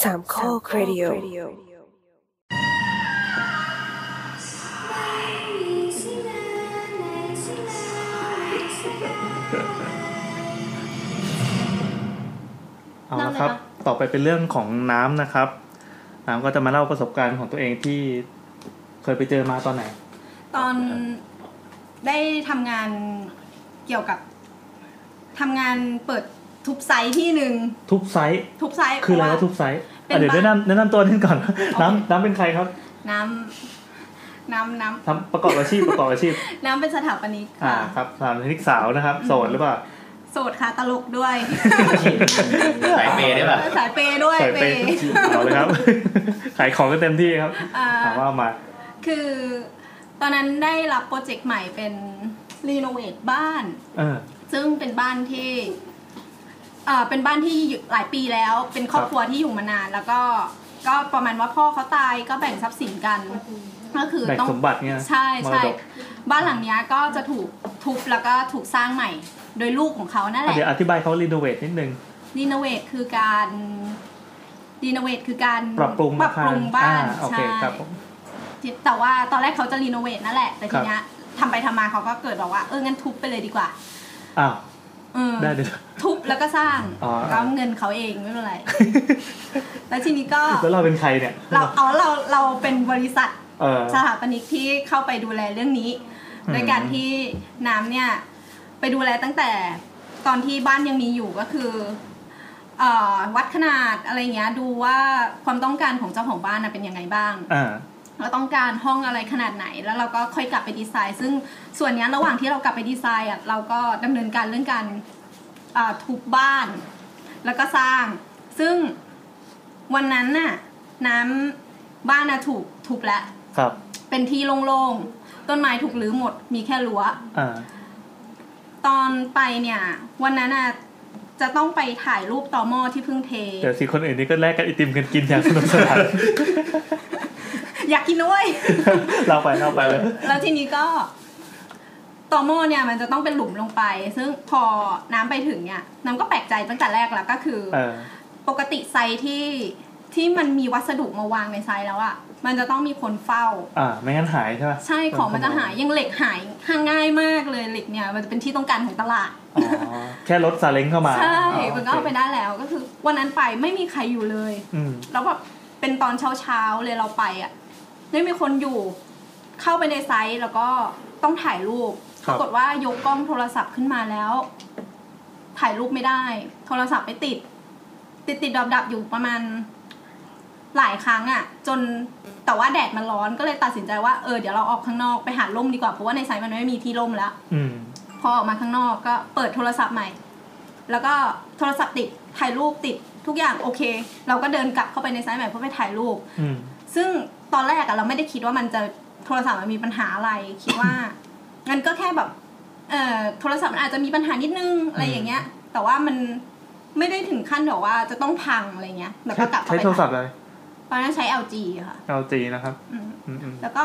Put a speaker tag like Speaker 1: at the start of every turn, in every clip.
Speaker 1: สามข้อครดิโอ
Speaker 2: เอาละครับ ต่อไปเป็นเรื่องของน้ำนะครับ น้ำก็จะมาเล่าประสบการณ์ของตัวเองที่เคยไปเจอมาตอนไหน
Speaker 3: ตอนได้ทำงานเกี่ยวกับทำงานเปิดทุบไซต์ที่หนึ่ง
Speaker 2: ทุบไซส์
Speaker 3: ทุบไซต์
Speaker 2: คืออะไร
Speaker 3: เพาว่า
Speaker 2: ว่าทุบไซส์
Speaker 3: เป็น
Speaker 2: อ่ะเดี๋ยว
Speaker 3: บ้าน
Speaker 2: แนะนำแนะนำตัวนิดก่อน น้ำ
Speaker 3: โอเค
Speaker 2: น้ำเป็นใครครับ
Speaker 3: น้ำน้ำน้
Speaker 2: ทำประกอบอาชีพประกอบอาชีพ
Speaker 3: ำน้ำเป็นสถาปนิก
Speaker 2: อ่า
Speaker 3: ค่ะ
Speaker 2: ครับสามนิกสาวนะครับ โสดหรือเปล่า
Speaker 3: โสดค่ะตลกด้วย
Speaker 4: สายเปย์ได้ป่ะ
Speaker 3: สายเปย์ด้วย
Speaker 2: ใส่เปย์เอา เลยครับ ขายของกันเต็มที่ครับ
Speaker 3: อ่า
Speaker 2: ถามว่ามา
Speaker 3: คือตอนนั้นได้รับโปรเจกต์ใหม่เป็นรีโนเวทบ้าน
Speaker 2: เออ
Speaker 3: ซึ่งเป็นบ้านที่เอ่อเป็นบ้านที่อยู่หลายปีแล้ว เป็นครอบครัวที่อยู่มานาน แล้วก็ก็ประมาณว่าพ่อเขาตายก็แบ่งทรัพย์สินกัน ก็คือ
Speaker 2: แบ่ง
Speaker 3: ต้อง
Speaker 2: สมบัติเนี่ยนะ
Speaker 3: ใช่ใช่
Speaker 2: มรดก
Speaker 3: บ้านหลังเนี้ยก็จะถูกทุบแล้วก็ถูกสร้างใหม่ โดยลูกของเขานั่นแห
Speaker 2: อ่ะ
Speaker 3: ละ
Speaker 2: เดี๋ยวอธิบายเขารีโนเวทนิดนึง
Speaker 3: รีโนเวทคือการรีโนเวทคือการ
Speaker 2: ปรับปรุง
Speaker 3: ปรับปรุงบ้าน
Speaker 2: อ่โอเค
Speaker 3: ใช่
Speaker 2: ครับผม
Speaker 3: ที่แต่ว่าตอนแรกเขาจะรีโนเวทนั่นแหละ แต่
Speaker 2: ครั
Speaker 3: ที
Speaker 2: บ
Speaker 3: เนี้ยทำไปทำมาเขาก็เกิดบอกว่าเอองั้นทุบไปเลยดีกว่า
Speaker 2: อ้าว
Speaker 3: เออ
Speaker 2: ได้เดี๋ยว
Speaker 3: ทุบแล้วก็สร้าง
Speaker 2: อ๋อ
Speaker 3: เอาเงินเขาเองไม่เป็น ไร แล้วทีนี้ก็
Speaker 2: แล้วเราเป็นใครเนี่ย
Speaker 3: เราเอาเราเราเป็นบริษัท
Speaker 2: เออ
Speaker 3: สถาปนิกที่เข้าไปดูแลเรื่องนี้
Speaker 2: อืม
Speaker 3: โดยการที่น้ำเนี่ยไปดูแลตั้งแต่ตอนที่บ้านยังมีอยู่ก็คือเอ่อวัดขนาดอะไรเงี้ยดูว่าความต้องการของเจ้าของบ้านน่ะเป็นยังไงบ้าง
Speaker 2: อ่า
Speaker 3: เราต้องการห้องอะไรขนาดไหน แล้วเราก็ค่อยกลับไปดีไซน์ ซึ่งส่วนเนี้ยระหว่างที่เรากลับไปดีไซน์อ่ะเราก็ดำเนินการเรื่องการอ่าทุบบ้าน แล้วก็สร้าง ซึ่งวันนั้นน่ะน้ำบ้านน่ะถูกทุบแล้ว
Speaker 2: ครับ
Speaker 3: เป็นที่โล่งๆต้นไม้ถูกรื้อหมด มีแค่รั้ว
Speaker 2: อ่า
Speaker 3: ตอนไปเนี่ย วันนั้นน่ะจะต้องไปถ่ายรูปต่อหม้อที่เพิ่งเท
Speaker 2: เดี๋ยวสิคนอื่นนี่ก็แลกกันไอติมกันกินอย่างสนุกสนาน
Speaker 3: อยากกินด้วย
Speaker 2: เราไปเราไปเลย
Speaker 3: แล้วทีนี้ก็ตอหมอเนี่ยมันจะต้องเป็นหลุมลงไป ซึ่งพอน้ำไปถึงเนี่ยน้ำก็แปลกใจตั้งแต่แรกแล้วก็คือ
Speaker 2: เออ
Speaker 3: ปกติไซต์ที่ที่มันมีวัสดุมาวางในไซต์แล้วอะมันจะต้องมีคนเฝ้า
Speaker 2: อ่า ไม่งั้นหายใช่ไหม
Speaker 3: ใช่ของมันจะหายยังเหล็กหายหาง่ายมากเลยเหล็กเนี่ย มันจะเป็นที่ต้องการของตลาด
Speaker 2: อ๋อ แค่รถซาเล้งเข้ามา
Speaker 3: ใช่
Speaker 2: อ๋อ
Speaker 3: มันก็เอาไปได้แล้วก็คือ วันนั้นไปไม่มีใครอยู่เลย
Speaker 2: อืม
Speaker 3: แล้วแบบเป็นตอนเช้าๆเลยเราไปอ่ะไม่มีคนอยู่ เข้าไปในไซต์แล้วก็ต้องถ่ายรูป
Speaker 2: ค
Speaker 3: ป
Speaker 2: รับ
Speaker 3: รากฏว่ายกกล้องโทรศัพท์ขึ้นมาแล้ว ถ่ายรูปไม่ได้ โทรศัพท์ไม่ติด ติดติดดับดับๆอยู่ประมาณหลายครั้งอ่ะ จนแต่ว่าแดดมันร้อนก็เลยตัดสินใจว่าเออเดี๋ยวเราออกข้างนอกไปหาร่มดีกว่าเพราะว่าในไซต์มันไม่มีที่ร่มแล้ว
Speaker 2: อืม
Speaker 3: พอออกมาข้างนอกก็เปิดโทรศัพท์ใหม่ แล้วก็โทรศัพท์ติด ถ่ายรูปติดทุกอย่างโอเค เราก็เดินกลับเข้าไปในไซต์ใหม่เพื่อไปถ่ายรูป
Speaker 2: อืม
Speaker 3: ซึ่งตอนแรกอะเราไม่ได้คิดว่ามันจะโทรศัพท์มันมีปัญหาอะไรคิดว่า งั้นก็แค่แบบเอ่อโทรศัพท์มันอาจจะมีปัญหานิดนึงอะไรอย่างเงี้ย แต่ว่ามันไม่ได้ถึงขั้นแบบว่าจะต้องพังอะไรเงี้ยแล้วก็กลับเข้า
Speaker 2: ใช้
Speaker 3: ไป
Speaker 2: โทรศัพท์อะไร
Speaker 3: ตอนนั้นใช้ LG อะค่ะ
Speaker 2: เอาจีนะครับ
Speaker 3: อืม
Speaker 2: อืมอืม
Speaker 3: แล้วก็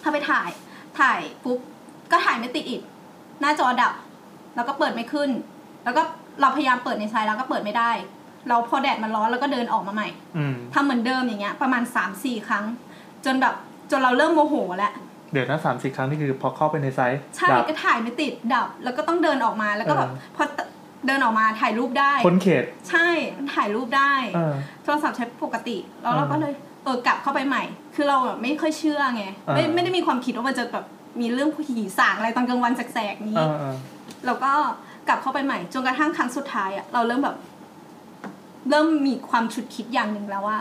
Speaker 3: เข้าไปถ่าย ถ่ายปุ๊บ ก็ถ่ายไม่ติดอีก หน้าจอดับ แล้วก็เปิดไม่ขึ้น แล้วก็เราพยายามเปิดในไซต์แล้วก็เปิดไม่ได้ เราพอแดดมันร้อนแล้วก็เดินออกมาใหม่
Speaker 2: อืม
Speaker 3: ทำเหมือนเดิมอย่างเงี้ย ประมาณ3ามสี่ครั้ง จนแบบ จนเราเริ่มโมโหแล้ว
Speaker 2: เดี๋ยวนะสามสิบครั้งนี่คือพอเข้าไปในไซต์
Speaker 3: ใช่
Speaker 2: ดับ
Speaker 3: ก็ถ่ายไม่ติดดับ แล้วก็ต้องเดินออกมา แล้วก็แบบ
Speaker 2: เออ
Speaker 3: พอเดินออกมาถ่ายรูปได้
Speaker 2: พ้นเขต
Speaker 3: ใช่ ถ่ายรูปได้
Speaker 2: เออ
Speaker 3: โทรศัพท์ใช้ปกติ แล้วเรา
Speaker 2: อ่า
Speaker 3: ก็เลยเออกลับเข้าไปใหม่ คือเราแบบไม่ค่อยเชื่อไง ไม่
Speaker 2: อ่า
Speaker 3: ไม่ได้มีความคิดว่ามันจะแบบมีเรื่องผีสางอะไรตอนกลางวันแสกๆนี้
Speaker 2: เออเออ
Speaker 3: เราก็กลับเข้าไปใหม่จนกระทั่งครั้งสุดท้ายอะเราเริ่มแบบ เริ่มมีความฉุดคิดอย่างหนึ่งแล้วว่า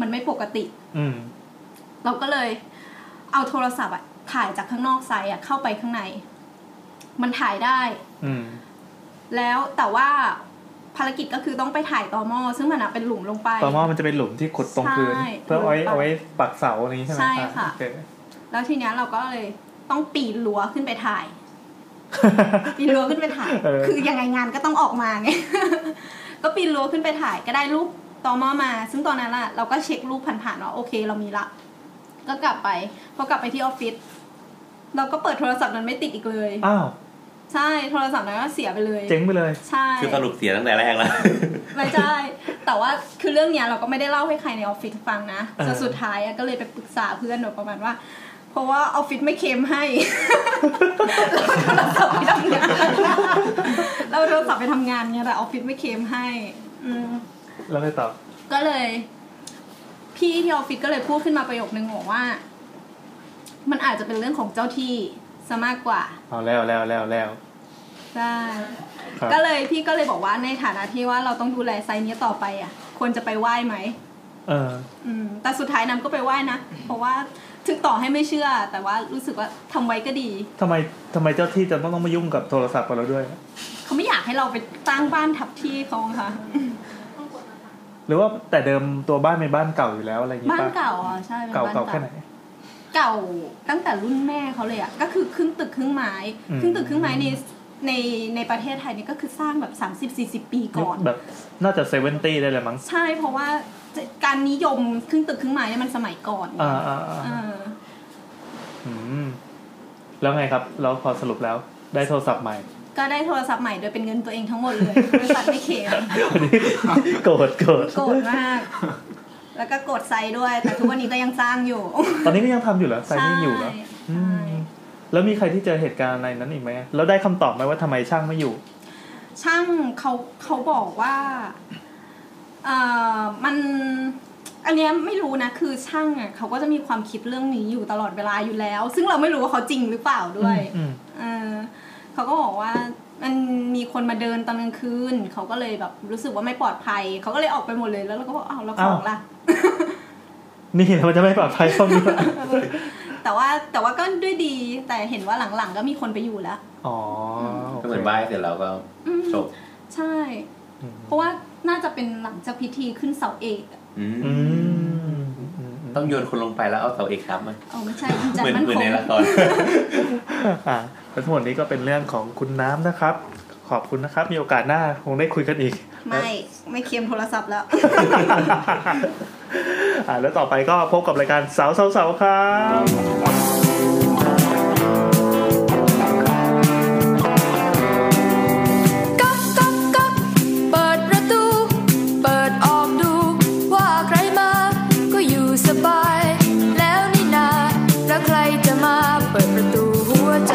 Speaker 3: มันไม่ปกติ
Speaker 2: อืม
Speaker 3: เราก็เลยเอาโทรศัพท์อะถ่ายจากข้างนอกไซต์อะเข้าไปข้างใน มันถ่ายได้
Speaker 2: อืม
Speaker 3: แล้วแต่ว่าภารกิจก็คือต้องไปถ่ายตอหมอซึ่งมันอะเป็นหลุมลงไป
Speaker 2: ต่อหม้อมันจะเป็นหลุมที่ขุดตรงพื้น
Speaker 3: ใช่
Speaker 2: เพื่อเอาไว้เอาไว้ปักเสาอะไรอย่างนี้ใช่ไหม
Speaker 3: ใช่
Speaker 2: อ่า
Speaker 3: ค่ะ
Speaker 2: โอเ
Speaker 3: แล้วทีเนี้ยเราก็เลยต้องปีนรั้วขึ้นไปถ่าย ปีนรั้วขึ้นไปถ่าย
Speaker 2: เออ
Speaker 3: คือยังไงงานก็ต้องออกมาไง ก็ปีนรั้วขึ้นไปถ่ายก็ได้รูปตอมอมา ซึ่งตอนนั้นอะเราก็เช็ครูปผ่านๆว่าโอเคเรามีละ ก็กลับไปพอกลับไปที่ออฟฟิศเราก็เปิดโทรศัพท์นั้นไม่ติดอีกเลย
Speaker 2: อ้าว
Speaker 3: ใช่โทรศัพท์นั้นก็เสียไปเลย
Speaker 2: เจ๊งไปเลย
Speaker 3: ใช่
Speaker 4: คือสรุปเสียตั้งแต่แรกแล้ว
Speaker 3: ไม่ใช่ แ แต่ว่าคือเรื่องเนี้ยเราก็ไม่ได้เล่าให้ใครในออฟฟิศฟังนะ
Speaker 2: เออ
Speaker 3: จนสุดท้ายอะก็เลยไปปรึกษาเพื่อนแบบประมาณว่า เพราะว่าออฟฟิศไม่เค็มให้ เราโทรศัพท์ไปทำงานเราโทรศัพท์ไปทำงานเนี่ยแต่ออฟฟิศไม่เค็มให้ อืม
Speaker 2: แล้วไงต่อ
Speaker 3: ก็เลย พี่ที่ออฟฟิศก็เลยพูดขึ้นมาประโยคนึงบอกว่า มันอาจจะเป็นเรื่องของเจ้าที่ซะมากกว่า
Speaker 2: เอาแล้วแล้วแล้วแล้ว
Speaker 3: ใช่
Speaker 2: ครับ
Speaker 3: ก็เลยพี่ก็เลยบอกว่าในฐานะที่ว่าเราต้องดูแลไซต์เนี้ยต่อไปอ่ะ ควรจะไปไหว้ไหม
Speaker 2: เออ
Speaker 3: อืม แต่สุดท้ายน้ำก็ไปไหว้นะเพราะว่าถึงต่อให้ไม่เชื่อ แต่ว่ารู้สึกว่าทำไว้ก็ดี
Speaker 2: ทำไมทำไมเจ้าที่จะต้องต้องมายุ่งกับโทรศัพท์กับเราด้วย
Speaker 3: เขาไม่อยากให้เราไปตั้งบ้านทับที่เขาอะค่ะ
Speaker 2: หรือว่าแต่เดิมตัวบ้านเป็นบ้านเก่าอยู่แล้วอะไรอย่างงี้
Speaker 3: บ้าน
Speaker 2: ปะ
Speaker 3: เก่าอ่ะใช่ป็น
Speaker 2: เก่า
Speaker 3: บ้น
Speaker 2: เก่าแค่ไหน
Speaker 3: เก่าตั้งแต่รุ่นแม่เขาเลยอะ่ะก็คือครึ่งตึกครึ่งไม้
Speaker 2: อืม
Speaker 3: ครึ่งตึกครึ่งไม้ในในในประเทศไทยนี่ก็คือสร้างแบบ 30-40 ปีก่อน
Speaker 2: แบบน่าจะเซเวนตี้ได้เลยมั้ง
Speaker 3: ใช่เพราะว่าการนิยมครึ่งตึกครึ่งไม้เนี่ยมันสมัยก่อน
Speaker 2: อ่าอ่าอ่า
Speaker 3: เออ
Speaker 2: อืมแล้วไงครับ เราพอสรุปแล้วได้โทรศัพท์ให ม่
Speaker 3: ก็ได้โทรศัพท์ใหม่โดยเป็นเงินตัวเองทั้งหม ดเลยบริษัทไม่เข็ม
Speaker 2: โกรธโกรธ
Speaker 3: โกรธมาก แล้วก็โกรธไซด้วย แต่ทุกวันนี้ก็ยังสร้าง อยู่
Speaker 2: ตอนนี้ก็ยังทำอยู่เหรอใส่นี่อยู่เหรอ
Speaker 3: ใช่
Speaker 2: อืม
Speaker 3: ใช่
Speaker 2: แล้วมีใครที่เจอเหตุการณ์อะไรนั้นอีกไหมแล้วได้คำตอบไหมว่าทำไมช่างไม่อยู่
Speaker 3: ช่างเขาเขาบอกว่า เอ่อมัน อันเนี้ยไม่รู้นะ คือช่างอ่ะเขาก็จะมีความคิดเรื่องนี้อยู่ตลอดเวลาอยู่แล้ว ซึ่งเราไม่รู้ว่าเขาจริงหรือเปล่าด้วย
Speaker 2: อืม
Speaker 3: เออเขาก็บอกว่ามันมีคนมาเดินตอนกลางคืนเขาก็เลยแบบรู้สึกว่าไม่ปลอดภัย เขาก็เลยออกไปหมดเลยแล้วเราก็บอกอ้าวแล้วของล่ะ
Speaker 2: นี่มันจะไม่ปลอดภัยช่องนี้
Speaker 3: แต่ว่าแต่ว่าก็ด้วยดี แต่เห็นว่าหลังๆก็มีคนไปอยู่แล้ว
Speaker 2: อ๋อโค
Speaker 4: ก็เหมือนไหว้เสร็จเราก็
Speaker 3: อืม
Speaker 4: จบ
Speaker 3: ใช่
Speaker 2: อืม
Speaker 3: เพราะว่าน่าจะเป็นหลังจากพิธีขึ้นเสาเอกอะ
Speaker 4: อืม
Speaker 2: อืมอืมอื
Speaker 4: ต้อ
Speaker 2: ม
Speaker 4: งโยนคนลงไปแล้วเอาเสาเอกครับมัน
Speaker 3: เอาไม่ใช่อินจัน
Speaker 4: เหมือน
Speaker 3: มัน
Speaker 4: เหมือ
Speaker 3: คน ง
Speaker 4: ในละคร
Speaker 2: อ่าทั้งหมดนี้ก็เป็นเรื่องของคุณน้ำนะครับ ขอบคุณนะครับ มีโอกาสหน้าคงได้คุยกันอีก
Speaker 3: ไม่ ไม่เคียมโทรศัพท์แล้ว
Speaker 2: อ่าแล้วต่อไปก็พบกับรายการสาวสาวสาวครับ
Speaker 1: ก๊อกก๊อกก๊อกเปิดประตู เปิดออกดู ว่าใครมา ก็อยู่สบาย แล้วนี่นาแล้วใครจะมาเปิดประตูหัวใจ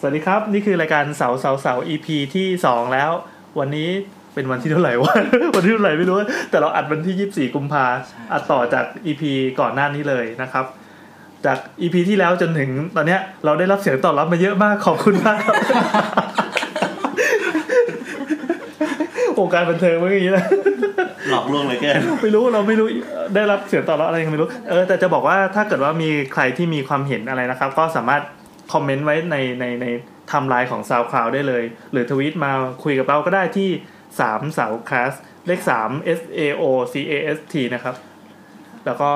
Speaker 2: สวัสดีครับ นี่คือรายการสาวสาวสาว EP ที่สองแล้ว วันนี้เป็นวันที่เท่าไหร่วะ วันที่เท่าไหร่ไม่รู้ แต่เราอัดวันที่ 24 กุมภาอัดต่อจาก EP ก่อนหน้านี้เลยนะครับ จาก EP ที่แล้วจนถึงตอนเนี้ยเราได้รับเสียงตอบรับมาเยอะมากขอบคุณมากครับ วงการบันเทิงมันก็อย่างนี้นะ
Speaker 4: หลอกลวงเหลยเกิน
Speaker 2: ไม่รู้เราไม่รู้ได้รับเสียงตอบรับอะไรยังไม่รู้เออแต่จะบอกว่าถ้าเกิดว่ามีใครที่มีความเห็นอะไรนะครับ ก็สามารถคอมเมนต์ไว้ในในในไทม์ไลน์ของ SoundCloud ได้เลย หรือทวีตมาคุยกับเราก็ได้ที่3เสาคลาสเลข3 S A O C A S T นะครับ แล้วก็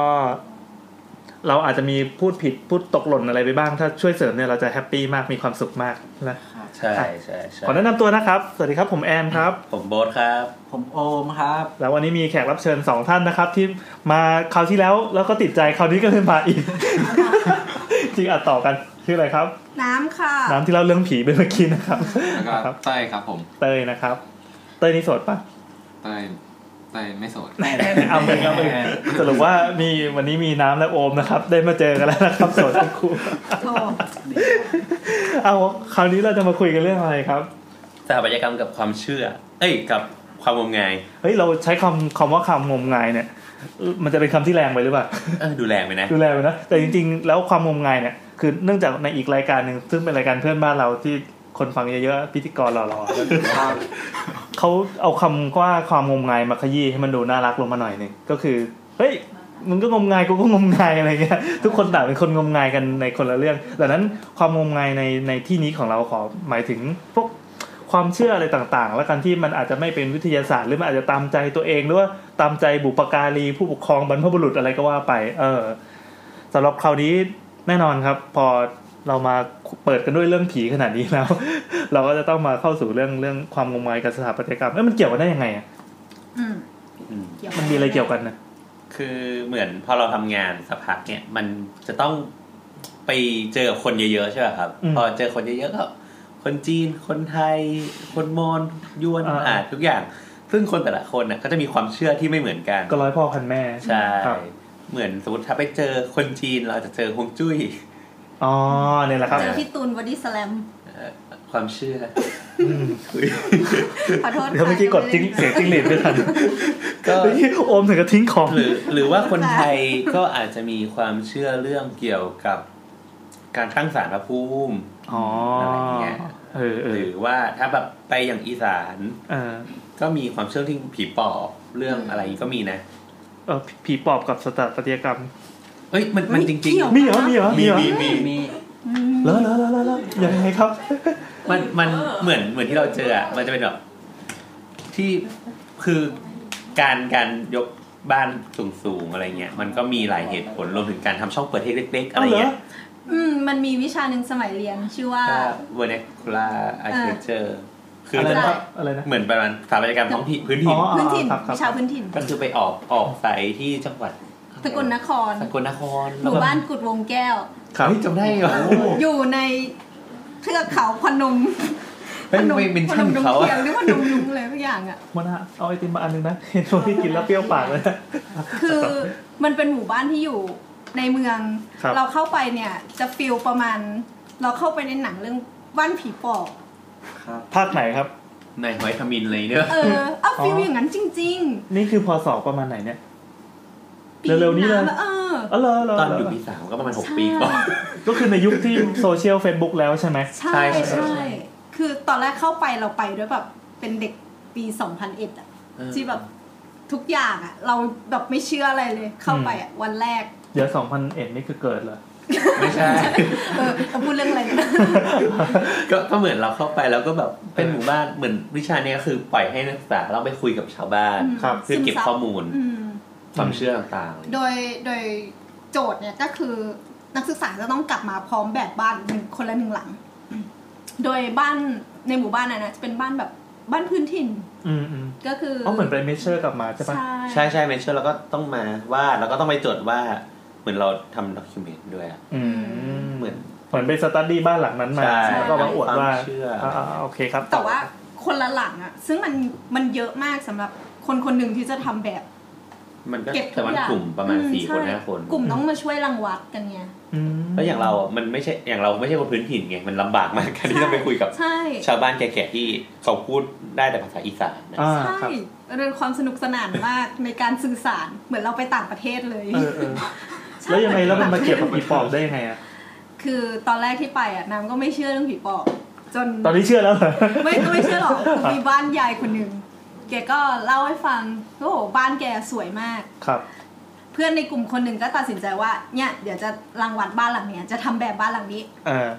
Speaker 2: เราอาจจะมีพูดผิดพูดตกหล่นอะไรไปบ้าง ถ้าช่วยเสริมเนี่ยเราจะแฮปปี้มากมีความสุขมากนะ
Speaker 4: ใช่ใช่ใช่
Speaker 2: ขอแนะนำตัวนะครับ สวัสดีครับผมแอนครับ
Speaker 4: ผมโบ๊ทครับ
Speaker 5: ผมโอมครับ
Speaker 2: แล้ววันนี้มีแขกรับเชิญสองท่านนะครับ ที่มาคราวที่แล้วแล้วก็ติดใจคราวนี้ก็เลยมาอีก จริงอัดต่อกันชื่ออะไรครับ
Speaker 3: น้ำค่ะ
Speaker 2: น้ำที่เล่าเรื่องผีไปเมื่อกี้นะครับ
Speaker 6: แล้ว
Speaker 2: ค
Speaker 6: ก็
Speaker 2: รับ
Speaker 6: เต้ยครับผม
Speaker 2: เตยนะครับ เตยนี่โสดปะ
Speaker 6: เต้ยเต้ยไม่โสด
Speaker 2: เอาเองเอาเองสรุปว่ามีวันนี้มีน้ำและโอมนะครับ ได้มาเจอกันแล้วนะครับโสดทั้งคู่
Speaker 3: โทร
Speaker 2: เอาคราวนี้เราจะมาคุยกันเรื่องอะไรครับ
Speaker 4: สถาปัตยกรรมกับความเชื่อ เอ้ยกับความงมงาย
Speaker 2: เฮ้ยเราใช้คำคำว่าคำงมงายเนี่ย มันจะเป็นคำที่แรงไปหรือเปล่า
Speaker 4: เออดูแลไปนะ
Speaker 2: ดูแลไปนะแต่จริงๆ แล้วความงมงายเนี่ย คือเนื่องจากในอีกรายการหนึ่งซึ่งเป็นรายการเพื่อนบ้านเราที่คนฟังเยอะๆพิธีกรหล่อๆเขาเอาคำว่าความงมงายมาขยี้ให้มันดูน่ารักลงมาหน่อยหนึ่งก็คือเฮ้ยมึงก็งมงายกูก็งมงายอะไรเงี้ยทุกคนต่างเป็นคนงมงายกันในคนละเรื่องดังนั้นความงมงายในในที่นี้ของเราขอหมายถึงพวกความเชื่ออะไรต่างๆ แล้วกันที่มันอาจจะไม่เป็นวิทยาศาสตร์หรือมันอาจจะตามใจตัวเองหรือว่าตามใจบุปการีผู้ปกครองบรรพบุรุษอะไรก็ว่าไป เออ สำหรับคราวนี้แน่นอนครับ พอเรามาเปิดกันด้วยเรื่องผีขนาดนี้แล้ว เราก็จะต้องมาเข้าสู่เรื่องเรื่องความงมงายกับสถาปัตยกรรมเอ้ยมันเกี่ยวกันได้ยังไงอะ
Speaker 3: อืม
Speaker 4: อืม
Speaker 3: เกี่ยว
Speaker 2: มันมีอะไรเกี่ยวกันนะ
Speaker 4: คือเหมือนพอเราทำงานสักพักเนี่ย มันจะต้องไป ไปเจอกับคนเยอะๆใช่ป่ะครับ
Speaker 2: อืม
Speaker 4: พอเจอคนเยอะๆก็คนจีนคนไทย คนมอญยวน
Speaker 2: อ่า
Speaker 4: อ่าทุกอย่าง ซึ่งคนแต่ละคนน่ะก็จะมีความเชื่อที่ไม่เหมือนกัน
Speaker 2: ก็ร้อยพ่อพันแม่
Speaker 4: ใช่
Speaker 2: ครับ
Speaker 4: เหมือนสมมติถ้าไปเจอคนจีนเราอาจจะเจอฮวงจุ้ย
Speaker 2: อ๋อเนี่ยแหละครับ
Speaker 3: เจอพี่ตูนบอดี้สแลม
Speaker 4: เอ่อความเชื่อ
Speaker 2: อืม
Speaker 4: อุ๊ย
Speaker 3: ขอโทษ
Speaker 2: เดี๋ยวเมื่อกี้กดจิ้งเสียงจิ้งหรีดไม่ทัน
Speaker 4: ก็
Speaker 2: เมื่อกี้โอมถึงกับทิ้งของ
Speaker 4: หรือหรือว่าคนไทยก็อาจจะมีความเชื่อเรื่องเกี่ยวกับการตั้งศาลพระภูมิ
Speaker 2: อ๋ออะไร
Speaker 4: อย่างเงี้ย
Speaker 2: เออเอ
Speaker 4: ห
Speaker 2: อ
Speaker 4: รือว่าถ้าแบบไปอย่างอีสาน
Speaker 2: เออ
Speaker 4: ก็มีความเชื่อที่ผีปอบเรื่องอะไรก็มีนะ
Speaker 2: เออผีปอบกับสถาปัตยกรรม
Speaker 4: เอ้ยมันมันจริง
Speaker 3: เกี่ยว
Speaker 2: มีเหรอ มีเหรอ
Speaker 4: ๆ
Speaker 2: มีเหรอ
Speaker 5: มี
Speaker 3: อืม
Speaker 2: แล้วแล้วแล้วแล้วยังไงครับ
Speaker 4: มันมันเหมือนเหมือนที่เราเจออะมันจะเป็นแบบที่คือการการยกบ้านสูงๆอะไรเงี้ยมันก็มีหลายเหตุผลรวมถึงการทำช่องเปิดให้เล็กๆ อะไรเงี้ย
Speaker 3: อืมมันมีวิชาหนึ่งสมัยเรียนชื่อว่า
Speaker 4: ก็ vernacular architecture คือ
Speaker 2: อะไร
Speaker 4: มัน
Speaker 2: นะค
Speaker 4: ก็
Speaker 2: รับอะไรนะ
Speaker 4: เหมือนประมาณสถาปัตยกรรมท้องถิ่นพื้นถิ่น
Speaker 2: อ๋อ
Speaker 3: พื้นถิ่น
Speaker 2: ครับครับ
Speaker 3: วิชาพื้นถิ่น
Speaker 4: ก็คือไปออกออกสายที่จังหวัด
Speaker 3: สกลนคร
Speaker 4: สกลนคร
Speaker 3: หมู่บ้านกุดวงแก้ว
Speaker 2: ครับ
Speaker 4: เฮ้ยจำได้เหรอ
Speaker 3: อยู่ในเทือกเขาพนม
Speaker 4: ไม่ไม่เป็น
Speaker 3: พน
Speaker 4: ชั่น
Speaker 3: มดง
Speaker 4: เขา
Speaker 3: เทีย
Speaker 4: อะ
Speaker 3: งหรือพนมลุงอะไรทุกอย่างอ่ะ
Speaker 2: มันฮะเอาไอติมมาอันหนึงนะ เห็นว่าที่กินแล้วเปรี้ยวปากเลยนะ
Speaker 3: คือมันเป็นหมู่บ้านที่อยู่ในเมือง
Speaker 2: ครับ
Speaker 3: เราเข้าไปเนี่ยจะฟิลประมาณ เราเข้าไปในหนังเรื่องบ้านผีปอบ
Speaker 5: ครับ
Speaker 2: ภาคไหนครับ
Speaker 4: นายหอยทมินเลยเนอะ
Speaker 3: เอ อเอาฟิล
Speaker 2: อ๋อ
Speaker 3: อ
Speaker 2: อ
Speaker 3: ย่างนั้นจริง
Speaker 2: นี่คือพศประมาณไหนเนี่ย
Speaker 3: ๆปี
Speaker 2: เร็วๆนี้เลย
Speaker 3: ำเออ
Speaker 2: อ๋อเหรอเหรอ
Speaker 4: ตอน
Speaker 2: เหร
Speaker 4: อยู่
Speaker 2: อ
Speaker 4: ปีสามก็ประมาณหก
Speaker 3: ใช่
Speaker 4: ปีก่อน
Speaker 2: ก็คือในยุคที่โซเชียลเฟซบุ๊กแล้วใช่ไหม
Speaker 3: ใช่
Speaker 4: ใช่ใช่
Speaker 3: ใช่ คือตอนแรกเข้าไปเราไปด้วยแบบเป็นเด็กปี 2001อ่ะ ที่แบบทุกอย่างอ่ะ เราแบบไม่เชื่ออะไรเลย เข้าไปอ่ะวันแรก
Speaker 2: เดี๋ยว 2001 นี่คือเกิดเหรอ
Speaker 4: ไม่ใช่
Speaker 3: เออเราพูดเรื่องอะไร นะ
Speaker 4: ก็ก็เหมือนเราเข้าไปแล้วก็แบบเป็นหมู่บ้านเหมือนวิชาเนี้ยคือปล่อยให้นักศึกษาเราไปคุยกับชาวบ้าน
Speaker 2: ครับ
Speaker 4: เพื่อเก็บ
Speaker 3: ซึมซับ
Speaker 4: ข้อมูล
Speaker 3: อืม
Speaker 4: ความเชื่อต่างๆอะไร
Speaker 3: โดยโดยโจทย์เนี่ยก็คือนักศึกษาจะต้องกลับมาพร้อมแบบบ้านหนึ่งคนละหนึ่งหลัง โดยบ้านในหมู่บ้านนั้นนะจะเป็นบ้านแบบบ้านพื้นถิ่น
Speaker 2: อืมอืม
Speaker 3: ก็คือ
Speaker 2: อ๋อเหมือนไปเมเชอร์กลับมาใช่ปะ
Speaker 3: ใช่
Speaker 4: ใช่ใช่เมนเชอร์แล้วก็ต้องมาวาดแล้วก็ต้องไปจดว่าเหมือนเราทำด็อกิเมนต์ด้วยอะ
Speaker 2: อืม
Speaker 4: เหมือน
Speaker 2: เหมือนไปสตัดดี้บ้านหลังนั้นมา
Speaker 4: ใช่
Speaker 2: แล้วก็มาอวดว่า
Speaker 4: ความเชื่ออ่
Speaker 2: าๆโอเคครับ
Speaker 3: แต่ว่าคนละหลังอ่ะ ซึ่งมันมันเยอะมากสำหรับคนคนหนึ่งที่จะทำแบบ
Speaker 4: มันก็
Speaker 3: เก็บทุ
Speaker 4: แต่
Speaker 3: ก
Speaker 4: มัน
Speaker 3: อย่าง
Speaker 4: กลุ่มประมาณ
Speaker 3: อืม
Speaker 4: สี่คน
Speaker 3: ใช่
Speaker 4: ห้าคน
Speaker 3: กลุ่มต้องมาช่วยรังวัดกันไง
Speaker 2: อืม
Speaker 4: แล้วอย่างเราอ่ะมันไม่ใช่อย่างเราไม่ใช่คนพื้นถิ่นไงมันลำบากมากการ ที่จะไปคุยกับ
Speaker 3: ใช่
Speaker 4: ชาวบ้านแก่ๆที่เขาพูดได้แต่ภาษาอีสานนะ
Speaker 2: อ่า
Speaker 3: ใช่
Speaker 2: ครับ
Speaker 3: เรื่องความสนุกสนานมากในการสื่อสารเหมือนเราไปต่างประเทศเลย
Speaker 2: เออเออ
Speaker 3: ใช่
Speaker 2: แล้วยังไงแล้วมันมาเกี่ยวกับผีปอบได้ยังไงอะ
Speaker 3: คือตอนแรกที่ไปอ่ะน้ำก็ไม่เชื่อเรื่องผีปอบจน
Speaker 2: ตอนนี้เชื่อแล้วเหรอ
Speaker 3: ไม่ก็ไม่ เชื่อหรอกคือมีบ้านยายคนหนึ่งแกก็เล่าให้ฟังโอ้โหบ้านแกสวยมาก
Speaker 2: ครับ
Speaker 3: เพื่อนในกลุ่มคนหนึ่งก็ตัดสินใจว่าเนี่ยเดี๋ยวจะรังวัดบ้านหลังเนี้ยจะทำแบบบ้านหลังนี้
Speaker 2: เออ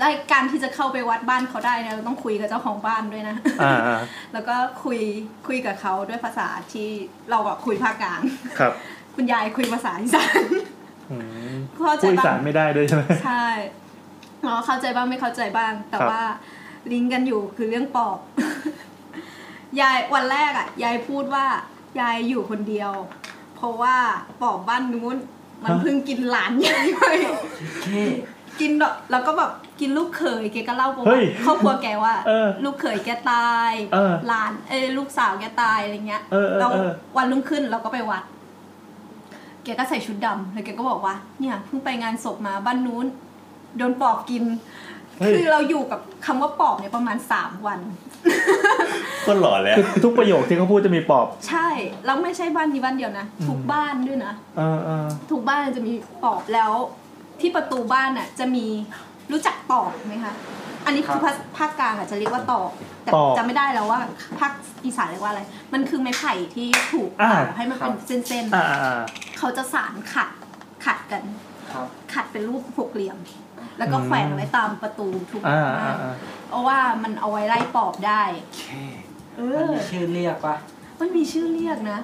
Speaker 3: ได้การที่จะเข้าไปวัดบ้านเขาได้เนี่ยเราต้องคุยกับเจ้าของบ้านด้วยนะ
Speaker 2: อ่าอ่า
Speaker 3: แล้วก็คุยคุยกับเขาด้วยภาษาที่เราอะคุยภาคกลาง
Speaker 2: ครับ
Speaker 3: คุณยายคุยภาษาอีสาน
Speaker 2: อืม
Speaker 3: เข้าใจ
Speaker 2: พูดอี
Speaker 3: บ้า
Speaker 2: สาง นไม่ได้ด้วยใช่ไหม
Speaker 3: ใช่เราเข้าใจบ้างไม่เข้าใจบ้าง แต่
Speaker 2: ครับ
Speaker 3: ว่าลิงก์กันอยู่คือเรื่องปอบ ยายวันแรกอะ่ะ ยายพูดว่ายายอยู่คนเดียว เพราะว่าปอบบ้านนู้น มันเพิ่งกินหลานยายไปกินดอกแล้วก็แบบกินลูกเขยแกก็เล่าประ
Speaker 2: เฮ้
Speaker 3: วั
Speaker 2: ย
Speaker 3: ติครอบครัวแกว่า
Speaker 2: เออ
Speaker 3: ลูกเขยแกตาย
Speaker 2: เออ
Speaker 3: หลานเอยลูกสาวแกตายอะไรเงี้ย
Speaker 2: เออเออ
Speaker 3: เรา
Speaker 2: เออ
Speaker 3: วันรุ่งขึ้นเราก็ไปวัด แกก็ใส่ชุดดำแล้วแกก็บอกว่า เนี่ยเพิ่งไปงานศพมาบ้านนู้น โดนปอบกิน
Speaker 2: เฮ้ย
Speaker 3: คือเราอยู่กับคำว่าปอบเนี่ยประมาณ 3 วัน
Speaker 4: ก็หล่อแล้ว
Speaker 2: คือทุกประโยคที่เขาพูดจะมีปอบ
Speaker 3: ใช่แล้วไม่ใช่บ้านนี้บ้านเดียวนะ
Speaker 2: อืม
Speaker 3: ทุกบ้านด้วยนะ
Speaker 2: เออเออ
Speaker 3: ทุกบ้านจะมีปอบแล้วที่ประตูบ้านน่ะจะมีรู้จักตอบไหมคะ อันนี้คือภาคภาคกลางอ่ะจะเรียกว่าตอบแต่จะไม่ได้แล้วว่าภาคอีสานเรียกว่าอะไร มันคือไม้ไผ่ที่ถูก
Speaker 2: อ่า
Speaker 3: ให้มันเป็นเส้น
Speaker 2: อ่าอ่า
Speaker 3: ๆเขาจะสารขัดขัดกัน
Speaker 5: ครับ
Speaker 3: ขัดเป็นรูปหกเหลี่ยม แล้วก็
Speaker 2: อืม
Speaker 3: แขวนไว้ตามประตูทุก
Speaker 2: อ่า
Speaker 3: บ้า
Speaker 2: อ่าน อ่า
Speaker 3: เพราะว่ามันเอาไว้ไล่ปอบได้
Speaker 5: โอเค
Speaker 3: เอ
Speaker 5: มัน
Speaker 3: อ
Speaker 5: มีชื่อเรียกปะ
Speaker 3: มันมีชื่อเรียกนะ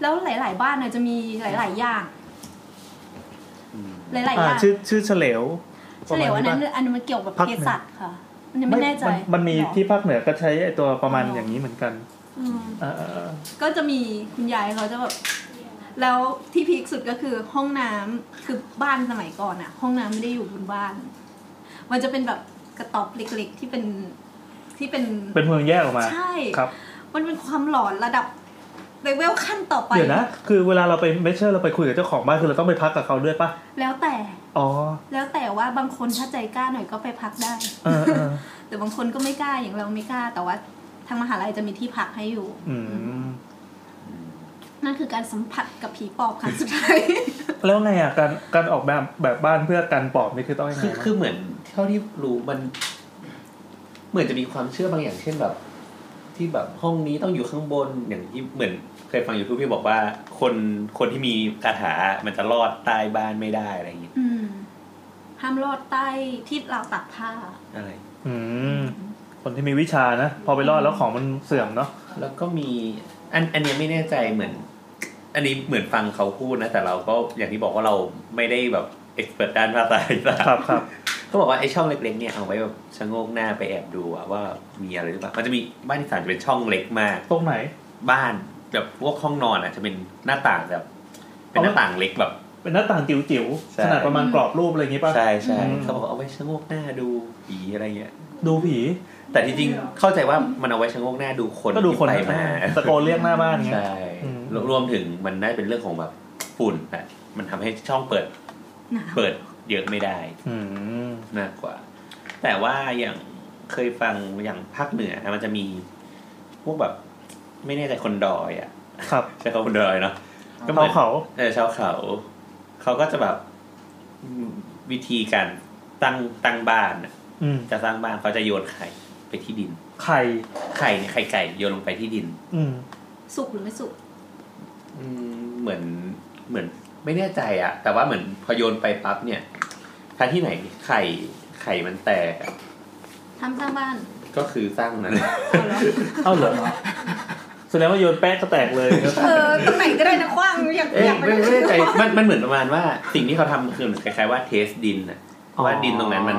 Speaker 3: แล้วหลาย ๆ บ้านน่ะจะมีหลาย ๆ อย่าง หลาย ๆ
Speaker 2: อ่า
Speaker 3: อย่าง
Speaker 2: ชื่อชื่อเฉลว
Speaker 3: เฉลวอัน
Speaker 2: ประมา
Speaker 3: นั้น
Speaker 2: ณนี้ปะ
Speaker 3: อันนั้นมันเกี่ยวกับ
Speaker 2: ภาค
Speaker 3: เก
Speaker 2: เหนือ
Speaker 3: สัตค่ะ อันนี้ไม่แน่ใจ
Speaker 2: นมันมี
Speaker 3: หรอ
Speaker 2: ที่ภาคเหนือก็ใช้ไอตัวประมาณอย่างนี้เหมือนกัน
Speaker 3: อืม
Speaker 2: เออเออเออ
Speaker 3: ก็จะมีคุณยายเขาจะแบบ แล้วที่พีคสุดก็คือห้องน้ำคือบ้านสมัยก่อนอะห้องน้ำไม่ได้อยู่บนบ้าน มันจะเป็นแบบกระต๊อบเล็กๆที่เป็นที่เป็น
Speaker 2: เป็นเมืองแยกออกมา
Speaker 3: ใช่
Speaker 2: ครับ
Speaker 3: มันเป็นความหลอนระดับเลเวลขั้นต่อไป
Speaker 2: เดี๋ยวนะ คือเวลาเราไปเมเชอร์เราไปคุยกับเจ้าของบ้านคือเราต้องไปพักกับเขาด้วยปะ
Speaker 3: แล้วแต่
Speaker 2: อ๋อ
Speaker 3: แล้วแต่ว่าบางคนถ้าใจกล้าหน่อยก็ไปพักได้
Speaker 2: เออเออ
Speaker 3: แต่บางคนก็ไม่กล้าอย่างเราไม่กล้า แต่ว่าทางมหาลัยจะมีที่พักให้อยู่
Speaker 2: อืม
Speaker 3: นั่นคือการสัมผัสกับผีปอบครั้งสุดท้าย
Speaker 2: แล้วไงอ่ะการการออกแบบแบบบ้านเพื่อการปลอบนี่คือต้องยังไง
Speaker 4: คือ
Speaker 2: วะ
Speaker 4: คือเหมือนเท่าที่รู้มัน เหมือนจะมีความเชื่อบางอย่างเช่นแบบ ที่แบบห้องนี้ต้องอยู่ข้างบนอย่างที่เหมือนเคยฟังยูทูบพี่บอกว่า คนคนที่มีคาถามันจะรอดใต้บ้านไม่ได้อะไรอย่างเงี้ย
Speaker 3: อืมห้ามลอดใต้ที่เราวตักผ้า
Speaker 4: อะไร
Speaker 2: อืม คนที่มีวิชานะ พอไปรอดแล้วของมันเสื่อมเนาะ
Speaker 4: แล้วก็มีอันอันเนี้ยไม่แน่ใจเหมือน อันนี้เหมือนฟังเขาพูดนะ แต่เราก็อย่างที่บอกว่าเราไม่ได้แบบเอ็กซ์เพรสด้านภาษาอีสาน
Speaker 2: ครับครับ
Speaker 4: ก็บอกว่าไอ้ช่องเล็กๆเนี่ยเอาไว้แบบชะโงกหน้าไปแอบดูอะว่ามีอะไรหรือเปล่ามันจะมีบ้านอีสานจะเป็นช่องเล็กมาก
Speaker 2: ตรงไหน
Speaker 4: บ้านแบบพวกห้องนอนอ่ะจะเป็นหน้าต่างแบบ เป็นหน้าต่างเล็กแบบ
Speaker 2: เป็นหน้าต่างจิ๋ว
Speaker 4: ใช่
Speaker 2: ๆขนาดประมาณกรอบรูปอะไรอย่างงี้ป่ะ
Speaker 4: ใช่ใช่
Speaker 2: อืม
Speaker 4: เขาบอกเอาไว้ชะโงกหน้าดูผีอะไรเงี้ย
Speaker 2: ดูผี
Speaker 4: แต่ที่จริงเข้าใจว่ามันเอาไว้ชะโงกหน้าดูคน
Speaker 2: ก็ดูคน
Speaker 4: ที่ไป
Speaker 2: ข้างห
Speaker 4: มา
Speaker 2: น้าตะโกนเรียกหน้าบ้านอย่างเงี้ย
Speaker 4: ใช่
Speaker 2: อืม
Speaker 4: รวรวมถึงมันน่าจะเป็นเรื่องของแบบฝุ่นนะมันทำให้ช่องเปิด
Speaker 3: หนาว
Speaker 4: เปิดเยอะไม่ได้
Speaker 2: อืม
Speaker 4: มากกว่า แต่ว่าอย่างเคยฟังอย่างภาคเหนือนะมันจะมีพวกแบบไม่แน่ใจคนดอยอ่ะ
Speaker 2: ครับ
Speaker 4: ใช่เขาคนดอยเนาะก็หมื
Speaker 2: เอา
Speaker 4: อน
Speaker 2: เขา
Speaker 4: เออชาวเขา เขาก็จะแบบอืมวิธีการตั้งตั้งบ้านน่ะ
Speaker 2: อืม
Speaker 4: จะสร้างบ้านเขาจะโยนไข่ไปที่ดิน
Speaker 2: ไข่
Speaker 4: ไข่เนี่ยไข่ไก่โยนลงไปที่ดิน
Speaker 2: อืม
Speaker 3: สุกหรือไม่สุก
Speaker 4: อืมเหมือนเหมือนไม่แน่ใจอะแต่ว่าเหมือนพอโยนไปปั๊บเนี่ยถ้าที่ไหนไข่ไข่มันแตกอะ
Speaker 3: ทำสร้างบ้าน
Speaker 4: ก็คือสร้างนั้น
Speaker 3: เอาเหรอ
Speaker 2: เอ้าเหรอแสดงว่าโยนแป้งก็แตกเลย
Speaker 3: เออตรงไหนก็ได้นะคว้างอยาก
Speaker 4: เอ้
Speaker 3: อย ยากไป
Speaker 4: ไม่ไม่แน่ใจมันมันเหมือนประมาณว่า สิ่งที่เขาทำคือเหมือนคล้ายๆว่าเทสดินอะว่าดินตรงนั้นมัน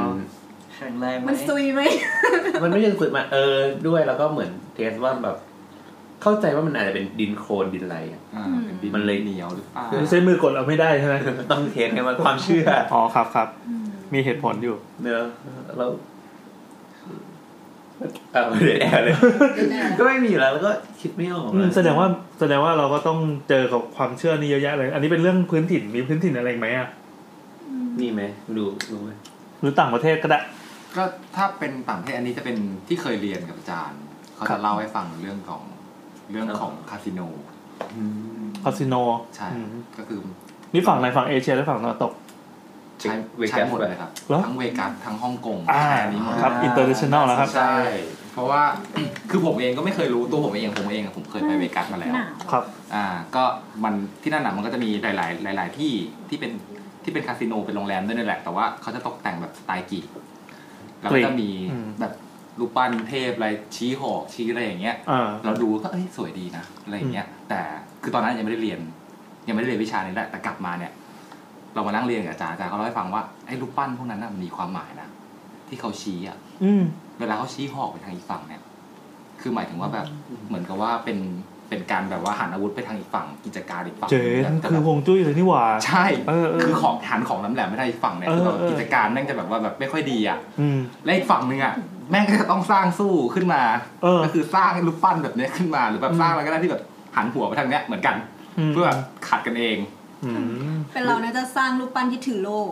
Speaker 5: แข็งแรงไหม
Speaker 3: มันซุยไหม
Speaker 4: มันไม่ยังสุดมาเออด้วยแล้วก็เหมือนเทสว่าแบบ เข้าใจว่ามันอาจจะเป็นดินโคลนดินอะไรอะ
Speaker 6: อ่าป็ดิ
Speaker 4: มันเลย
Speaker 6: เหนียวหรือเปล่า
Speaker 2: ใช้มือกดเอาไม่ได้ใช่ไหม
Speaker 4: ต้องเทสกันมาความเชื่อ
Speaker 2: อ๋อครับครับ มีเหตุผลอยู่
Speaker 4: เนอะแล้วเอาเดี๋ยวแอบเลย ก็ไม่มีแล้วแล้วก็คิดไม่ออก
Speaker 2: อื
Speaker 4: เล
Speaker 2: ม
Speaker 4: ย
Speaker 2: แสดงว่าแสดงว่าเราก็ต้องเจอกับความเชื่อนี่เยอะแยะเลย อันนี้เป็นเรื่องพื้นถิ่นมีพื้นถิ่นอะไรอีกไหมอ่ะ
Speaker 4: นี่ไหมดูดูไหม
Speaker 2: หรือต่างประเทศก็ได้
Speaker 6: ก็ถ้าเป็นต่างประเทศอันนี้จะเป็นที่เคยเรียนกับอาจารย์ เขา
Speaker 2: ครั
Speaker 6: จะ
Speaker 2: บ
Speaker 6: เล่าให้ฟังเรื่องของเรื่องของคาสิโน
Speaker 2: คาสิโน
Speaker 6: ใช่
Speaker 2: อืม
Speaker 6: ก็คือ
Speaker 2: นี่ฝั่งไหนฝั่งเอเชียหรือฝั่งตะวันตก
Speaker 6: ใช้
Speaker 4: เว
Speaker 6: ใช้
Speaker 4: กัส
Speaker 6: หมด
Speaker 4: แบ
Speaker 6: เลย
Speaker 4: บ
Speaker 6: ครับ
Speaker 2: เหรอ
Speaker 6: ทั้งเวกัสทั้งฮ่องกง
Speaker 2: อ่า
Speaker 6: ใช้อันนี้หมด
Speaker 2: ครับอินเตอร์เนชั่นแนลนะครับ
Speaker 6: ใช่ เพราะว่า คือผมเองก็ไม่เคยรู้ตัวผมเองผมเองอะผมเคยไปเวกัสมาแล้ว
Speaker 3: หนาว
Speaker 2: ครับ
Speaker 6: อ่า ก็มันที่นั่นหนังมันก็จะมีหลาย ๆ หลาย ๆ ที่ที่เป็นที่เป็นคาสิโนเป็นโรงแรมด้วยนั่นแหละ แต่ว่าเขาจะตกแต่งแบบสไตล์กรีกแล้วก็จะมี
Speaker 2: อืม
Speaker 6: แบบรูปปั้นเทพอะไรชี้หอกชี้อะไรอย่างเงี้ย
Speaker 2: อ่า
Speaker 6: เราดูก็เอ้ยสวยดีนะอะไรอย่างเงี้ย แต่คือตอนนั้นยังไม่ได้เรียน ยังไม่ได้เรียนวิชานี้แหละแต่กลับมาเนี่ย เรามานั่งเรียนกับอาจารย์อาจารย์เขาเล่าให้ฟังว่าไอ้รูปปั้นพวกนั้นน่ะมันมีความหมายนะที่เขาชี้อ่ะ
Speaker 2: อืม
Speaker 6: เวลาเขาชี้หอกไปทางอีกฝั่งเนี่ย คือหมายถึงว่าแบบเหมือนกับว่าเป็นเป็นการแบบว่าหันอาวุธไปทางอีกฝั่งกิจการอีกฝั่ง
Speaker 2: เจน
Speaker 6: แต่
Speaker 2: คือ
Speaker 6: แบบ
Speaker 2: ฮวงจุ้ยเลยนี่หว่า
Speaker 6: ใช่
Speaker 2: เออเออ
Speaker 6: คือของหันของน้ำแหลมไปทางอีกฝั่งเนี่ย
Speaker 2: เออ
Speaker 6: คือแบบ
Speaker 2: เออ
Speaker 6: กิจการแม่งจะแบบว่าแบบไม่ค่อยดีอ่ะ
Speaker 2: อืม
Speaker 6: และอีกฝั่งหนึ่งอ่ะแม่งก็จะต้องสร้างสู้ขึ้นมา
Speaker 2: เออ
Speaker 6: ก็คือสร้างรูปปั้นแบบเนี้ยขึ้นมาหรือแบบ
Speaker 2: อืม
Speaker 6: สร้างอะไรก็ได้ที่แบบหันหัวไปทางเนี้ยเหมือนกัน
Speaker 2: ม
Speaker 6: เพื่อขัดกันเอง
Speaker 2: อืม
Speaker 3: เป็นเรานะจะสร้างรูปปั้นที่ถือโลก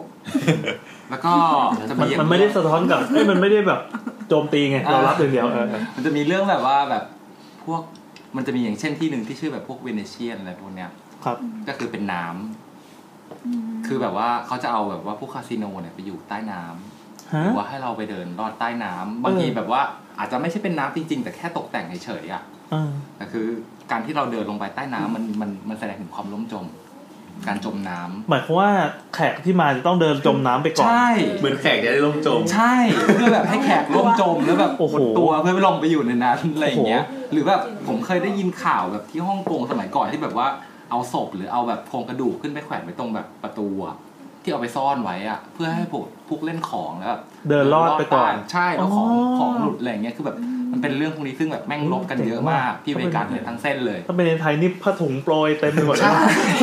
Speaker 6: แล้วก็จะ
Speaker 2: มัน
Speaker 6: มีอย่าง
Speaker 2: มันไม่ได้สะท้อนกับเอ้ยมันไม่ได้แบบโจมตีไงเรารับอย่างเดียวเออเออ
Speaker 6: มันจะมีเรื่องแบบว่าแบบพวกมันจะมีอย่างเช่นที่หนึ่งที่ชื่อแบบพวกเวเนเชียนอะไรพวกเนี้ย
Speaker 2: ครับ
Speaker 6: ก็คือเป็นน้ำ คือแบบว่าเขาจะเอาแบบว่าพวกคาสิโนเนี่ยไปอยู่ใต้น้ำ
Speaker 2: ฮะ
Speaker 6: หรือว่าให้เราไปเดินลอดใต้น้ำบางทีแบบว่าอาจจะไม่ใช่เป็นน้ำจริง ๆ แต่แค่ตกแต่งเฉยๆอ่ะ
Speaker 2: เออ
Speaker 6: แต่คือการที่เราเดินลงไปใต้น้ำมันมันมันแสดงถึงความล้มจม การจมน้ำ
Speaker 2: หมายความว่าแขกที่มาจะต้องเดินจมน้ำไปก่อน
Speaker 6: ใช่
Speaker 4: เหมือนแขกจะได้ล่มจม
Speaker 6: ใช่เพื่อแบบให้แขกล้มจมแล้วแบบ
Speaker 2: โอ้โห
Speaker 6: หดตัวเพื่อไปลงไปอยู่ในนั้นอะไรอย่างเงี้ย หรือแบบผมเคยได้ยินข่าวแบบที่ฮ่องกงสมัยก่อนที่แบบว่าเอาศพหรือเอาแบบโครงกระดูกขึ้นไปแขวนไว้ตรงแบบประตูอะที่เอาไปซ่อนไว้อะเพื่อให้พวกพวกเล่นของแล้วแบบ
Speaker 2: เดินลอดไปก่อน
Speaker 6: ใช่แล้วของ
Speaker 2: อ๋อ
Speaker 6: ของหลุดอะไรอย่างเงี้ยคือแบบ มันเป็นเรื่องพวกนี้ซึ่งแบบแม่งลบกันเยอะมากที่อเมริกาเนี่ยทั้งเส้นเลย
Speaker 2: ถ้าเป็นในไทยนี่ผ้าถุงโปรยเต็มไปหมดเลย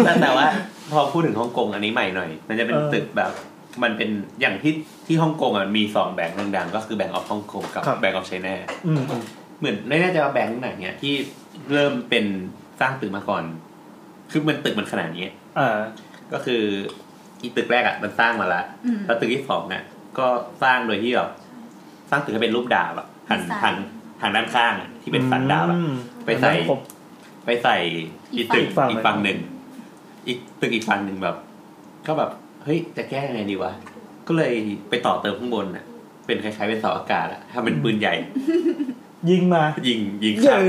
Speaker 4: แต่แต่ว่าพอพูดถึงฮ่องกงอันนี้ใหม่หน่อย มันจะเป็น
Speaker 2: เออ
Speaker 4: ตึกแบบ มันเป็นอย่างที่ที่ฮ่องกงอ่ะมีสองแบงค์ดังๆก็คือแบงก์ออฟฮ่องกงกับ
Speaker 2: ครับ
Speaker 4: แบงก์ออฟไชน่า
Speaker 2: อืม
Speaker 4: เหมือนไม่แน่ใจว่าแบงค์ไหนเนี่ยที่เริ่มเป็นสร้างตึกมาก่อน คือมันตึกมันขนาดนี้
Speaker 2: อ่า
Speaker 4: ก็คืออีตึกแรกอ่ะมันสร้างมาละ
Speaker 3: อืม
Speaker 4: แล้วตึกที่สองเนี่ยก็สร้างโดยที่แบบสร้างตึกให้เป็นรูปดาบอ่ะหัน
Speaker 3: เป็นสัน
Speaker 4: หันหันด้านข้างอะที่เป็นสันดาบอะ
Speaker 2: อืม
Speaker 4: ไปใส่
Speaker 2: อันนั้นผม
Speaker 4: ไปใส่อีกตึก
Speaker 2: อีกฝั่ง
Speaker 4: อีกฝั่งหนึ่งอีกตึกอีกฝั่งหนึ่งแบบ ก็แบบเฮ้ยจะแก้ยังไงดีวะก็เลยไปต่อเติมข้างบนน่ะ เป็นคล้ายๆเป็นเสาอากาศอะถ้าเป็นปืนใหญ่
Speaker 2: ยิงมา
Speaker 4: ยิงยิง
Speaker 2: เย
Speaker 4: ข้าม
Speaker 2: อ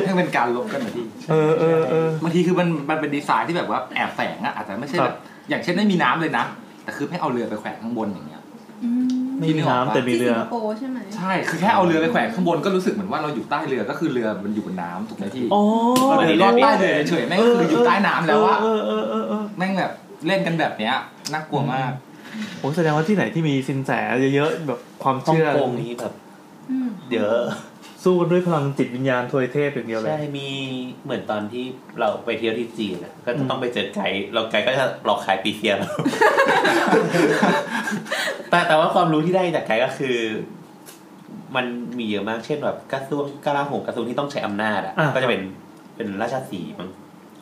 Speaker 2: ะ
Speaker 6: ให้เป็นการลบกันแบบที่
Speaker 2: เออเออเออ
Speaker 6: บางทีคือมันมันเป็นดีไซน์ที่แบบว่าแอบแฝงอะอาจจะไม่ใช่แบบอย่างเช่นไม่มีน้ำเลยนะ แต่คือให้เอาเรือไปแขวนข้างบนอย่างเงี้ย
Speaker 3: อืม
Speaker 2: ไม่มีน้ำแต่มี
Speaker 3: ที่
Speaker 2: เรื
Speaker 3: สิ
Speaker 2: อ
Speaker 3: งคโปร์ใช่ไหม
Speaker 6: ใช่คือแค่เอาเรือไปแขวนข้างบนก็รู้สึกเหมือนว่าเราอยู่ใต้เรือก็คือเรือมันอยู่บนน้ำถูกไหมพี่
Speaker 2: โอ้
Speaker 6: เราเดินลอดใต้เรือเฉยๆแม่งก็คืออยู่ใต้น้ำแล้วอะ
Speaker 2: เออเออเออเออ
Speaker 6: แม่งแบบเล่นกันแบบเนี้ยน่ากลัวมาก
Speaker 2: โอ้แสดงว่าที่ไหนที่มีสินแสเยอะๆแบบความ
Speaker 4: ฮ่อง
Speaker 2: เชื่อ
Speaker 4: กงนี้แบบ
Speaker 3: อืม
Speaker 4: เยอะ
Speaker 2: สู้กันด้วยพลังจิตวิญญาณทวยเทพอย่างเดียวเล
Speaker 4: ใช่
Speaker 2: ย
Speaker 4: มีเหมือนตอนที่เราไปเที่ยวที่จีนอะก็
Speaker 2: อื
Speaker 4: จะ
Speaker 2: ม
Speaker 4: ต้องไปเจอไกด์เราไกด์ก็จะหลอกขายปีเซีย เรา แต่แต่ว่าความรู้ที่ได้จากไกด์ก็คือ มันมีเยอะมากเช่นแบบกระทรวงกลาโหมกระทรวงที่ต้องใช้อำนาจอะ
Speaker 2: อ่า
Speaker 4: ก็จะเป็นเป็นราชสีห์มั้ง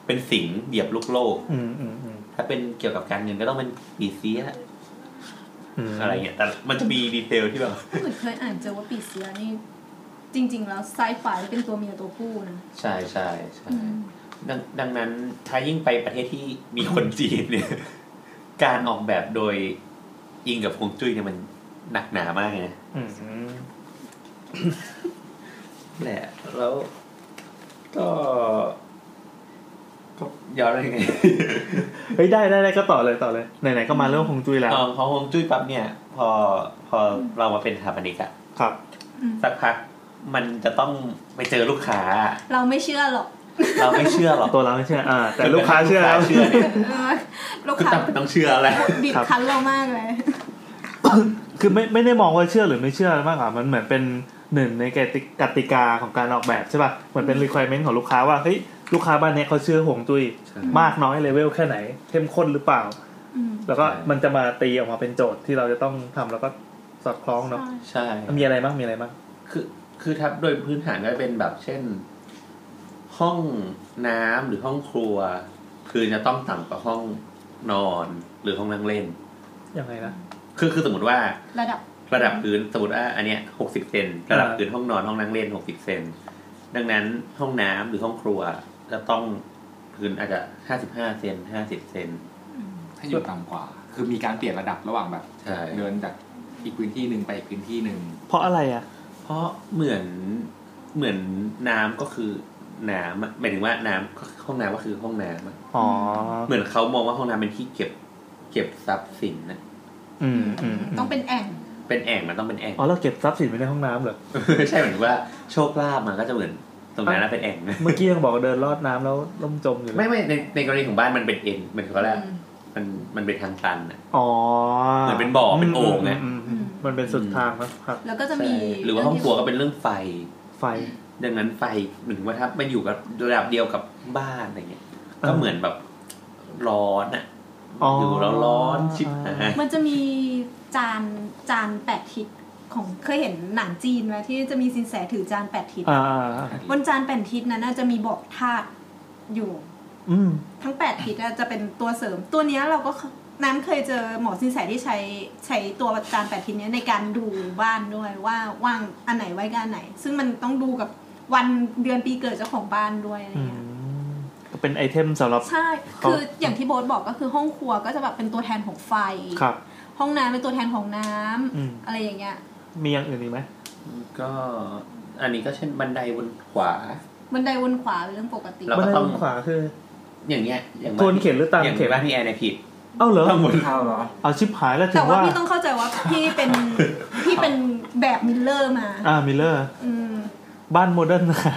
Speaker 4: เป็นสิงห์เหยียบลูกโลก
Speaker 2: อืมอืมอืม
Speaker 4: ถ้าเป็นเกี่ยวกับการเงินก็ต้องเป็นปีเซีย
Speaker 2: ม
Speaker 4: อะไรเงี้ยแต่มันจะมีดีเทลที่แบบ
Speaker 3: เหมือนเคยอ่านเจอว่าปีเซียนี่ จริง ๆ แล้วไซไฟเป็นตัวเมียตัวผู้นะ
Speaker 4: ใช่ใช่ใช่
Speaker 3: อืม
Speaker 4: ดังดังนั้นถ้ายิ่งไปประเทศที่มีคนจีนเนี่ย การออกแบบโดยอิงกับฮวงจุ้ยเนี่ยมันหนักหนามากเลยนะ
Speaker 2: อืม
Speaker 4: แหละแล้วก็ก็ย้อนไป ยังไง
Speaker 2: เฮ้ยได้ได้ได้ก็ต่อเลยต่อเลยไหนๆก็มาเรื่องคงจุ้ยแล้ว
Speaker 4: พอพอฮวงจุ้ยปั๊บเนี่ย พอพอเรามาเป็นสถาปนิกอะ
Speaker 2: ครับ
Speaker 3: อืม
Speaker 4: สักพักมันจะต้องไปเจอลูกค้า
Speaker 3: เราไม่เชื่อหรอก
Speaker 4: เราไม่เชื่อ หรอก
Speaker 2: ตัวเราไม่เชื่ออ่า แต่ลูกค้าเชื่อแล้ว
Speaker 4: เชื่อเนี่ย
Speaker 3: เออลูก
Speaker 4: คือ
Speaker 3: ค้า
Speaker 4: จำเป็นต้องเชื่อแหละ
Speaker 3: บีบ
Speaker 2: ครับ
Speaker 3: คั้นเรามากเลย
Speaker 2: คือไม่ไม่ได้มองว่าเชื่อหรือไม่เชื่อมากกว่ามันเหมือนเป็นหนึ่งในกติกติกาของการออกแบบใช่ป่ะเหมือนเป็น requirement ของลูกค้าว่าเฮ้ยลูกค้าบ้านเนี้ยเขาเชื่อหวงจุ้ย
Speaker 4: ใช่
Speaker 2: มากน้อยเลเวลแค่ไหน เข้มข้นหรือเปล่า
Speaker 3: อืม
Speaker 2: แล้วก็มันจะมาตีออกมาเป็นโจทย์ที่เราจะต้องทำแล้วก็สอดคล้องเนาะ
Speaker 4: ใช่
Speaker 2: มีอะไรบ้างมีอะไรบ้าง
Speaker 4: คือคือทับโดยพื้นฐานก็เป็นแบบเช่น ห้องน้ำหรือห้องครัว คือจะต้องต่ำกว่าห้องนอนหรือห้องนั่งเล่น
Speaker 2: ยังไงนะ
Speaker 4: คือคือสมมติว่า
Speaker 3: ระดับ
Speaker 4: ระดับพื้นสมมติว่าอันเนี้ยหกสิบเซนระดับ
Speaker 2: อ่า
Speaker 4: พื้นห้องนอนห้องนั่งเล่นหกสิบเซนดังนั้นห้องน้ำหรือห้องครัวจะต้องพื้นอาจจะห้าสิบห้าเซนห้าสิบเซน
Speaker 6: ถ้าอยู่ต่ำกว่า คือมีการเปลี่ยนระดับระหว่างแบบ
Speaker 4: ใช่
Speaker 6: เดินจากอีกพื้นที่หนึ่งไปอีกพื้นที่หนึ่ง
Speaker 2: เพราะอะไรอ่ะ
Speaker 4: เพราะเหมือนเหมือนน้ำก็คือน้ำอะหมายถึงว่าน้ำก็ห้องน้ำก็คือห้องน้ำอะ
Speaker 2: อ๋อ
Speaker 4: เหมือนเขามองว่าห้องน้ำเป็นที่เก็บ เก็บทรัพย์สินนะ
Speaker 2: อืมอืมม
Speaker 3: ต้องเป็นแอ่ง
Speaker 4: เป็นแอ่งมันต้องเป็นแอ่ง
Speaker 2: อ๋อ เราเก็บทรัพย์สินไว้ในห้องน้ำเหรอ
Speaker 4: ไม่ใช่เหมือนว่าโชคลาภมันก็จะเหมือนตรงนั้นนะเป็ นแอ่งนะ
Speaker 2: เมื่อกี้ยังบอกว่าเดินลอดน้ำแล้วล่มจมอยู่เลย
Speaker 4: ไม่ไม่ในในกรณีของบ้านมันเป็นเอ็นมันเขาแหละมันมันเป็นทางตันนะ
Speaker 2: อ๋อ
Speaker 4: เหมือนเป็นบ่อเป็นโอ่งไง
Speaker 2: มมอืมมันเป็นสุดทางนะครับ
Speaker 3: แล้วก็จะ
Speaker 4: ใช่
Speaker 3: มี
Speaker 4: หรือว่าห้องครัวก็เป็นเรื่องไฟ
Speaker 2: ไฟ
Speaker 4: ดังนั้นไฟเหมือนว่าถ้ามันอยู่กับระดับเดียวกับบ้านอะไรเงี้ย
Speaker 2: เออ
Speaker 4: ก็เหมือนแบบร้อนอ่ะ
Speaker 2: อ๋อ
Speaker 4: อ
Speaker 2: อ
Speaker 4: ยู่แล้วร้อนชิบหาย
Speaker 3: มันจะมีจานจานแปดทิศของเคยเห็นหนังจีนไหมที่จะมีสินแสถือจานแปดทิศ
Speaker 2: อ่า
Speaker 3: บนจานแปดทิศนั้นน่าจะมีบอกธาตุอยู่
Speaker 2: อืม
Speaker 3: ทั้งแปดทิศน่ะจะเป็นตัวเสริม ตัวเนี้ยเราก็เคน้ำเคยเจอหมอสินแสที่ใช้ใช้ตัวจานแปดทิศเนี้ยในการดูบ้านด้วยว่าว่างอันไหนไว้กับอันไหน ซึ่งมันต้องดูกับวันเดือนปีเกิดเจ้าของบ้านด้วยอะไร
Speaker 2: อืม
Speaker 3: เงี้ย
Speaker 2: ก็เป็นไอเทมสำหรับ
Speaker 3: ใช่
Speaker 2: ครับ
Speaker 3: คืออย่างที่โบ๊ทบอกก็คือห้องครัวก็จะแบบเป็นตัวแทนของไฟ
Speaker 2: ครับ
Speaker 3: ห้องน้ำเป็นตัวแทนของน้ำ
Speaker 2: อืม
Speaker 3: อะไรอย่างเงี้ย
Speaker 2: มีอย่างอื่นอีกไหม
Speaker 4: ก็อันนี้ก็เช่นบันไดบนขวา
Speaker 3: บันไดวนขวาเป็นเรื่องปกติ
Speaker 4: เรา
Speaker 2: บั
Speaker 4: ก็
Speaker 2: นได
Speaker 4: ต้อง
Speaker 2: ขวาคือ
Speaker 4: อย่างเงี้ยอย่าง
Speaker 2: ทวนเข็มหรือตาม
Speaker 4: อย่าง
Speaker 2: เข็ม
Speaker 4: บ้านพี่แอนเนี่ยผิด
Speaker 2: เอ้าเหรอ
Speaker 4: ต้องบน
Speaker 5: ข้าวเหรอ
Speaker 2: เอาชิปหายแล้วถึ
Speaker 3: แต่
Speaker 2: ง
Speaker 3: ว่า
Speaker 2: ว่า
Speaker 3: พี่ต้องเข้าใจว่าพี่เป็น พี่เป็นแบบมิลเลอร์มา
Speaker 2: อ่า มิลเลอร์
Speaker 3: อืม
Speaker 2: บ้านโมเดิร์น นะ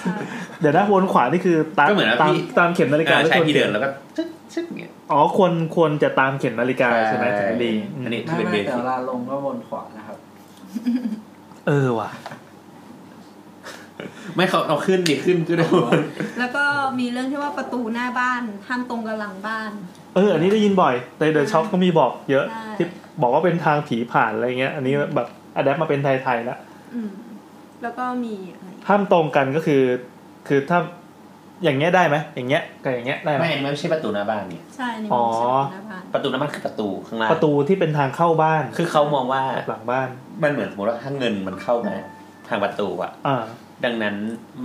Speaker 3: ใช่
Speaker 2: เดี๋ยวนะวนขวานี่คือตาม
Speaker 4: ก็เหมือนว่า
Speaker 2: ตาม
Speaker 4: พี่
Speaker 2: ตามเข็มนาฬิกา
Speaker 4: อ่า
Speaker 2: ไม่
Speaker 4: ใช่
Speaker 2: ควร
Speaker 4: ที่เดินแล้วก็ชึ๊กชึ๊กเงี้ย
Speaker 2: อ๋อควรควรจะตามเข็มนาฬิกาใช่ไหม
Speaker 4: ใช่
Speaker 2: ถึงจะดีม
Speaker 4: อันนี้
Speaker 5: ไม่ไม่แต่เวลาลงก็วนขวานะครับ
Speaker 2: เออว่ะ
Speaker 4: ไม่เขาเอาขึ้นดิขึ้นขึ้นได้หมด
Speaker 3: แล้วก็มีเรื่องที่ว่าประตูหน้าบ้านห้ามตรงกับหลังบ้าน
Speaker 2: เออ อันนี้ได้ยินบ่อยในเดอะช็อปก็มีบอกเยอะ
Speaker 3: ใช่
Speaker 2: ที่บอกว่าเป็นทางผีผ่านอะไรเงี้ย อันนี้แบบอัดแอปมาเป็นไทยๆแล้ว
Speaker 3: อืมแล้วก็มีอะไร
Speaker 2: ห้ามตรงกันก็คือ คือถ้าอย่างเงี้ยได้ไหมอย่างเงี้ยกับอย่างเงี้ยได้ไหม
Speaker 4: ไม่ไม่ใช่ประตูหน้าบ้านเนี่ย
Speaker 3: ใช่ใน
Speaker 2: อ๋อ
Speaker 3: มือถือหน้าบ้าน
Speaker 4: ประตูหน้าบ้านคือประตูข้างล่าง
Speaker 2: ประตูที่เป็นทางเข้าบ้าน
Speaker 4: คือเขามองว่า
Speaker 2: หลังบ้าน
Speaker 4: มันเหมือนสมมติว่าถ้าเงินมันเข้ามาทางประตูอะ
Speaker 2: อ่า
Speaker 4: ดังนั้น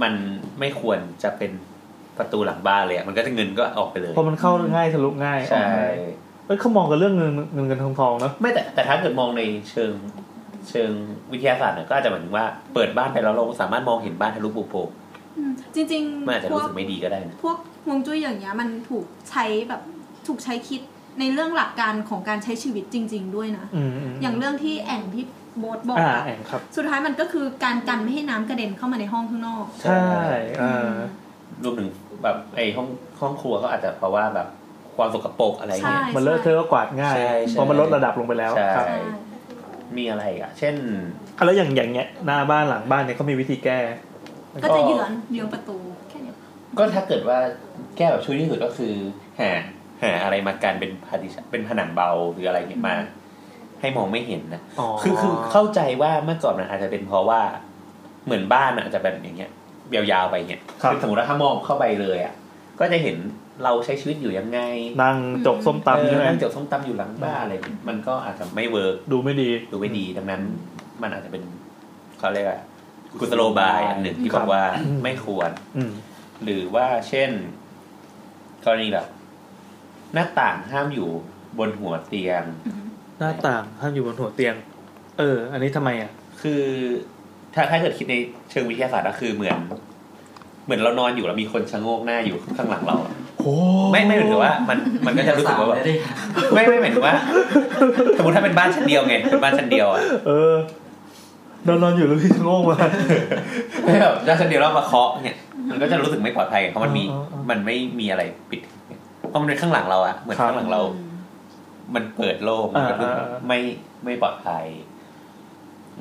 Speaker 4: มันไม่ควรจะเป็นประตูหลังบ้านเลยอะมันก็จะเงินก็ออกไปเลย
Speaker 2: เพราะมันเข้าง่ายทะลุง่ายออก
Speaker 4: ใช่
Speaker 2: ง่ายเอ้ยเขามองกับเรื่องเงินเงินเงินทองทองเนอะ
Speaker 4: ไม่แต่แต่ถ้าเกิดมองในเชิงเชิงวิทยาศาสตร์เนี่ยก็อาจจะหมายถึงว่าเปิดบ้านไปแล้วเราสามารถมองเห็นบ้านทะลุปูโปรง
Speaker 3: อืมจริง
Speaker 4: มันอาจจะ
Speaker 3: ๆพว
Speaker 4: รู้
Speaker 3: ก
Speaker 4: สึกไม่ดีก็ได้นะ
Speaker 3: พวกฮวงจุ้ยอย่างเงี้ยมันถูกใช้แบบถูกใช้คิดในเรื่องหลักการของการใช้ชีวิตจริง ๆ ด้วยนะ
Speaker 2: อืมม
Speaker 3: อย่างเรื่องที่แอ่งที่โบทบอก
Speaker 2: อ่า
Speaker 3: อะ
Speaker 2: แองครับ
Speaker 3: สุดท้ายมันก็คือการกันไม่ให้น้ำกระเด็นเข้ามาในห้องข้างนอก
Speaker 4: ใช่
Speaker 2: ใช่อ่า
Speaker 4: รวมถึงแบบไอ้ห้องห้องครัวก็อาจจะเพราะว่าแบบความสกปรกอะไร
Speaker 3: ใช่
Speaker 4: เงี้ย
Speaker 2: มันเลอะเทอะก็กวาดง่าย
Speaker 4: ใช่ใช่
Speaker 2: เพราะมันลดระดับลงไปแล้ว
Speaker 4: ใช่
Speaker 2: ครับ
Speaker 3: ใช่
Speaker 4: มีอะไรอีกอ่ะ เช่น
Speaker 2: อ่ะแล้วอย่างอย่างเงี้ยหน้าบ้านหลังบ้านเนี่ยเขามีวิธีแก้
Speaker 3: ก็จะเหยือนเหยือนประตูแค่เนี้ย
Speaker 4: ก็ถ้าเกิดว่าแก้แบบช่วยที่สุดก็คือหาหาอะไรมากันเป็นพาดิชเป็นผนังเบาหรืออะไรเงี้ยมา ให้มองไม่เห็นนะ
Speaker 2: อ๋อ
Speaker 4: คือคือเข้าใจว่าเมื่อก่อนมันอาจจะเป็นเพราะว่าเหมือนบ้านอะอาจจะแบบอย่างเงี้ยยาวๆไปเงี้ย
Speaker 2: ครับ
Speaker 4: อสมมติว่าถ้ามองเข้าไปเลยอ่ะก็จะเห็นเราใช้ชีวิตอยู่ยังไง
Speaker 2: นั่งจกส้มตำ
Speaker 4: เออ
Speaker 2: ใช่ไหม
Speaker 4: นั่งเจียวส้มตำอยู่หลังบ้านอะไรเงี้ยมันก็อาจจะไม่เวิร์ก
Speaker 2: ดูไม่ดี
Speaker 4: ดูไม่ดีดังนั้น มันอาจจะเป็นเขาเรียกว่ากุศโลบายอันหนึ่งที่บอกว่า
Speaker 2: ครับ
Speaker 4: ไม่ควร
Speaker 2: อืม
Speaker 4: หรือว่าเช่น กรณีแบบ หน้าต่างห้ามอยู่บนหัวเตียง
Speaker 2: หน้าต่างห้ามอยู่บนหัวเตียง เออ อันนี้ทำไมอ่ะ
Speaker 4: คือถ้าถ้าเกิดคิดในเชิงวิทยาศาสตร์ก็คือเหมือน เหมือนเรานอนอยู่แล้วมีคนชะโงกหน้าอยู่ข้างหลังเราอะ
Speaker 2: โอ้
Speaker 4: ไม่ไม่หมายถึงว่า มันมันก็จะรู้สึกว่าแบบ
Speaker 6: ได้ดิ
Speaker 4: ไม่ไม่หมายถึงว่า สมมติถ้าเป็นบ้านชั้นเดียวไงเป็นบ้านชั้นเดียวอ่ะ
Speaker 2: เออ นอนนอนอยู่แล้วพี่ชะโงงมา
Speaker 4: ไม่แบบบ้านชั้นเดียวแล้วมาเคาะเนี่ยมันก็จะรู้สึกไม่ปลอดภัยไงเพราะมันมี
Speaker 2: อ๋ออ๋อ
Speaker 4: มันไม่มีอะไรปิดเพราะมันเป็นข้างหลังเราอะเหมือน
Speaker 2: ครับ
Speaker 4: ข้างหลังเรา มันเปิดโล่งมันก็รู้สึก
Speaker 2: อ่าอ่า
Speaker 4: ไม่ไม่ปลอดภัย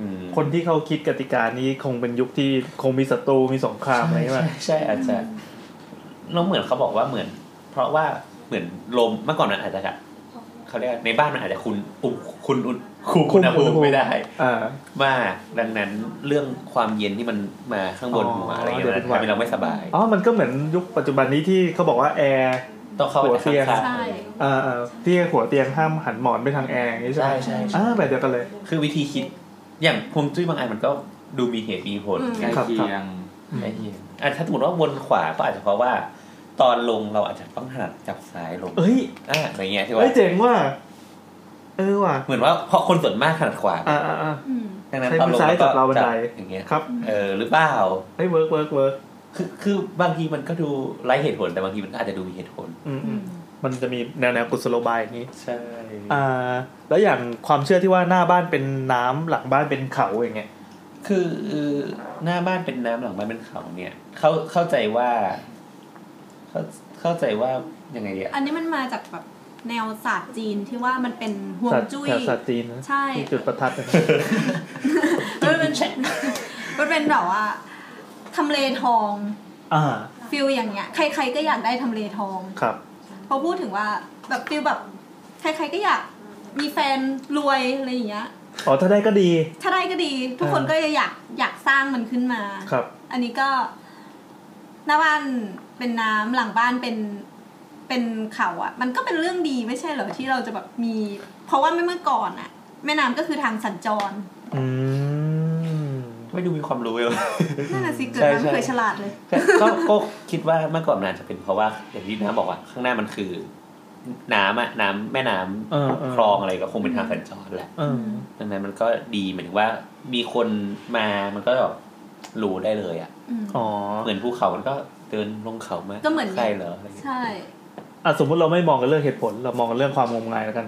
Speaker 4: อืม
Speaker 2: คนที่เขาคิดกติกานี้คงเป็นยุคที่คงมีศัตรูมีสงครามอะไรมา
Speaker 4: ใช่ใช่อาจจะ แล้วเหมือนเขาบอกว่าเหมือน เพราะว่าเหมือนลมเมื่อก่อนมันอาจจะแบบเขาเรียกว่าในบ้านมันอาจจะคุณอุณคุณอุณคุณคุณภูมิไม่ได้
Speaker 2: อ่า
Speaker 4: มากดังนั้นเรื่องความเย็นที่มันมาข้างบนหัวอะไรอย่างเงี้ย
Speaker 2: เดี๋ยวเป็นหวั
Speaker 4: มัน
Speaker 2: ด
Speaker 4: ทำให้เราไม่สบาย
Speaker 2: อ๋อ มันก็เหมือนยุคปัจจุบันนี้ที่เขาบอกว่าแอร์
Speaker 4: ต้องเข้าไป
Speaker 2: หัวเตียง
Speaker 4: ข้าง
Speaker 3: ใช่
Speaker 2: เอ่อเอ่อที่หัวเตียงห้ามหันหมอนไปทางแอร์อย่างนี้
Speaker 4: ๆ
Speaker 2: ใช่ไห
Speaker 4: ใช่
Speaker 2: ม
Speaker 4: ใช่ใช่
Speaker 2: อ่าแบบเดียวกันเลย
Speaker 4: คือวิธีคิด อย่างพวงจุ้ยบางอันมันก็ดูมีเหตุมีผล
Speaker 6: ใกล้เคียง
Speaker 4: ไอ้เหี้ยอ่ะถ้าสมมติว่าวนขวาก็อาจจะเพราะว่า ตอนลงเราอาจจะต้องถนัดจับซ้ายลง
Speaker 2: เอ้ย
Speaker 4: อ่ะอะไรเงี้ยใช่
Speaker 2: เอ้ย
Speaker 4: ป่ะ
Speaker 2: เจ๋งว่ะเออว่ะ
Speaker 4: เหมือนว่าเพราะคนส่วนมากถนัดขวา
Speaker 2: อ่าอ่าอ่า
Speaker 3: อืม
Speaker 4: ดังนั้น
Speaker 2: ใช้
Speaker 4: ตอน
Speaker 2: มื
Speaker 4: ล
Speaker 2: อง ซ้ายจับราวบันได
Speaker 4: อย่างเงี้ย
Speaker 2: ครับ
Speaker 4: เออหรือเปล่า
Speaker 2: เฮ้ยเวิร์กเวิร์กเวิร์ก
Speaker 4: คือคือบางทีมันก็ดูไร้เหตุผลแต่บางทีมันก็อาจจะดูมีเหตุผล
Speaker 2: อืม
Speaker 3: อื
Speaker 2: อืม
Speaker 3: ม
Speaker 2: มันจะมีแนวแนวกุศโลบายอย่างนี้
Speaker 4: ใช่
Speaker 2: อ่า แล้วอย่างความเชื่อที่ว่าหน้าบ้านเป็นน้ำหลังบ้านเป็นเขาอย่างเงี้ย
Speaker 4: คือหน้าบ้านเป็นน้ำหลังบ้านเป็นเขาเนี่ยเข้าเข้าใจว่า เข้าเข้าใจว่ายังไงดีอะ
Speaker 3: อันนี้มันมาจากแบบแนวศาสตร์จีนที่ว่ามันเป็นฮวง
Speaker 2: สัตว์
Speaker 3: จุ้ย
Speaker 2: แถวสัตว์จีนนะ
Speaker 3: ใช่
Speaker 2: ที่จุดประทัดนะ
Speaker 3: มันเป็นมันเป็นแบบว่าทำเลทอง
Speaker 2: อ่า
Speaker 3: ฟิลอย่างเงี้ย ใคร ๆก็อยากได้ทำเลทอง
Speaker 2: ครับ
Speaker 3: พอพูดถึงว่าแบบฟิลแบบใครๆก็อยากมีแฟนรวยอะไรอย่างเงี้ย
Speaker 2: อ๋อ ถ้าได้ก็ดี
Speaker 3: ถ้าได้ก็ดี ทุกคน
Speaker 2: อ่า
Speaker 3: ก็อยากอยากสร้างมันขึ้นมา
Speaker 2: ครับ
Speaker 3: อันนี้ก็หน้าบ้านเป็นน้ำหลังบ้านเป็นเป็นเขาอะ่ะ มันก็เป็นเรื่องดีไม่ใช่เหรอที่เราจะแบบมี เพราะว่าไม่เมื่อก่อนอะ่ะ แม่น้ำก็คือทางสัญจร
Speaker 2: อืม
Speaker 4: ไม่ดูมีความรู้เลย
Speaker 3: นั่นน่ะสิเกิด
Speaker 4: ใช่
Speaker 3: มา
Speaker 4: ใช่
Speaker 3: ไม่เคยฉลาดเลย
Speaker 4: ก็ก็ก็คิดว่าเมื่อก่อนมันอาจจะเป็นเพราะว่า อย่างที่น้าบอกว่าข้างหน้ามันคือ น้ำอะน้ำแม่น้
Speaker 2: เออเออ
Speaker 4: ำคลองอะไรก็คงเป็นทางสัญจรแหละ
Speaker 2: เออ
Speaker 4: ดังนั้นมันก็ดีเหมือนว่ามีคนมามันก็แบบรู้ได้เลยอ่ะ
Speaker 3: อืม
Speaker 2: อ๋อ
Speaker 4: เหมือนภูเขามันก็เดินลงเขามา
Speaker 3: ก็เหมือน
Speaker 4: ใช่เหรออะไรอย่างเงี้ย
Speaker 3: ใช่
Speaker 2: อ่ะสมมุติเราไม่มองกันเรื่องเหตุผล เรามองกันเรื่องความงมงายแล้วกัน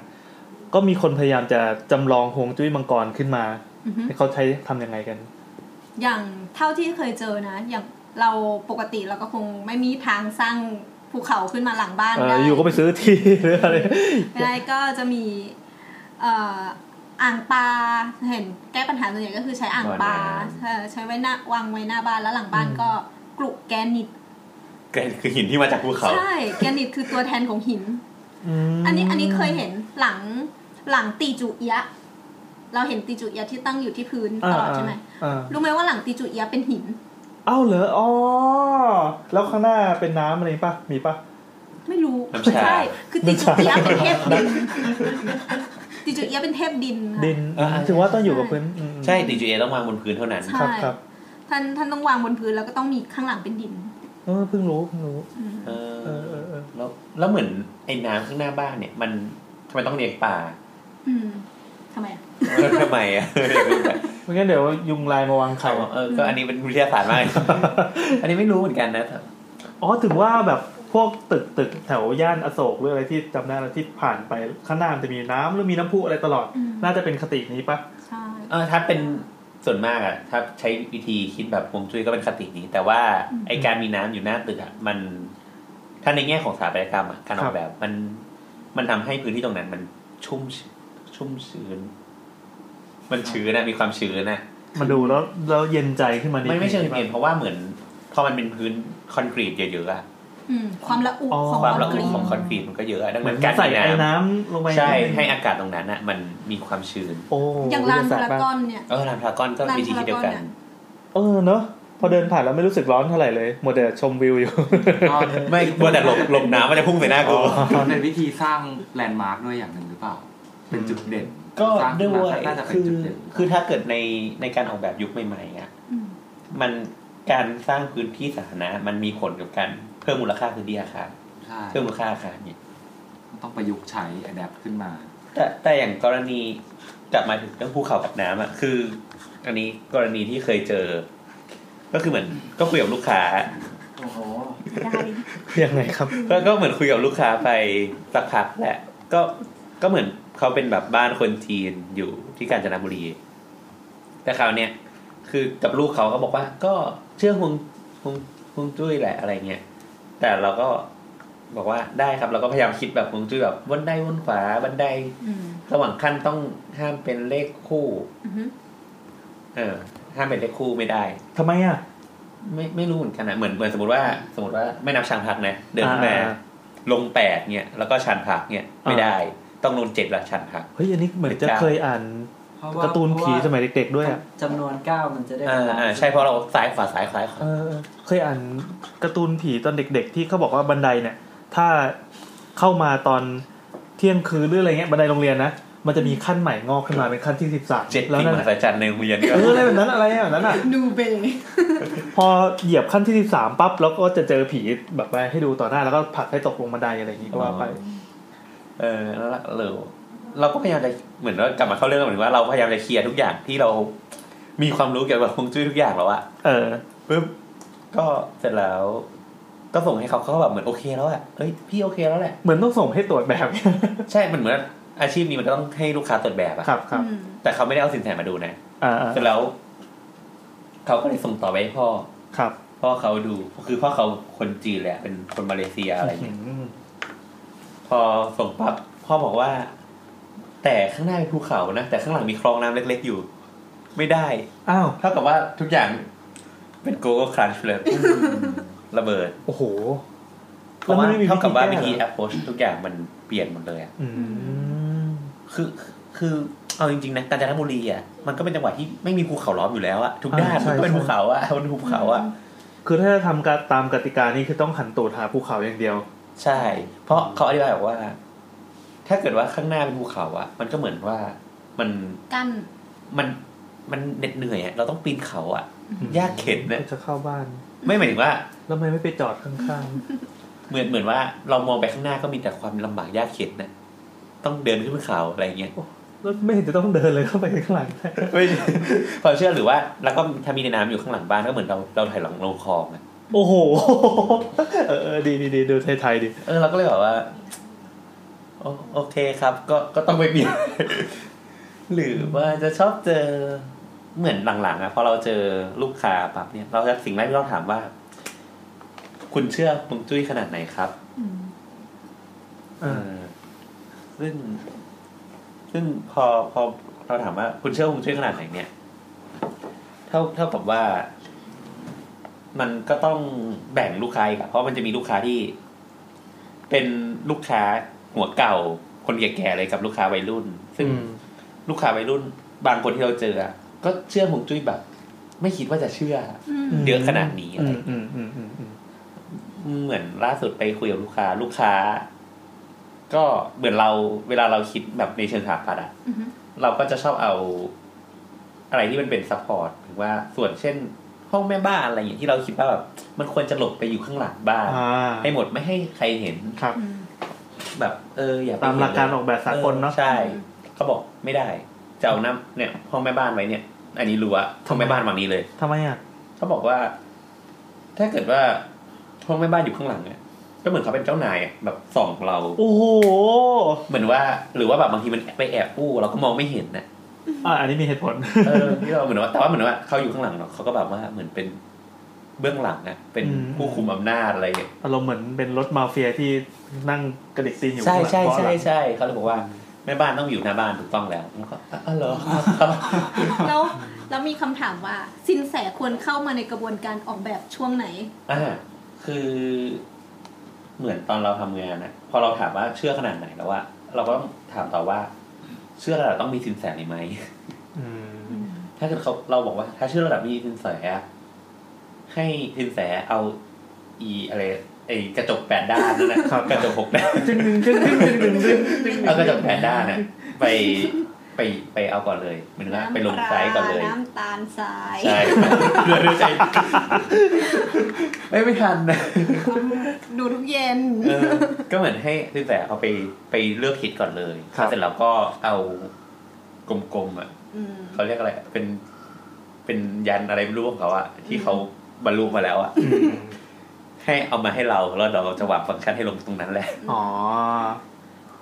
Speaker 2: ก็มีคนพยายามจะจำลองฮวงจุ้ยมังกรขึ้นมา
Speaker 3: อือฮึ
Speaker 2: เขาใช้ทำยังไงกัน
Speaker 3: อย่างเท่าที่เคยเจอนะ อย่างเราปกติเราก็คงไม่มีทางสร้างภูเขาขึ้นมาหลังบ้าน
Speaker 2: เอ
Speaker 3: ได้
Speaker 2: ออยู่ก็ไปซื้อที่หรืออะไร
Speaker 3: ไม่ได้ก็จะมีเอ่อ อ่างปลาเห็นแก้ปัญหาส่วนใหญ่ก็คือใช้อ่างปลา
Speaker 4: บ่อน้ำ
Speaker 3: เออใช้ไว้หน้าวางไว้หน้าบ้านแล้วหลังบ้านก็กลุกแกรนิต
Speaker 4: แกรนคือหินที่มาจากภูเขา
Speaker 3: ใช่แกรนิตคือตัวแทนของหิน
Speaker 2: ม
Speaker 3: อันนี้อันนี้เคยเห็นหลังหลังตีจุเอียะเราเห็นตีจุเอียะที่ตั้งอยู่ที่พื้นตลอดใช่ไหม
Speaker 2: อ่า
Speaker 3: รู้ไหมว่าหลังตีจุเอียะเป็นหิน
Speaker 2: เอ้าเหรออ๋อแล้วข้างหน้าเป็นน้ำอะไรปะมีปะ
Speaker 3: ไม่รู้
Speaker 4: น้ำชา
Speaker 3: ใช่คือติจุเอียะเป็นเทพดินติจุเอียะเป็นเทพดินค่ะ
Speaker 2: ดิน
Speaker 4: อ่า
Speaker 2: ถือว่าต้องอยู่กับพื้นอืม
Speaker 4: ใช่ DGA ต้องวางบนพื้นเท่านั้น
Speaker 2: ค
Speaker 3: ใช่
Speaker 2: รับครับ
Speaker 3: ท่านท่านต้องวางบนพื้นแล้วก็ต้องมีข้างหลังเป็นดิน
Speaker 2: เออเพิ่งรู้เพิ่งรู้
Speaker 3: อืม
Speaker 4: เอ
Speaker 2: เออเออเอ
Speaker 4: อ
Speaker 2: อ
Speaker 4: แล้วแล้วเหมือนไอ้น้ำข้างหน้าบ้านเนี่ย มันทำไมต้องเลี้ยงปลา
Speaker 3: อืมทำไมอะ
Speaker 4: ทำไม อ่ะ
Speaker 2: ไม่งั้นเดี๋ยวยุงลายมาวางไข่
Speaker 4: เออก็อันนี้เป็นวิทยาศาสตร์มาก อันนี้ไม่รู้เหมือนกันนะแต่
Speaker 2: อ๋อถึงว่าแบบพวกตึกตึกแถวย่านอโศกหรืออะไรที่จำได้แล้วที่ผ่านไปข้างหน้ามันจะมีน้ำหรือมีน้ำพุอะไรตลอด
Speaker 3: อืม
Speaker 2: น่าจะเป็นคตินี้ปะ
Speaker 3: ใช่
Speaker 4: เออถ้าเป็นส่วนมากอ่ะ ถ้าใช้วิธีคิดแบบฮวงจุ้ยก็เป็นคตินี้ แต่ว่าไอการมีน้ำอยู่หน้าตึกอ่ะมัน ถ้าในแง่ของสถาปัตยกรรมอ่ะการออกแบบมันมันทำให้พื้นที่ตรงนั้น มันชุ่มชุ่มชื้น มันชื้นนะมีความชื้นนะ
Speaker 2: มาดูแล้วแล้วเย็นใจขึ้นมานิด
Speaker 4: ไม่ไม่เชิง
Speaker 2: นึปะ
Speaker 4: เปลี่ยนเพราะว่าเหมือนพอมันเป็นพื้นคอนกรีตเยอะๆอะ
Speaker 3: อืมความละอุของ
Speaker 4: ความ
Speaker 3: ค
Speaker 4: ละ
Speaker 3: วามก
Speaker 4: อุ
Speaker 3: รีน
Speaker 4: ของคอนกรีตมันก็เยอะอะดัง
Speaker 2: เหมือ
Speaker 4: นั้น นการ
Speaker 2: ใส่
Speaker 4: มี
Speaker 2: ไอ้
Speaker 4: น้
Speaker 2: น้ำลงไป
Speaker 4: ำใช่ให้อากาศตรงนั้นอะมันมีความชื้น
Speaker 2: โอ้
Speaker 3: อย่างลาน
Speaker 2: วิท
Speaker 3: พา
Speaker 2: ศสต
Speaker 3: รา
Speaker 2: ร์บ้
Speaker 3: กอนเนี่ย
Speaker 4: เออลานพารากอนก็
Speaker 3: ลาน
Speaker 4: วิธีคิดเดียวกัน
Speaker 3: พารากอน
Speaker 2: เออเนอะพอเดินผ่านแล้วไม่รู้สึกร้อนเท่าไหร่เลยหมดแต่ชมวิวอยู่
Speaker 6: ก็
Speaker 4: ไม่บัวแต่หลบหลบน้ำมันจะพุ่งใส่หน้ากู
Speaker 6: มันเป็นวิธีสร้างแลนด์มาร์คด้วยอย่างหนึ่งหรือเปล่า เป็นจุดเด่น
Speaker 4: ก็
Speaker 6: สร้าง
Speaker 4: ด้
Speaker 6: ขึ้น
Speaker 4: ว
Speaker 6: มาย น่าจะเป็น
Speaker 4: คือ
Speaker 6: จุดเด่น
Speaker 4: คือถ้าเกิดในในการออกแบบยุคใหม่ๆอะ
Speaker 3: อืม
Speaker 4: มันการสร้างพื้นที่สาธารณะมันมีผลกับการเพิ่มมูลค่าพื้นที่อาคาร
Speaker 6: ใช่
Speaker 4: เพิ่มมูลค่าอาคารเนี่ย
Speaker 6: ต้องประยุกต์ใช้อัดแอปขึ้นมา
Speaker 4: แต่แต่อย่างกรณีกลับมาถึงเรื่องภูเขากับน้ำอ่ะคือ อันนี้กรณีที่เคยเจอ ก็คือเหมือนก็คุยกับลูกค้า
Speaker 3: ได้
Speaker 2: ยังไงครับ
Speaker 4: ก็ก็เหมือนคุยกับลูกค้าไปสักพักแหละ ก็ก็เหมือนเขาเป็นแบบบ้านคนจีนอยู่ที่กาญจนบุรี แต่คราวเนี้ยคือกับลูกเขาก็บอกว่า ก็เชื่อฮวงฮวงฮวงจุ้ยแหละอะไรเงี้ยแต่เราก็บอกว่าได้ครับเราก็พยายามคิดแบบฮวงจุ้ยแบบวนได้วนขวาบันได
Speaker 3: อืม
Speaker 4: ระหว่างขั้นต้องห้ามเป็นเลขคู่
Speaker 3: อือฮึ
Speaker 4: เออ ห้ามเป็นเลขคู่ไม่ได้
Speaker 2: ทำไมอ่ะ
Speaker 4: ไม่ไม่รู้เหมือนกันนะเหมือนเหมือนสมมติว่า สมมติว่าไม่นับชานพักนะเดินขึ้นมา
Speaker 2: อ่า
Speaker 4: ลงแปดเนี่ย แล้วก็ชานพักเนี่ยไม่ได้ ต้องลงเจ็ดละชานพัก
Speaker 2: เฮ้ยอันนี้เหมือนจะเคยอ่าน
Speaker 5: เพราะว่า
Speaker 2: การ์ตูนผีสมัยเด็ก ๆ ด้วยอ่ะ
Speaker 5: จำนวนเก้ามันจะได้
Speaker 4: อ่าอ่าใช่เพราะเราซ้ายขวาซ้ายขวาซ้ายขวา
Speaker 2: เออเคยอ่านการ์ตูนผีตอนเด็ก ๆ ที่เขาบอกว่าบันไดเนี่ย ถ้าเข้ามาตอนเที่ยงคืนหรืออะไรเงี้ยบันไดโรงเรียนนะมันจะมีขั้นใหม่งอกขึ้นมาเป็นขั้นที่สิบสาม
Speaker 4: เจ็ด
Speaker 2: แล้ว
Speaker 4: ปี
Speaker 2: นั่
Speaker 4: ม
Speaker 2: น
Speaker 4: หั
Speaker 2: อะ
Speaker 4: ศจรรย์ในโรงเรียนก็
Speaker 2: เอออะไรแบบนั้นอะไรแบบนั้นอ่ะ
Speaker 3: นูเบ
Speaker 2: พอเหยียบขั้นที่สิบสามปั๊บแล้วก็จะเจอผีแบบว่าให้ดูต่อหน้าแล้วก็ผลักให้ตกลงบันไดอะไรอย่างงี้ก็ว่าไป
Speaker 4: เออแล้วเราเราก็พยายามจะเหมือนว่ากลับมาเข้าเรื่องเหมือนว่าเราพยายามจะเคลียร์ทุกอย่างที่เรา มีความรู้เกี่ยวกับฮวงจุ้ยทุกอย่างแล้วอะ
Speaker 2: เออ
Speaker 4: ปึ๊บก็เสร็จแล้ว ก็ส่งให้เขาเขาก็แบบเหมือนโอเคแล้วอะเอ้ยพี่โอเคแล้วแหละ
Speaker 2: เหมือนต้องส่งให้ตรวจแบบ
Speaker 4: ใช่มันเหมือนอาชีพนี้มันก็ต้องให้ลูกค้าตรวจแบบอะ
Speaker 2: ครับครับ
Speaker 4: แต่เขาไม่ได้เอาสินแสมาดูนะ
Speaker 2: อ่า
Speaker 4: เสร็จแล้ว เขาก็เลยส่งต่อไปให้พ่อ
Speaker 2: ๆครับ
Speaker 4: พ่อเขาดูคือพ่อเขาคนจีนแหละ เป็นคนมาเลเซียอะไรเงี้ย
Speaker 2: อืม
Speaker 4: พอส่งปั๊บพ่อบอกว่า แต่ข้างหน้าเป็นภูเขานะแต่ข้างหลังมีคลองน้ำเล็ก ๆ อยู่ ไม่ได้
Speaker 2: อ้าว
Speaker 4: เท่ากับว่าทุกอย่าง เป็นโกโก้ครันช์เลยระเบิด
Speaker 2: โอ้โห
Speaker 4: เพราะว่า
Speaker 2: แล้น
Speaker 4: เท่ากับว่าวิ
Speaker 2: แก้
Speaker 4: ธี
Speaker 2: เหรอ
Speaker 4: approach ทุกอย่างมันเปลี่ยนหมดเลยอะ
Speaker 2: อืม
Speaker 4: คือคือเอาจริงๆนะกาญจนบุรีอ่ะมันก็เป็นจังหวัดที่ไม่มีภูเขาล้อมอยู่แล้วอะทุกด้าน
Speaker 2: อ่าใช่
Speaker 4: มันก็เป็นภูเขาอะมันภูเขาอะ
Speaker 2: คือถ้าจะทำการตามกติกานี่คือต้องหันตูดหาภูเขาอย่างเดียว
Speaker 4: ใช่ เพราะเขาอธิบายบอกว่า ถ้าเกิดว่าข้างหน้าเป็นภูเขาอะมันก็เหมือนว่ามัน
Speaker 3: กัน
Speaker 4: มันมันเหน็ดเหนื่อยอะเราต้องปีนเขาอะ
Speaker 2: อืม
Speaker 4: ยากเข็นเนี่ย
Speaker 2: จะเข้าบ้าน
Speaker 4: ไม่หมายถึงว่า
Speaker 2: แล้วทำไมไม่ไปจอดข้าง
Speaker 4: เหมือนเหมือนว่า เรามองไปข้างหน้าก็มีแต่ความลำบากยากเข็นนะต้องเดินขึ้นเขาอะไรอย่างเงี้ย
Speaker 2: ๆแล้วไม่เห็นจะต้องเดินเลยเข้าไปข้างหลังได้
Speaker 4: ไม่ใช่ความเชื่อหรือว่า แล้วก็ถ้ามีในน้ำอยู่ข้างหลังบ้านก็เหมือนเราเราถ่ายหลังลงคลองอะ
Speaker 2: โอ้โห เออเออดีดีดีดูไทยๆดิ
Speaker 4: เออเราก็เลยแบบว่า โอโอเคครับ ก็ก็ต้องไปเปลี่ยน หรือว่าจะชอบเจอเหมือนหลังๆอะพอเราเจอลูกค้าปั๊บเนี่ย เราจะสิ่งแรกที่เราถามว่า คุณเชื่อฮวงจุ้ยขนาดไหนครับ
Speaker 3: อืม
Speaker 2: เออ
Speaker 4: ซึ่ง ซึ่งพอพอ เราถามว่าคุณเชื่อคุณเชื่อขนาดไหนเนี่ย เท่าเท่ากับว่า มันก็ต้องแบ่งลูกค้าอีกอะเพราะมันจะมีลูกค้าที่ เป็นลูกค้าหัวเก่า คนแก่ๆเลยกับลูกค้าวัยรุ่น ซึ่ง ลูกค้าวัยรุ่น บางคนที่เราเจออะก็เชื่อหงจุ้ยแบบ ไม่คิดว่าจะเชื่อ
Speaker 3: อืม
Speaker 4: เยอะขนาดนี้อะไร
Speaker 2: มอืมอืมอืมอืม
Speaker 4: เหมือนล่าสุดไปคุยกับลูกค้า ลูกค้า ก็เหมือนเราเวลาเราคิดแบบในเชิงสถาปัตย์อะ
Speaker 3: อือฮึ
Speaker 4: เราก็จะชอบเอา อะไรที่มันเป็นซัพพอร์ตหรือว่าส่วนเช่น ห้องแม่บ้านอะไรอย่างที่เราคิดว่าแบบมันควรจะหลบไปอยู่ข้างหลังบ้าน
Speaker 2: อ่า
Speaker 4: ให้หมดไม่ให้ใครเห็น
Speaker 2: ครับ
Speaker 3: อืม
Speaker 4: แบบ เออ อย่าไป
Speaker 2: ตามหลักการ
Speaker 4: เน
Speaker 2: ออ
Speaker 4: เลย
Speaker 2: กแบบสากลเนาะ
Speaker 4: ออใช่เขาบอกไม่ได้จะเอาน้ำเนี่ย ห้องแม่บ้านไว้เนี่ย อันนี้รู้ว่าห้องแม่บ้านวางนี้เลย
Speaker 2: ทำไมอ่ะ
Speaker 4: เขาบอกว่า ถ้าเกิดว่าห้องแม่บ้านอยู่ข้างหลังเนี่ยก็เหมือนเขาเป็นเจ้านายอะแบบส่องเรา
Speaker 2: โอ้โห
Speaker 4: เหมือนว่า หรือว่าแบบบางทีมันไปแอบอู้เราก็มองไม่เห็นนะ
Speaker 2: อ่า อันนี้มีเหตุผล
Speaker 4: เออที่เราเหมือนว่าแต่ว่าเหมือนว่าเขาอยู่ข้างหลังเนาะเขาก็แบบว่าเหมือนเป็นเบื้องหลังนะเป็น
Speaker 2: อืม
Speaker 4: ผู้คุมอำนาจอะไรอย่างเงี้ย
Speaker 2: อารมณ์เหมือนเป็นรถมาเฟียที่นั่งกระดิกตีนอยู่
Speaker 4: ใช่
Speaker 2: ข้างหลังเพ
Speaker 4: ใช่
Speaker 2: ราะอะ
Speaker 4: ใช่
Speaker 2: ไร
Speaker 4: ใช่เขาเลยบอกว่าแม่บ้านต้องอยู่หน้าบ้านถูกต้องแล้วผมก็อ๋อเหรอครับ
Speaker 3: แล้วแล้วมีคำถามว่าสินแสควรเข้ามาในกระบวนการออกแบบช่วงไหน
Speaker 4: อ่าคือเหมือนตอนเราทำงานนะพอเราถามว่าเชื่อขนาดไหนแล้วว่า เราก็ต้องถามต่อว่า เชื่อระดับต้องมีสินแสไหม
Speaker 2: อืม
Speaker 4: ถ้าเกิดเขาเราบอกว่า ถ้าชื่อระดับนี้สินแสอะให้สินแสเอาอีอะไรไอกระจกแปดด้านนั่นแหละกระจกหกด้าน
Speaker 2: จึงจึงจึงจึงจึงจึง
Speaker 4: เอากระจกแปดด้านน่ะไปไปไปเอาก่อนเลยเหมือนว่าไปลงไซต์ก่อนเลย
Speaker 3: น้ำตาลทราย
Speaker 4: ใช่เรือเรือใจไม่ไม่ทันนะ
Speaker 3: ดูทุกเย็น
Speaker 4: เออก็เหมือนให้สินแสเขาไปไปเลือกคิดก่อนเลยเสร็จแล้วก็เอากลมๆอ่ะ
Speaker 3: ม
Speaker 4: เขาเรียกอะไร เป็น เป็นยันอะไรไม่รู้ของเขาอะที่เขาบรรลุมาแล้วอะ
Speaker 2: อืม
Speaker 4: ให้เอามาให้เราแล้วเราจะวางฟังก์ชันให้ลงตรงนั้นแหละ
Speaker 2: อ๋อ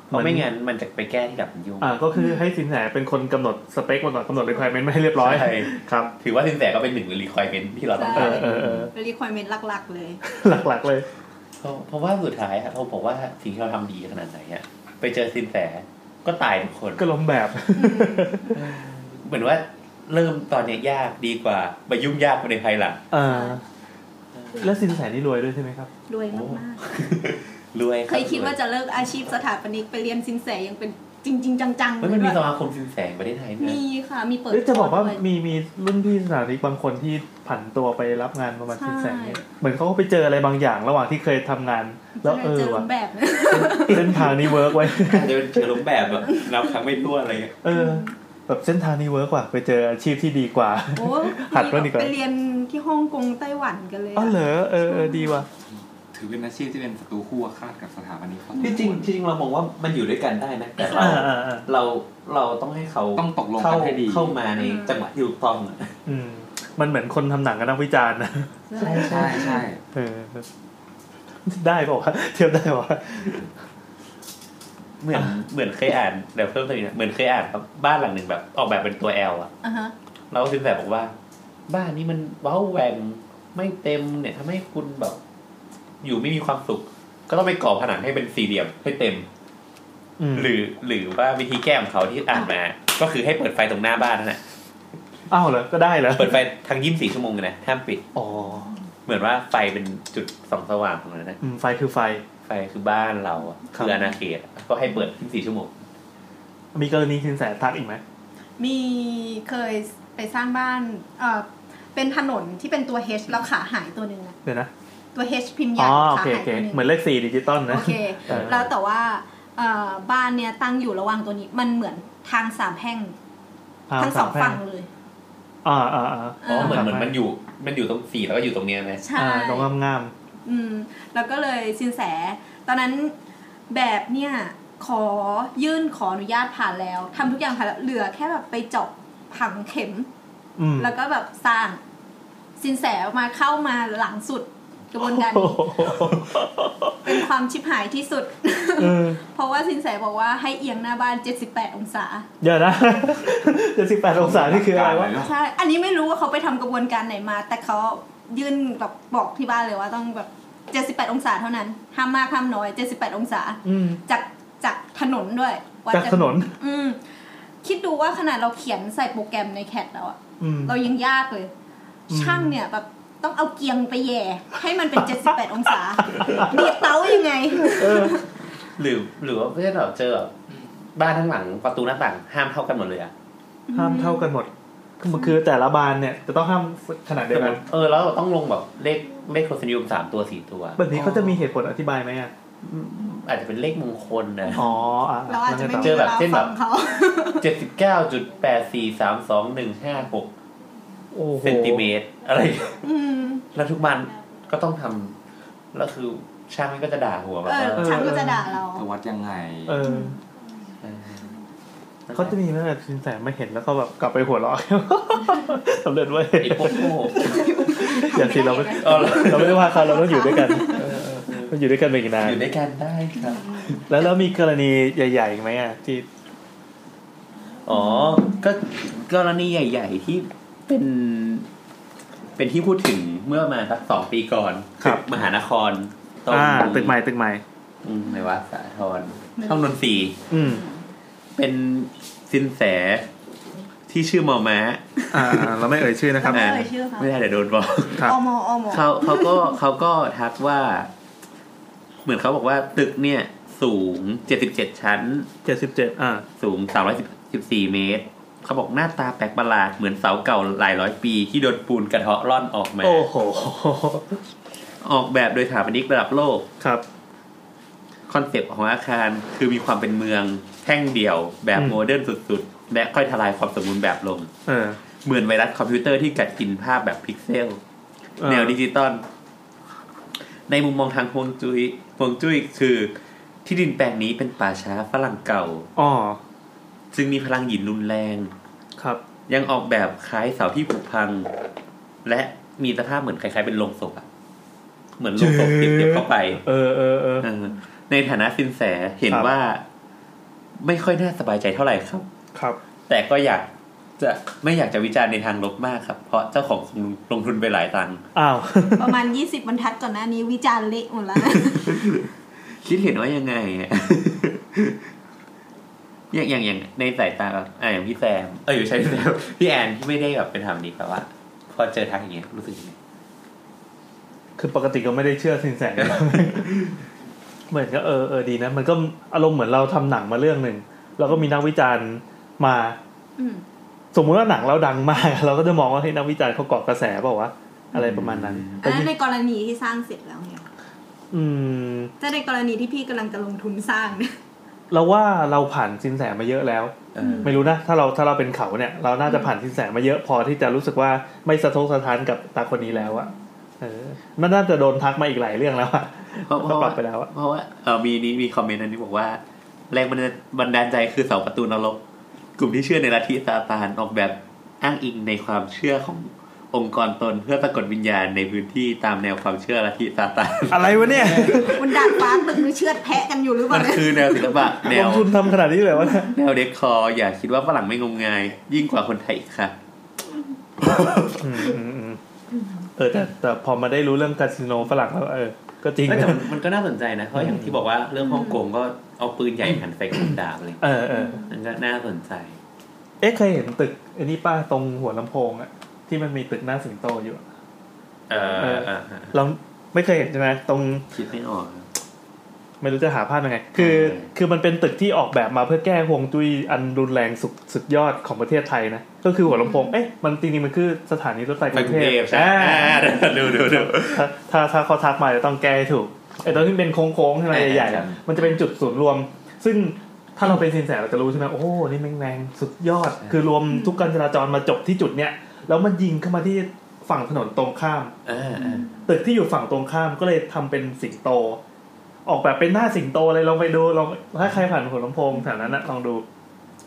Speaker 4: เพราะไม่งั้นมันจะไปแก้ที่ดับมันยุ่ง
Speaker 2: อ่า ก็คือให้สินแสเป็นคนกำหนดสเปคมาก่อนกำหนด requirement มาให้เรียบร้อย
Speaker 4: ใช่
Speaker 2: ครับ
Speaker 4: ถือว่าสินแสก็เป็นหนึ่งในรีควอรเมนที่เราต้อง
Speaker 2: เอ
Speaker 4: การ
Speaker 2: อเออเออ
Speaker 3: เป็น requirement หลักๆ เลย
Speaker 2: หลักๆเลย
Speaker 4: เพราะเพราะว่าสุดท้ายอะเขาบอกว่าสิ่งที่เราทำดีขนาดไหนอะไปเจอสินแสก็ตายทุกคน
Speaker 2: ก็ล้มแบบ
Speaker 4: เหมือนว่าเริ่มตอนเนี้ยยากดีกว่าไปยุ่งยากไปในภายหลัง
Speaker 2: อ่า แล้วสินแสนี่รวยด้วยใช่ไหมครับ
Speaker 3: รวยมาก
Speaker 4: รวย
Speaker 3: ๆ
Speaker 4: รับ
Speaker 3: เคยคิดว่าจะเลิกอาชีพสถาปนิกไปเรียนสินแสยังเป็นจริง ๆ จังๆ
Speaker 4: เฮ้ยมันมี
Speaker 3: ด้วย
Speaker 4: สมาคมสินแสประเทศไทยนะ
Speaker 3: มีค่ะ มีเปิด
Speaker 2: เอ้ยจะบอกว่า
Speaker 3: คร์สด้วย
Speaker 2: มีมีรุ่นพี่สถานิกบางคนที่ผันตัวไปรับงานประมาณ
Speaker 3: ใช่
Speaker 2: สิบแสนเนี่ยเหมือนเขาก็ไปเจออะไรบางอย่างระหว่างที่เคยทำงาน แล้วเออ
Speaker 3: เจอรู
Speaker 2: ว่ะ
Speaker 3: ปแบบ นะ
Speaker 2: เส้นทางนี้เวิร์กไว้ย
Speaker 4: อาจจะเป็นเชิงรูปแบบแบบ นับครั้งไม่ถ้วนอะไรเงี้ย
Speaker 2: เออ แบบเส้นทางนี้เวิร์กว่ะไปเจออาชีพที่ดีกว่า
Speaker 3: โอ้
Speaker 2: หัดบ้างดีกว่า
Speaker 3: ไปเรียนที่ฮ่องกงไต้หวันกันเลยะ
Speaker 2: อ๋อเหรอเออเออดีว่ะ
Speaker 6: ถือเป็นอาชีพที่เป็นศัตรูคู่อาฆาตกับสถาบันนี้ครับ
Speaker 4: ที่จริงที่จริงเรามองว่ามันอยู่ด้วยกันได้ นะ แต่เรา
Speaker 2: อ่าอ่าอ่า
Speaker 4: เราเราต้องให้เขา
Speaker 6: ต้องตกลง
Speaker 4: เข้า
Speaker 6: กันให้ดี
Speaker 4: เข้ามาในจังหวะที่ถูกต้องอะ
Speaker 2: อืมมันเหมือนคนทำหนังกับนักวิจารณ์นะ
Speaker 6: ใช่ใช่ใช่
Speaker 2: เออได้บอกว่าวะเทียบได้บอกว่าวะ
Speaker 4: เหมือนเหมือนเคยอ่านเดี๋ยวเพิ่มเติมอีกนะเหมือนเคยอ่านครับบ้านหลังหนึ่งแบบ ออกแบบเป็นตัวแอลอะ
Speaker 3: อ่าฮะ
Speaker 4: เราก็คิดแบบบอกว่า บ้านนี้มันเว้าแหวงไม่เต็มเนี่ยทำให้คุณแบบ อยู่ไม่มีความสุข ก็ต้องไปก่อผนังให้เป็นสี่เหลี่ยมให้เต็ม
Speaker 2: อืม
Speaker 4: หรือ หรือว่าวิธีแก้ของเขาที่อ่านมา ก็คือให้เปิดไฟตรงหน้าบ้านนั่นแหละ
Speaker 2: อ้าวเหรอก็ได้เหรอ
Speaker 4: เปิดไฟทั้งยี่สิบสี่ชั่วโมงเลยนะห้ามปิด
Speaker 2: อ๋อ
Speaker 4: เหมือนว่าไฟเป็นจุดสองสว่างของนั้นนะ
Speaker 2: อืมไฟคือไฟ
Speaker 4: ไฟคือบ้านเราอะ
Speaker 2: ครับ
Speaker 4: คืออาณาเขตอะก็ให้เปิดยี่สิบสี่ชั่วโมง
Speaker 2: มีกรณีสินแสทักอีกไหม
Speaker 3: มีเคยไปสร้างบ้านเออเป็นถนนที่เป็นตัว H แล้วขาหายตัวหนึ่งอะ
Speaker 2: เดี๋ยวนะ
Speaker 3: ตัว H พิมพ์ให
Speaker 2: อ๋
Speaker 3: ญ่
Speaker 2: อโอ
Speaker 3: ขา
Speaker 2: เค
Speaker 3: หา
Speaker 2: โอย เค
Speaker 3: ตัวหนึ่ง
Speaker 2: เหมือนเลขสี่ดิจิตอลนะ
Speaker 3: โอเค
Speaker 2: เออ
Speaker 3: แล้วแต่ว่าเอ่อบ้านเนี่ยตั้งอยู่ระหว่างตัวนี้ มันเหมือนทางสามแพร่งทั้งสองฝั่งเลย
Speaker 2: อ่าอ่าอ่า
Speaker 4: อ๋อ เหมือน
Speaker 2: ครับ
Speaker 4: เหมือนมันอยู่ มันอยู่ตรงสี่แล้วก็อยู่ตรงเนี้ยนะ
Speaker 3: ใช่
Speaker 2: อ่าตรงงาม
Speaker 3: อืมแล้วก็เลยสินแส ตอนนั้นแบบเนี่ยขอยื่นขออนุญาตผ่านแล้วทำทุกอย่างผ่านแล้วเหลือแค่แบบไปเจาะผังเข็ม
Speaker 2: ๆอืม
Speaker 3: แล้วก็แบบสร้างสินแสมาเข้ามาหลังสุดกระบวนการ
Speaker 2: โอ้
Speaker 3: นี้
Speaker 2: โห
Speaker 3: เป็นความชิบหายที่สุด
Speaker 2: เออ
Speaker 3: เพราะว่าสินแสบอกว่าให้เอียงหน้าบ้าน 78 องศา
Speaker 2: เดี๋ยวนะ จะสิบแปดองศานี่คืออะไรวะ
Speaker 6: เนอะ
Speaker 3: ใช่ อันนี้ไม่รู้ว่าเขาไปทำกระบวนการไหนมา แต่เขายื่นแบบบอกที่บ้านเลยว่าต้องแบบ 78 องศาเท่านั้น ห้ามมากห้ามน้อย 78 องศา
Speaker 2: อืม
Speaker 3: จากจากถนนด้วยว่
Speaker 2: จากถนน
Speaker 3: อืม คิดดูว่าขนาดเราเขียนใส่โปรแกรมในแคดแล้วอะ
Speaker 2: อืม
Speaker 3: เรายังยากเลย
Speaker 2: อืม
Speaker 3: ช่างเนี่ยแบบต้องเอาเกียงไปแย่ ให้มันเป็น 78 องศาดีดเตายังไง
Speaker 4: หรือหรือว่าเพื่อนเราเจอแบบบ้านทั้งหลังประตูหน้าต่างห้ามเท่ากันหมดเลยอะ
Speaker 2: ห้ามเท่ากันหมดคือคือแต่ละบานเนี่ยจะต้องห้ามขนาดเดียวกัน
Speaker 4: เออแล้วเราต้องลงแบบเลขเลขโคสนิยมสามตัวสี่ตัว
Speaker 2: แบบนี้เขาจะมีเหตุผลอธิบายไหมอ่ะ
Speaker 4: อาจจะเป็นเลขมงคลนะ
Speaker 2: อ๋ออ่ะ
Speaker 3: เราอาจจะไม่
Speaker 4: เจ
Speaker 3: มี
Speaker 4: อ
Speaker 3: เว
Speaker 4: แบบ
Speaker 3: ลา
Speaker 4: เช่นแบ
Speaker 3: ฟั
Speaker 4: บ
Speaker 3: งเขา
Speaker 4: เจ็ดสิบเก้าจุดแปดสี่สามสองหนึ่งห้าหก
Speaker 2: โอ้โห
Speaker 4: เซนติเมตรอะไร
Speaker 3: อืม
Speaker 4: แล้วทุกวันก็ต้องทำแล้วคือช่างมันก็จะด่าหัวแบบ
Speaker 3: เอ
Speaker 4: ว่า
Speaker 3: อช่างก็จะด่าเรา
Speaker 6: จะวัดยังไง
Speaker 2: เออ
Speaker 4: เออ
Speaker 2: เขาจะมีไหมแบบสินแสไม่เห็นแล้วก็แบบกลับไปหัวเราะ สำเร็จเว้ย
Speaker 4: ไอ้พวกโง่
Speaker 2: อย่าสิเราไม่
Speaker 4: เออ
Speaker 2: เราไม่ได้ว่าเขาเราต้องอยู่ด้วยกันเราอยู่ด้วยกันไปอีกนาน
Speaker 4: อยู่ด้วยกันได้ครับ
Speaker 2: แล้วแล้วมีกรณีใหญ่ๆอีกไหมอ่ะที่
Speaker 4: อ๋อ ก็กรณีใหญ่ ๆ ที่เป็น เป็นที่พูดถึงเมื่อมาสักสองปีก่อน
Speaker 2: ครับ
Speaker 4: ตึกมหานคร
Speaker 2: อ่าตึกใหม่ตึกใหม่
Speaker 4: อืมในวัดสาทรช่องนนทรีย์
Speaker 2: อืม
Speaker 4: เป็นสินแสที่ชื่อมอม้า
Speaker 2: อ่าเราไม่เอ่ยชื่อนะครับ
Speaker 3: ไม่เอ่ยชื่อค่ะ
Speaker 4: ไม่ได้เดี๋ยวโดนบอก
Speaker 2: ครับ
Speaker 3: อมออมอ
Speaker 4: เขาเขาก็เขาก็ทักว่า เหมือนเขาบอกว่าตึกเนี่ย สูงเจ็ดสิบเจ็ดชั้น
Speaker 2: เจ็ดสิบเจ็ดอ่า
Speaker 4: สูงสามร้อยสิบสี่เมตร เขาบอกหน้าตาแปลกประหลาด เหมือนเสาเก่าหลายร้อยปีที่โดนปูนกระเทาะร่อนออกมา
Speaker 2: โอ้โห
Speaker 4: ออกแบบโดยสถาปนิกระดับโลก
Speaker 2: ครับ
Speaker 4: คอนเซปต์ของอาคารคือมีความเป็นเมืองแท่งเดี่ยว แบบ
Speaker 2: อืม
Speaker 4: โมเดิร์นสุดๆ และค่อยทลายความสมบูรณ์แบบลง
Speaker 2: เออ
Speaker 4: เหมือนไวรัสคอมพิวเตอร์ที่กัดกินภาพแบบพิกเซล
Speaker 2: เออ
Speaker 4: แนวดิจิตอลในมุมมองทางฮวงจุย้ยฮวงจุ้ยคือ ที่ดินแปลงนี้เป็นป่าช้าฝรั่งเก่า
Speaker 2: อ๋อ
Speaker 4: ซึ่งมีพลังหยินรุนแรง
Speaker 2: ครับ
Speaker 4: ยังออกแบบคล้ายเสาที่ผุพัง และมีสภาพเหมือนคล้ายๆเป็นโลงศพอะเหมือนโลงศพ
Speaker 2: เจ๊
Speaker 4: เก็บๆเข้าไป
Speaker 2: เออเออเออ
Speaker 4: เออในฐานะสินแสเห็น
Speaker 2: ครับ
Speaker 4: ว่า ไม่ค่อยน่าสบายใจเท่าไหร่ครับ
Speaker 2: ครับ
Speaker 4: แต่ก็อยากจะไม่อยากจะวิจารณ์ในทางลบมากครับ เพราะเจ้าของลงทุนไปหลายตังค์
Speaker 2: อ้าว
Speaker 3: ประมาณ 20 บรรทัดก่อนหน้านี้วิจารณ์เละหมดแล้ว
Speaker 4: คิดเห็นว่ายังไงอะ อย่างอย่างอย่างในสายตาแบบอ่ะอย่างพี่แซม เอออยู่ใช่พี่แซม พี่แอนที่ไม่ได้แบบเป็นทำนี้แต่ว่า พอเจอทักอย่างเงี้ยรู้สึกยังไง
Speaker 2: คือปกติก็ไม่ได้เชื่ อสินแส เหมือนก็เออเออดีนะ มันก็อารมณ์เหมือนเราทำหนังมาเรื่องหนึ่งแล้วก็มีนักวิจารณ์มา
Speaker 3: อืม
Speaker 2: สมมุติว่าหนังเราดังมาก เราก็จะมองว่าเฮ้ยนักวิจารณ์เขาเกาะกระแสเปล่าวะ อะไรประมาณนั้น
Speaker 3: อั
Speaker 2: แต่
Speaker 3: น
Speaker 2: จ
Speaker 3: นั้
Speaker 2: ริ
Speaker 3: น
Speaker 2: ง
Speaker 3: ในกรณีที่สร้างเสร็จแล้วเนี่ย
Speaker 2: อืม
Speaker 3: แต่ในกรณีที่พี่กำลังจะลงทุนสร้างเนี่ย
Speaker 2: เราว่าเราผ่านสินแสมาเยอะแล้ว
Speaker 4: เออ
Speaker 2: ไม่รู้นะ ถ้าเราถ้าเราเป็นเขาเนี่ย เราน่าจะผ่านสินแสมาเยอะพอที่จะรู้สึกว่าไม่สะทกสะท้านกับตาคนนี้แล้วอะเออมันน่าจะโดนทักมาอีกหลายเรื่องแล้วอะ
Speaker 4: เพราะเพราะ
Speaker 2: ปรั
Speaker 4: ว่า
Speaker 2: บไปแล้วอะ
Speaker 4: เพราะว่าเออมีนี้มีคอมเมนต์อันนี้บอกว่า แรงบันดาลบันดาลใจคือเสาประตูนรก กลุ่มที่เชื่อในลัทธิซาตานออกแบบอ้างอิงในความเชื่อขององค์กรตนเพื่อสะกดวิญญาณในพื้นที่ตามแนวความเชื่อลัทธิซาตาน
Speaker 2: อะไรวะเนี่ย
Speaker 3: มันดาดฟ้าตึกนี่เชือดแพะกันอยู่หรือเป
Speaker 4: มั
Speaker 3: ล่าน เนี่ย
Speaker 4: คือแนวศิลปะแน
Speaker 2: ล
Speaker 4: ว
Speaker 2: งทุนทำขนาดนี้เลยวะเนี่ย
Speaker 4: แนวเด็กคอร์อย่าคิดว่าฝรั่งไม่งมงาย ยิ่งกว่าคนไทยอีกค่ะ
Speaker 2: อืมอืมอืมเออแต่แต่พอมาได้รู้เรื่องคาสิโนฝรั่งแล้วเออ ก็จริง
Speaker 4: เอ้ยแต่มันมันก็น่าสนใจนะ เพราะอย่างที่บอกว่าเรื่องฮ่องกงก็เอาปืนใหญ่หันใส่คนดาบอะไรอย่างเงี้ย
Speaker 2: เออเออ
Speaker 4: มันก็น่าสนใจ
Speaker 2: เอ๊ะเคยเห็นตึกไอันนี้ป้าตรงหัวลำโพงอะที่มันมีตึกหน้าสิงโตอยู่อะ
Speaker 4: เออเออเออเออ
Speaker 2: เราไม่เคยเห็นใช่ไหมตรง
Speaker 4: คิดไม่ออก
Speaker 2: ไม่รู้จะหาภาพยังไง คือ
Speaker 4: เออ
Speaker 2: คือมันเป็นตึกที่ออกแบบมาเพื่อแก้ห่วงจุ้ยอันรุนแรงสุดสุดยอดของประเทศไทยนะ ก็คือหัวลำโพง เอ๊ะ มันจริงๆมันคือสถานีรถไฟก
Speaker 4: ไป
Speaker 2: รุง
Speaker 4: กรุ
Speaker 2: เท
Speaker 4: งเท
Speaker 2: พ
Speaker 4: พใช่ไหม
Speaker 2: อ่า
Speaker 4: อ่าดูดูดู
Speaker 2: ถ้าถ้าถ้าเขาทักมาจะต้องแก้ให้ถูก ไอ้ตอนที่เป็นโค้งๆใช่ไหม
Speaker 4: เออ
Speaker 2: ใหญ่ๆอะ
Speaker 4: ใช่
Speaker 2: มันจะเป็นจุดศูนย์รวม ซึ่งถ้าเราเป็นสินแสเราจะรู้ใช่ไหมโอ้โหนี่แม่งแรงสุดยอด คือรวมทุกการจราจรมาจบที่จุดเนี้ย แล้วมันยิงเข้ามาที่ฝั่งถนนตรงข้าม
Speaker 4: เออเออ
Speaker 2: ตึกที่อยู่ฝั่งตรงข้ามก็เลยทำเป็นสิงโต ออกแบบเป็นหน้าสิงโตเลยลองไปดูลองถ้าใครผ่านหัวลำโพงแถวนั้นนะลองดู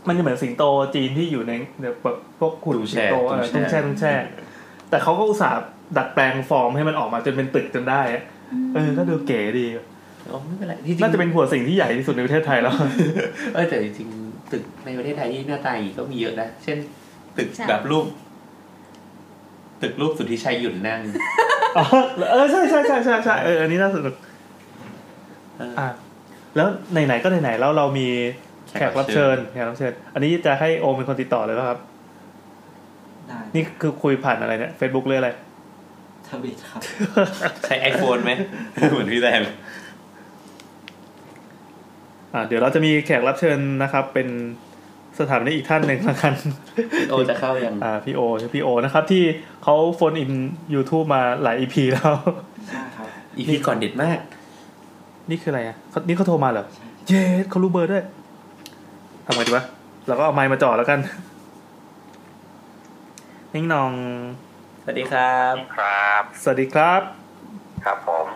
Speaker 2: มันจะเหมือนสิงโตจีนที่อยู่ในแบบพวกขุนสิงโตอะไรตุ้งแช่ตุ้งแช่ แต่เขาก็อุตส่าห์ดัดแปลงฟอร์มให้มันออกมาจนเป็นตึกจนได้อะเออก็ดูเก๋ดี
Speaker 4: อ๋อไม่เป็นไรที่จริง
Speaker 2: น่าจะเป็นหัวสิงที่ใหญ่ที่สุดในประเทศไทยแล้ว
Speaker 4: เออแต่จริงๆตึกในประเทศไทยที่หน้าตาอย่างนี้ก็มีเยอะนะ เช่น ตึกแบบรูป ตึกรูปสุทธิชัยหยุ่นนั่ง
Speaker 2: อ๋อเออใช่ใช่ใช่ใช่ใช่เอออันนี้น่าสนุก
Speaker 4: เอออ่
Speaker 2: อ่ะแล้วไหนๆก็ไหนๆแล้วเรามี แขกรับเชิญแขกรับเชิญ อันนี้จะให้โอมเป็นคนติดต่อเลยป่ะครับ
Speaker 5: ได้
Speaker 2: นี่คือคุยผ่านอะไรเนี่ย Facebook หรืออะไร
Speaker 5: ทวิตครับ
Speaker 4: ใช้ไอโฟนไหม เหมือนพี่แซม
Speaker 2: อ่าเดี๋ยวเราจะมีแขกรับเชิญนะครับ เป็นสถาปนิกอีกท่านหนึ่งละกัน
Speaker 4: โอจะเข้ายัง
Speaker 2: อ่าพี่โอชื่อพี่โอนะครับ ที่เขาโฟนอิน YouTube มาหลาย EP แล้ว
Speaker 5: ใช่ครับ
Speaker 4: อีพีก่อนเด็ดมาก
Speaker 2: นี่คืออะไรอ่ะเขานี่เขาโทรมาเหรอ เย้เขารู้เบอร์ด้วยทำไงดีวะเราก็เอาไมค์มาจ่อแล้ว กัน นิ่งนอง
Speaker 4: สวัสดีครับ
Speaker 7: ครับ
Speaker 2: สวัสดีครับ
Speaker 7: ครับผม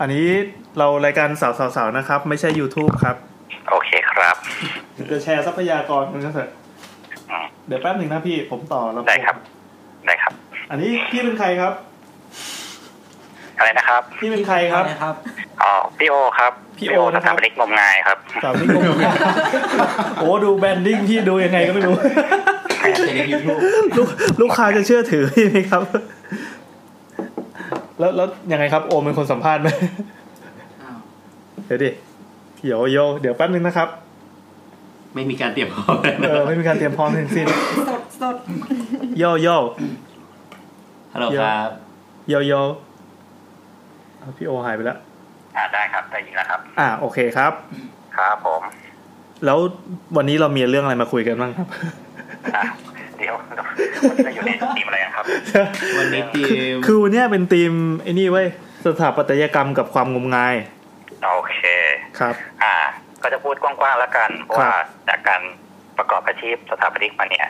Speaker 2: อันนี้เรารายการสาวสาวสาวนะครับ ไม่ใช่ YouTube ครับ
Speaker 7: โอเคครับ
Speaker 2: จะแชร์ทรัพยากรมันก็เถอะ
Speaker 7: อืม
Speaker 2: เดี๋ยวแป๊บหนึ่งนะพี่ผมต่อแล้ว
Speaker 7: ได้ครับ ได้ครับ
Speaker 2: อันนี้พี่เป็นใครครับ
Speaker 7: อะไรนะครับ
Speaker 2: พี่เป็นใคร ครับ
Speaker 5: นะครับ
Speaker 7: อ๋อพี่โอครับ
Speaker 2: พี่โอ
Speaker 7: ส
Speaker 2: นะครับ
Speaker 7: ถาปนิกงมงายครับ
Speaker 2: สาวพี่กง โอ้ดูแบรนดิ้งพี่ดูยังไงก็ไม่รู้
Speaker 6: ในยูทูบ
Speaker 2: ลูกลูกค้าจะเชื่อถือพี่ไหมครับ แล้วแล้วยังไงครับ โอมเป็นคนสัมภาษณ์ไหม
Speaker 5: อ้าว
Speaker 2: เดี๋ยวดิเดี๋ยวโยวเดี๋ยวแป๊บนึงนะครับ
Speaker 4: ไม่มีการเตรียมพร้อมเลยนะ
Speaker 2: เออไม่มีการเตรียมพร้อมทั้งสิ้น
Speaker 3: สดสด
Speaker 2: โยโย
Speaker 4: ฮัลโหลครับ
Speaker 2: โยโยเอาพี่โอหายไปแล้ว
Speaker 7: อ่าได้ครับได้ยินแล้วครับ
Speaker 2: อ่าโอเคครับ
Speaker 7: ครับผม
Speaker 2: แล้ววันนี้เรามีเรื่องอะไรมาคุยกันบ้างครับ
Speaker 7: อ่ะเดี๋ยวมันจะอยู่ในทีมอะไรกันครับ
Speaker 4: วันนี้ทีม
Speaker 2: คือวันเนี้ยเป็นธีมไอ้นี่เว้ยสถาปัตยกรรมกับความงมงาย
Speaker 7: โอเค
Speaker 2: ครับ
Speaker 7: อ่า ก็จะพูดกว้างๆแล้วกันเพราะ
Speaker 2: ครับ
Speaker 7: ว่าจากการประกอบอาชีพสถาปนิกมาเนี่ย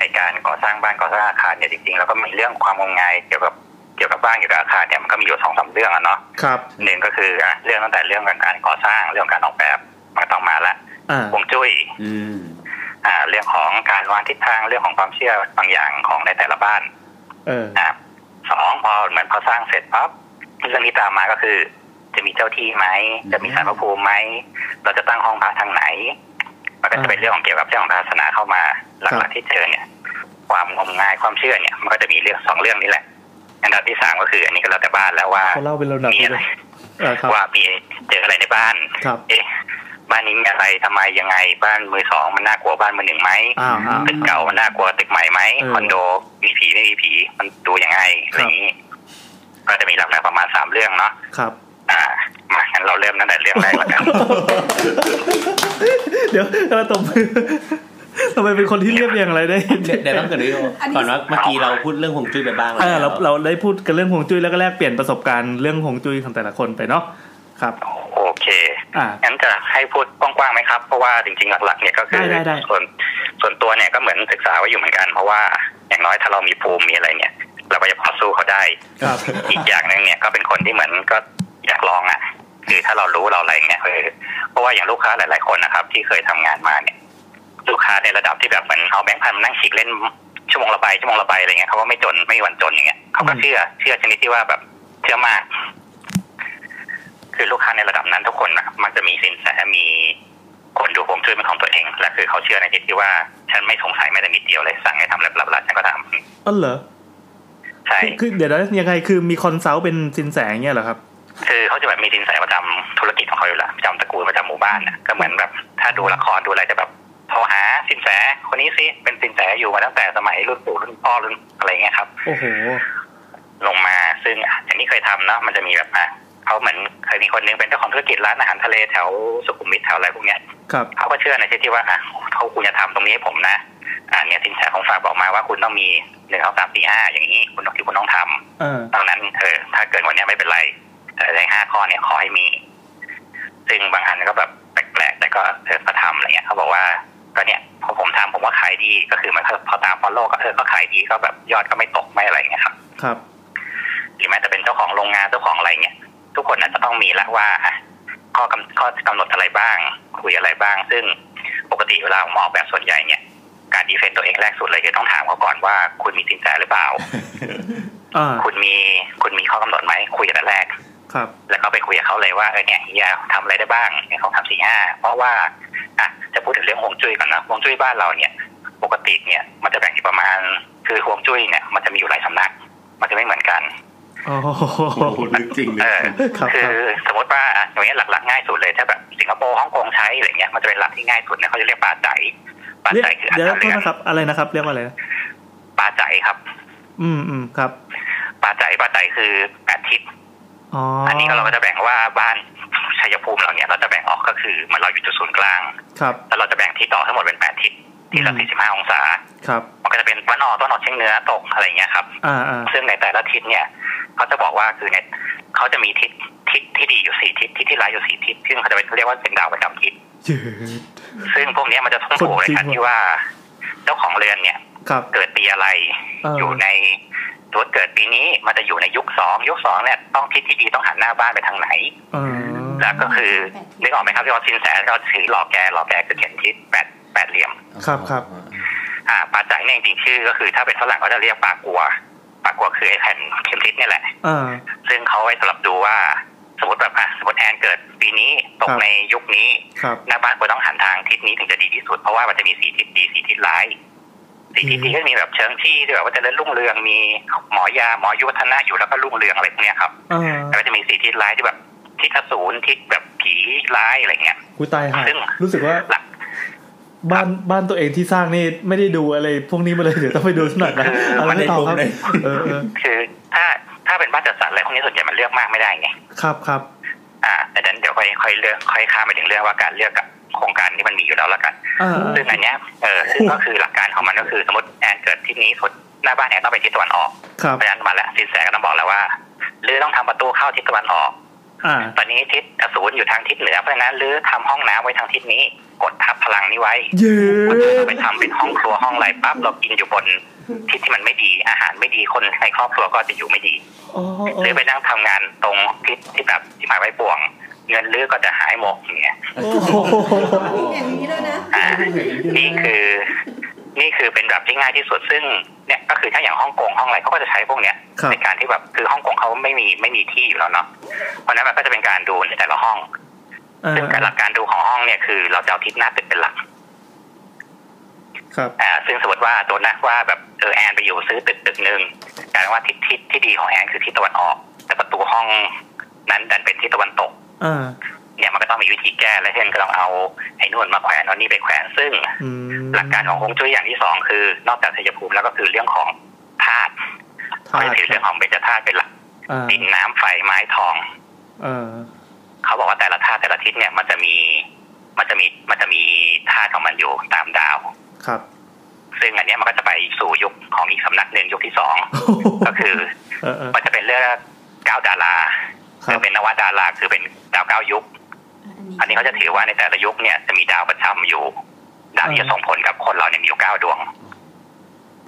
Speaker 7: ในการก่อสร้างบ้านก่อสร้างอาคารเนี่ยจริงๆแล้วก็มีเรื่องความงมงายเกี่ยวกับเกี่ยวกับบ้านเกี่ยวกับอาคารเนี่ยมันก็มีอยู่สองสามเรื่องอะเนาะ
Speaker 2: ครับ
Speaker 7: หนึ่งก็คืออ่ะเรื่องตั้งแต่เรื่องการก่อสร้างเรื่องการออกแบบมันต้องมาละ
Speaker 2: อ่า
Speaker 7: ฮวงจุ้ย
Speaker 4: อืม
Speaker 7: อ่าเรื่องของการวางทิศทางเรื่องของความเชื่อบางอย่างของในแต่ละบ้าน
Speaker 2: เออ
Speaker 7: นะครับสองพอเหมือนพอสร้างเสร็จปั๊บเรื่องที่ตามมาก็คือ จะมีเจ้าที่ไหมจะมีสารพระภูมิไหมเราจะตั้งห้องพระทางไหนมันก็จะเป็นเรื่องของเกี่ยวกับเรื่องของศาสนาเข้ามาหลักๆที่เจอเนี่ย ความงมงายความเชื่อเนี่ยมันก็จะมีเรื่องสองเรื่องนี้แหละ อันดับที่สามก็คือ อันนี้ก็แล้วแต่บ้านแล้วว่า
Speaker 2: เขาเล่าเป็นลำดับ
Speaker 7: มี
Speaker 2: เล
Speaker 7: อะไร
Speaker 2: ยอ่าครับ
Speaker 7: ว่ามีเจออะไรในบ้าน
Speaker 2: ครับ
Speaker 7: เอ๊ะ บ้านนี้มีอะไรทำไมยังไง บ้านมือสองมันน่ากลัวบ้านมือหนึ่งไหม
Speaker 2: อ้าวอ้าว
Speaker 7: ตึกเก่ามันน่ากลัวตึกใหม่ไหม
Speaker 2: เออ
Speaker 7: คอนโดมีผีไม่มีผี มันดูยังไง
Speaker 2: ค
Speaker 7: อะ
Speaker 2: รับ
Speaker 7: ไรอย่างนี้ ก็จะมีหลักๆประมาณสามเรื่องเนาะ
Speaker 2: ครับ
Speaker 7: อ่า มางั้นเราเริ่มตั้งแต่เรื่องแรกละกัน
Speaker 2: เดี๋ยวกระตบมือทำไมเป็นคนที่เรียบเรียงอะไรได้
Speaker 4: เดี๋ยวต้องเกิดนิโอก่อนว่าเมื่อกี้เราพูดเรื่องฮวงจุ้ยไปบ้างแล้ว
Speaker 2: เออเราเราได้พูดกันเรื่องหงจุ้ยแล้วก็แลกเปลี่ยนประสบการณ์เรื่องหงจุ้ยของแต่ละคนไปเนาะครับ
Speaker 7: โอเค
Speaker 2: อ่า
Speaker 7: งั้นจะให้พูดกว้างๆไหมครับ เพราะว่าจริงๆหลักๆ เนี่ยก็คือ
Speaker 2: ได้ได้ได้
Speaker 7: ส่วนส่วนตัวเนี่ยก็เหมือนศึกษาไว้อยู่เหมือนกัน เพราะว่าอย่างน้อยถ้าเรามีภูมิมีอะไรเนี่ย เราก็จะพอสู้เขาได้
Speaker 2: ครับ
Speaker 7: อีกอย่างหนึ่งเนี่ยก็เป็นคนที่เหมือนก็อยากลองอ่ะ คือถ้าเรารู้เราอะไรเงี้ยเออเพราะว่าอย่างลูกค้าหลาย ๆคนนะครับ ที่เคยทำงานมาเนี่ย ลูกค้าในระดับที่แบบเหมือนเอาแบงค์พันมานั่งฉีกเล่นชั่วโมงละใบชั่วโมงละใบอะไรเงี้ยเขาก็ไม่จนไม่มีวันจนอย่างเงี้ยเขาก็
Speaker 2: อืม
Speaker 7: เชื่อเชื่อชนิดที่ว่าแบบเชื่อมาก คือลูกค้าในระดับนั้นทุกคนนะมักจะมีสินแสมีคนดูผมช่วยเป็นของตัวเองและคือเขาเชื่อในทิศที่ว่าฉันไม่สงสัยแม้แต่นิดเดียวเลยสั่งให้ทำแล้วรับๆฉันก็ท
Speaker 2: อ๋อเหรอ
Speaker 7: ำใช่
Speaker 2: คือคือเดี๋ยวนะยังไงคือมีคอนซัลท์เป็นสินแสงเงี้ยเหรอครับ
Speaker 7: คือเขาจะแบบมีสินแสประจำธุรกิจของเขาอยู่แล้วประจำตระกูลประจำหมู่บ้านนะก็เหมือนแบบ ถ้าดูละครดูอะไรจะแบบโทรหาสินแสคนนี้สิเป็นสินแสอยู่มาตั้งแต่สมัยรุ่นปู่รุ่นพ่อรุ่นอะไรเงี้ยครับ
Speaker 2: โอ้โห
Speaker 7: ลงมาซึ่งอ่ะอย่างนี้เคยทำเนาะมันจะมีแบบอ่ะเขาเหมือนเคยมีคนนึงเป็นเจ้าของธุรกิจร้านอาหารทะเลแถวสุขุมวิทแถวอะไรพวกเนี้ย
Speaker 2: ครับ
Speaker 7: เขาก็เชื่อในทิศที่ว่าอ่ะเขาคุณจะทำตรงนี้ให้ผมนะอ่าเนี่ยสินแสของฝากบอกมาว่าคุณต้องมีหนึ่งสองสามสี่ห้าอย่างนี้คุณต้องที่คุณต้องทำ
Speaker 2: เออ
Speaker 7: ตอนนั้นเออถ้าเกิดวันเนี้ยไม่เป็นไร แต่ในห้าข้อเนี่ยขอให้มี ซึ่งบางอันก็แบบแปลกๆ แต่ก็เออมาทำอะไรเงี้ยเขาบอกว่าก็เนี่ยพอผมทำผมก็ขายดีก็คือมันก็พอตามฟอลโล่ก็เออก็ขายดีก็แบบยอดก็ไม่ตกไม่อะไรเงี้ยครับ
Speaker 2: ครับ
Speaker 7: หรือแม้แต่เป็นเจ้าของโรงงานเจ้าของอะไรเงี้ยทุกคนน่าจะต้องมีละว่าอ่ะข้อกำข้อกำหนดอะไรบ้าง คุยอะไรบ้าง ซึ่งปกติเวลาผมออกแบบส่วนใหญ่เนี่ย การดีเฟนต์ตัวเองแรกสุดเลยคือต้องถามเขาก่อนว่าคุณมีสินแสหรือเปล่า
Speaker 2: อ่า
Speaker 7: คุณมีคุณมีข้อกำหนดไหมคุยกันแต่แรก
Speaker 2: ครับ
Speaker 7: แล้วก็ไปคุยกับเขาเลยว่าเออเนี่ยเฮียทำอะไรได้บ้างเนี่ยเขาทำสี่ห้าเพราะว่าอ่ะจะพูดถึงเรื่องฮวงจุ้ยก่อนนะฮวงจุ้ยบ้านเราเนี่ย ปกติเนี่ยมันจะแบ่งอยู่ประมาณคือฮวงจุ้ยเนี่ยมันจะมีอยู่หลายสำนัก มันจะไม่เหมือนกัน
Speaker 2: โอ้โห
Speaker 4: โอ้โหลึกจริงเล
Speaker 7: เอย อ
Speaker 2: ครับ
Speaker 7: คือสมมติว่าอ่ะตรงเนี้ยหลักๆง่ายสุดเลยถ้าแบบ สิงคโปร์ฮ่องกงใช้อะไรเงี้ยมันจะเป็นหลักที่ง่ายสุดนะเขาจะเรียกปลาใจปลา
Speaker 2: เรียก
Speaker 7: ใจคืออั
Speaker 2: เดี๋ยว
Speaker 7: ตรา
Speaker 2: โท
Speaker 7: เลื
Speaker 2: ษ
Speaker 7: อน
Speaker 2: นะครับ อะไรนะครับ เรียกว่าอะไรนะ
Speaker 7: ปลาใจครับ
Speaker 2: อืมอืมครับ
Speaker 7: ปลาใจปลาใจคือแปดทิศ
Speaker 2: อ๋อ
Speaker 7: อั
Speaker 2: อั
Speaker 7: นนี้ก็เราก็จะแบ่งว่าบ้านชัยภูมิเราเนี่ยเราจะแบ่งออกก็คือเหมันเราอยู่จุดศูนย์กลาง
Speaker 2: ครับ
Speaker 7: แล้วเราจะแบ่งที่ต่อทั้งหมดเป็นแปดทิศทิศละสี่สิบห้าองศา
Speaker 2: ครับ
Speaker 7: มันก็จะเป็นตะวันออกตะวันออกเฉียงเหนือตกอะไรอย่างเงี้ยครับ
Speaker 2: อ่าอ่า
Speaker 7: ซึ่งในแต่ละทิศเนี่ยเขาจะบอกว่าคือเนี่ยเขาจะมีทิศทิศที่ดีอยู่สี่ทิศทิศที่ร้ายอยู่สี่ทิศซึ่งเขาจะเป็นเรียกว่าเป็นดาวประจำทิศ
Speaker 2: เย้
Speaker 7: ซึ่งพวกเนี้ยมันจะต้องโผล่ในการที่ว่าเจ้าของเรือนเนี่ย
Speaker 2: ครับ
Speaker 7: เกิดปีอะไร
Speaker 2: เออ
Speaker 7: อ
Speaker 2: อ
Speaker 7: ยู่ในตัวเกิดปีนี้มันจะอยู่ในยุคสองยุคสองเนี่ยต้องทิศที่ดีต้องหันหน้าบ้านไปทางไหน
Speaker 2: อ่า
Speaker 7: แล้วก็คือนึกออกไหมครับที่ว่าสินแสเราถือหลอกแกหลอกแกคือเขียนทิศแปดแปดเหลี่ยม
Speaker 2: ครับครับ
Speaker 7: อ่าปลาจ่ายเนี่ยจริงๆชื่อก็คือถ้าเป็นฝรั่งเขาจะเรียกปลากัวปลากัวคือไอ้แผ่นเข็มทิศเนี่ยแหละ
Speaker 2: อ่า
Speaker 7: ซึ่งเขาไว้สำหรับดูว่าสมมติแบบอ่ะสมมติแอนเกิดปีนี้
Speaker 2: ค
Speaker 7: ตก
Speaker 2: รับ
Speaker 7: ในยุคนี้
Speaker 2: ครับ
Speaker 7: หน้าบ้านควรต้องหันทางทิศนี้ถึงจะดีที่สุด เพราะว่ามันจะมีสีทิศดีสีทิศร้ายสีทิศดีก็จะมีแบบเชิงที่ที่แบบว่าเจะเล่นรุ่งเรืองมีหมอยาหมอยุวัฒนะอยู่แล้วก็รุ่งเรืองอะไรพวกเนี้ยครับ
Speaker 2: อ่า
Speaker 7: แล้วก็จะมีสีทิศร้ายที่แบบทิศอสูรทิศแบบผีร้ายอะไรเงี้ย
Speaker 2: กูตายห่า
Speaker 7: ซึ่ง
Speaker 2: รู้สึกว่า
Speaker 7: หลัก
Speaker 2: บ้านบ้านตัวเองที่สร้างนี่ไม่ได้ดูอะไร พวกนี้มาเลยเดี๋ยว ต้องไปดูสักหน่อยนะอะไร
Speaker 4: มันใน
Speaker 2: ต่อก
Speaker 4: ลุ่ม
Speaker 2: ครับ
Speaker 4: เลย
Speaker 2: เออเออ
Speaker 7: คือถ้าถ้าเป็นบ้านจัดสรรอะไรพวกนี้ส่วนใหญ่มันเลือกมากไม่ได้ไง
Speaker 2: ครับครับ
Speaker 7: อ่าแต่นั้นเดี๋ยวค่อยค่อยเลือกค่อยข้ามไปถึงเรื่องว่าการเลือกกับโครงการนี้มันมีอยู่แล้วละกัน
Speaker 2: อ่าอ่า
Speaker 7: ซึ่งอันเนี้ยเออซึ่งก็คือหลักการของมันก็คือสมมติแอนเกิดที่นี้สมมุติหน้าบ้านแอนต้องไปทิศตะวันออก
Speaker 2: ครับ
Speaker 7: เพราะฉะนั้นมาแล้วสินแสก็ต้องบอกแล้วว่าหรือต้องทำประตูเข้าทิศตะวันออก
Speaker 2: อ่า
Speaker 7: ตอนนี้ทิศอสูรอยู่ทางทิศเหนือเพราะฉะนั้นหรือทำห้องน้ำไว้ทางทิศนี้ กดทับพลังนี้ไว้
Speaker 2: เย้
Speaker 7: เราไปทำเป็นห้องครัวห้องอะไรปั๊บเรากินอยู่บนทิศที่มันไม่ดีอาหารไม่ดีคนในครอบครัวก็จะอยู่ไม่ดี
Speaker 2: อ๋ออ๋อ
Speaker 7: หรือไปนั่งทำงานตรงทิศที่แบบที่หมายไว้บ่วง เงินลื้อก็จะหายหมกอย่างเงี้ย
Speaker 2: โอ้โห
Speaker 3: อย่างนี้ด้วยนะ
Speaker 7: อ่านี่คือนี่คือเป็นแบบที่ง่ายที่สุดซึ่งเนี่ยก็คือถ้าอย่างฮ่องกงห้องอะไรเขาก็จะใช้พวกเนี้ย
Speaker 2: ครับ
Speaker 7: ในการที่แบบคือฮ่องกงเขาไม่มีไม่มีที่อยู่แล้วเนาะเพราะฉะนั้นมันก็จะเป็นการดูในแต่ละห้อง
Speaker 2: อ่า
Speaker 7: ซึ่งการหลักการดูของห้องเนี่ยคือเราจะเอาทิศหน้าตึกเป็นหลัก
Speaker 2: ครับ
Speaker 7: อ่าซึ่งสมมติว่าตัวนะว่าแบบเออแอนไปอยู่ซื้อตึกตึกหนึ่งกลายเป็นว่าทิศทิศที่ดีของแอนคือทิศตะวันออก แต่ประตูห้องนั้นดันเป็นทิศตะวันตก
Speaker 2: อ่า
Speaker 7: เนี่ยมันก็ต้องมีวิธีแก้และเช่นก็ต้องเอาไอ้นู่นมาแขวนเอานี่ไปแขวนซึ่ง
Speaker 2: อืม
Speaker 7: หลักการของฮวงจุ้ยอย่างที่สองคือนอกจากชัยภูมิแล้วก็คือเรื่องของธาตุ
Speaker 2: ธา
Speaker 7: ก็
Speaker 2: ตุ
Speaker 7: คือเรื่องของเบญจธาตุเป็นหลัก
Speaker 2: อ่า
Speaker 7: ดินน้ำไฟไม้ทอง
Speaker 2: เออ
Speaker 7: เขาบอกว่าแต่ละธาตุแต่ละทิศเนี่ยมันจะมีมันจะมีมันจะมีธาตุของมันอยู่ตามดาว
Speaker 2: ครับ
Speaker 7: ซึ่งอันเนี้ยมันก็จะไปสู่ยุคของอีกสำนักหนึ่งยุคที่ส องก็คือ
Speaker 2: เออเออ
Speaker 7: มันจะเป็นเรื่องเก้าดารา
Speaker 2: ครั
Speaker 7: คื
Speaker 2: บ
Speaker 7: อเป็นนวดาราคือเป็นดาวเก้ายุค อันนี้เขาจะถือว่าในแต่ละยุคเนี่ยจะมีดาวประจำอยู่ ดาวที่จะส่งผลกับคนเราเนี่ยมีอยู่เก้าดวง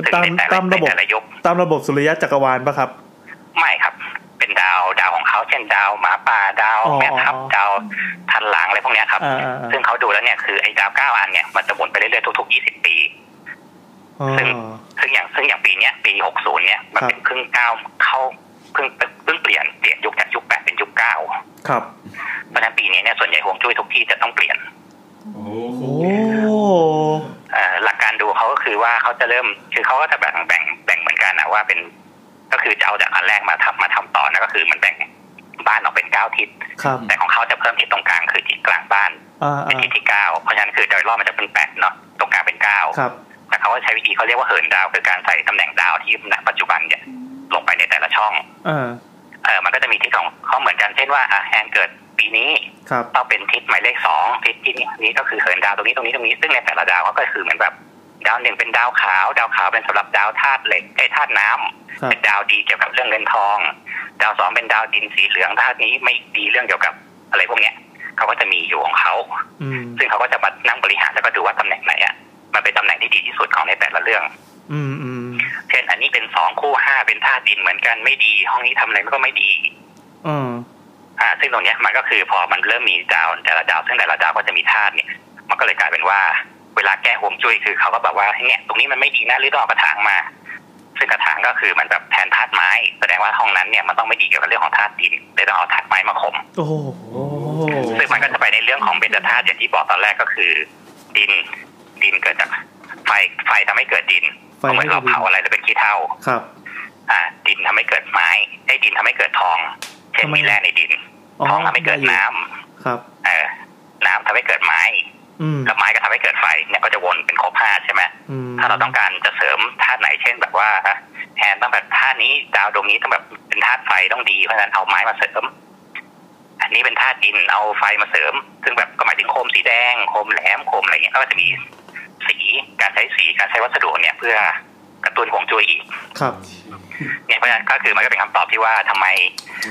Speaker 7: ซึ่ง
Speaker 2: ตาม
Speaker 7: ใน
Speaker 2: ตา
Speaker 7: แต่ละ
Speaker 2: ม
Speaker 7: ใน
Speaker 2: ระบบ
Speaker 7: แต่ละยุค
Speaker 2: ตามระบบสุริยะจักรวาลปะครับ
Speaker 7: ไม่ครับ เป็นดาวดาวของเขาเช่นดาวหมาป่าดาว
Speaker 2: อ๋อ
Speaker 7: แม่ทัพ
Speaker 2: อ๋อ
Speaker 7: ดาวทันหลังอะไรพวกเนี้ยครับ
Speaker 2: อ่าอ่าอ่า
Speaker 7: ซึ่งเขาดูแล้วเนี่ยคือไอ้ดาวเก้าอันเนี่ยมันจะหมุนไปเรื่อยๆทุกๆ 20 ปี
Speaker 2: อ๋อ
Speaker 7: ซึ่ง ซึ่งอย่างซึ่งอย่างปีเนี้ยปี 60 เนี่ยมัน
Speaker 2: ครับ
Speaker 7: เป็นครึ่งเก้าเข้าครึ่งเพิ่งเปลี่ยนเปลี่ยนยุคจากยุคแปดเป็นยุคเก้า
Speaker 2: ครับ
Speaker 7: เพราะฉะนั้นปีนี้เนี่ยส่วนใหญ่ฮวงจุ้ยทุกที่จะต้องเปลี่ยน
Speaker 6: โอ้
Speaker 2: โอ้
Speaker 6: โห
Speaker 2: โห
Speaker 7: เอ่อหลักการดูเขาก็คือว่าเขาจะเริ่มคือเขาก็จะแบ่งแบ่งแบ่งเหมือนกันนะว่าเป็น ก็คือจะเอาจากอันแรกมาทำมาทำต่อนะก็คือมันแบ่งบ้านออกเป็นเก้าทิศ
Speaker 2: ครับ
Speaker 7: แต่ของเขาจะเพิ่มที่ตรงกลางคือที่กลางบ้าน
Speaker 2: อ่า
Speaker 7: เป็น
Speaker 2: อ่า
Speaker 7: ที่ที่เก้าเพราะฉะนั้นคือโดยรอบมันจะเป็นแปดเนาะตรงกลางเป็นเก้า
Speaker 2: ครับ
Speaker 7: แต่เขาก็ใช้วิธีเขาเรียกว่าเหินดาวคือการใส่ตำแหน่งดาวที่ณปัจจุบันเนี่ยลงไปในแต่ละช่อง
Speaker 2: เออ
Speaker 7: เออมันก็จะมีทิศของเขาเหมือนกันเช่นว่าอ่ะแอนเกิดปีนี้
Speaker 2: ครับ
Speaker 7: ต้องเป็นทิศหมายเลขสองทิศที่นี้นี้ก็คือเหินดาวตรงนี้ตรงนี้ตรงนี้ซึ่งในแต่ละดาวเขาก็คือเหมือนแบบดาวหนึ่งเป็นดาวขาว ดาวขาวเป็นสำหรับดาวธาตุเหล็กไอ้ยธาตุน้ำ
Speaker 2: ครับ
Speaker 7: เป็นดาวดีเกี่ยวกับเรื่องเงินทอง ดาวสองเป็นดาวดินสีเหลืองธาตุนี้ไม่ดีเรื่องเกี่ยวกับอะไรพวกเนี้ยเขาก็จะมีอยู่ของเขา
Speaker 2: อืม
Speaker 7: ซึ่งเขาก็จะมานั่งบริหารแล้วก็ดูว่าตำแหน่งไหนอ่ะมันเป็นตำแหน่งที่ดีที่สุดของในแต่ละเรื่อง
Speaker 2: อืมอืม
Speaker 7: เช่น อันนี้เป็นสองคู่ห้าเป็นธาตุดินเหมือนกันไม่ดี ห้องนี้ทำอะไรมันก็ไม่ดี
Speaker 2: เออ
Speaker 7: อ่าซึ่งตรงเนี้ยมันก็คือพอมันเริ่มมีดาวแต่ละดาวซึ่งแต่ละดาวก็จะมีธาตุเนี่ยมันก็เลยกลายเป็นว่า เวลาแก้ห่วงจุ้ยคือเขาก็แบบว่าเนี่ยตรงนี้มันไม่ดีนะหรือต้องเอากระถางมา ซึ่งกระถางก็คือมันแบบแทนธาตุไม้ แสดงว่าห้องนั้นเนี่ยมันต้องไม่ดีเกี่ยวกับเรื่องของธาตุดินเลยต้องเอาธาตุไม้มาข่ม
Speaker 2: โอ้โห
Speaker 7: ซึ่งมันก็จะไปในเรื่องของเบญจธาตุอย่างที่บอกตอนแรกก็คือ ดินดินเกิดจากไฟไฟทำให้เกิดดิน
Speaker 2: ไฟ
Speaker 7: ก็เหมือนเราเผาอะไรแล้วเป็นขี้เถ้า
Speaker 2: ครับ
Speaker 7: อ่า ดินทำให้เกิดไม้ไอ้ยดินทำให้เกิดทองเช่น
Speaker 2: ทำไม
Speaker 7: มีแร่ในดินทองทำให้เกิดน้ำ
Speaker 2: ครับ
Speaker 7: เออ ทำให้เกิดไม้
Speaker 2: อืม
Speaker 7: แล้วไม้ก็ทำให้เกิดไฟเนี่ยก็จะวนเป็นครบห้าใช่ไหม
Speaker 2: อืม
Speaker 7: ถ้าเราต้องการจะเสริมธาตุไหนเช่นแบบว่าแทนต้องแบบธาตุนี้ดาวดวงนี้ต้องแบบเป็นธาตุไฟต้องดีเพราะฉะนั้นเอาไม้มาเสริม อันนี้เป็นธาตุดินเอาไฟมาเสริม ซึ่งแบบก็หมายถึงโคมสีแดงโคมแหลมโคมอะไรเงี้ยก็จะมีสีการใช้สีการใช้วัสดุเนี่ย เพื่อกระตุ้นห่วงจุ้ยอีก
Speaker 2: ครับ
Speaker 7: เนี่ยเพราะฉะนั้นก็คือมันก็เป็นคำตอบที่ว่าทำไม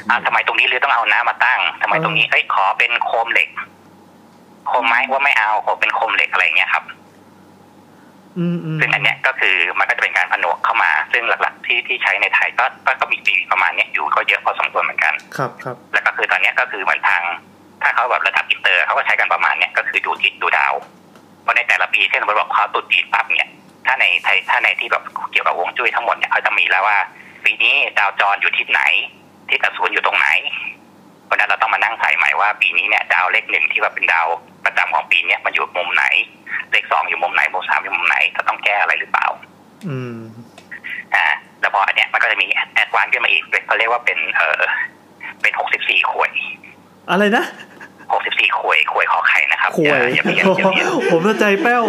Speaker 7: อ่าทำไมตรงนี้เรือต้องเอาน้ำมาตั้งทำไมตรงนี้เอ้ยขอเป็นโคมเหล็ก โคมไม้ว่าไม่เอาขอเป็นโคมเหล็กอะไรอย่างเงี้ยครับ
Speaker 2: อืมอืม
Speaker 7: ซึ่งอันเนี้ยก็คือมันก็จะเป็นการผนวกเข้ามา ซึ่งหลักๆที่ที่ใช้ในไทยก็ก็ก็มีปีประมาณเนี้ยอยู่ก็เยอะพอสมควรเหมือนกัน
Speaker 2: ครับครับ
Speaker 7: แล้วก็คือตอนเนี้ยก็คือเหมือนทาง ถ้าเขาแบบระดับอินเตอร์เขาก็ใช้กันประมาณเนี้ยก็คือดูทิศดูดาวเพราะในแต่ละปีเช่นสมมติบอกเขาตรุดจีนปั๊บเนี่ย ถ้าในไทยถ้าในที่แบบเกี่ยวกับฮวงจุ้ยทั้งหมดเนี่ยเขาจะมีแล้วว่าปีนี้ดาวจรอยู่ทิศไหนทิศอสูรอยู่ตรงไหน เพราะฉะนั้นเราต้องมานั่งใส่ใหม่ว่าปีนี้เนี่ยดาวเลขหนึ่งที่ว่าเป็นดาวประจำของปีเนี้ยมันอยู่มุมไหน เลขสองอยู่มุมไหนมุมสามอยู่มุมไหนจะต้องแก้อะไรหรือเปล่า
Speaker 2: อืม
Speaker 7: อ่าแล้วพออันเนี้ยมันก็จะมีแอดวานขึ้นมาอีกเขาเรียกว่าเป็นเออเป็นหกสิบสี่ขวย
Speaker 2: อะไรนะ
Speaker 7: หกสิบสี่ขวยขวยขอไข่นะครับ
Speaker 2: ข่วย
Speaker 7: อย่าอย่าเพี้ยนอย่าเพี้ยน
Speaker 2: ผมจะใจแป้ว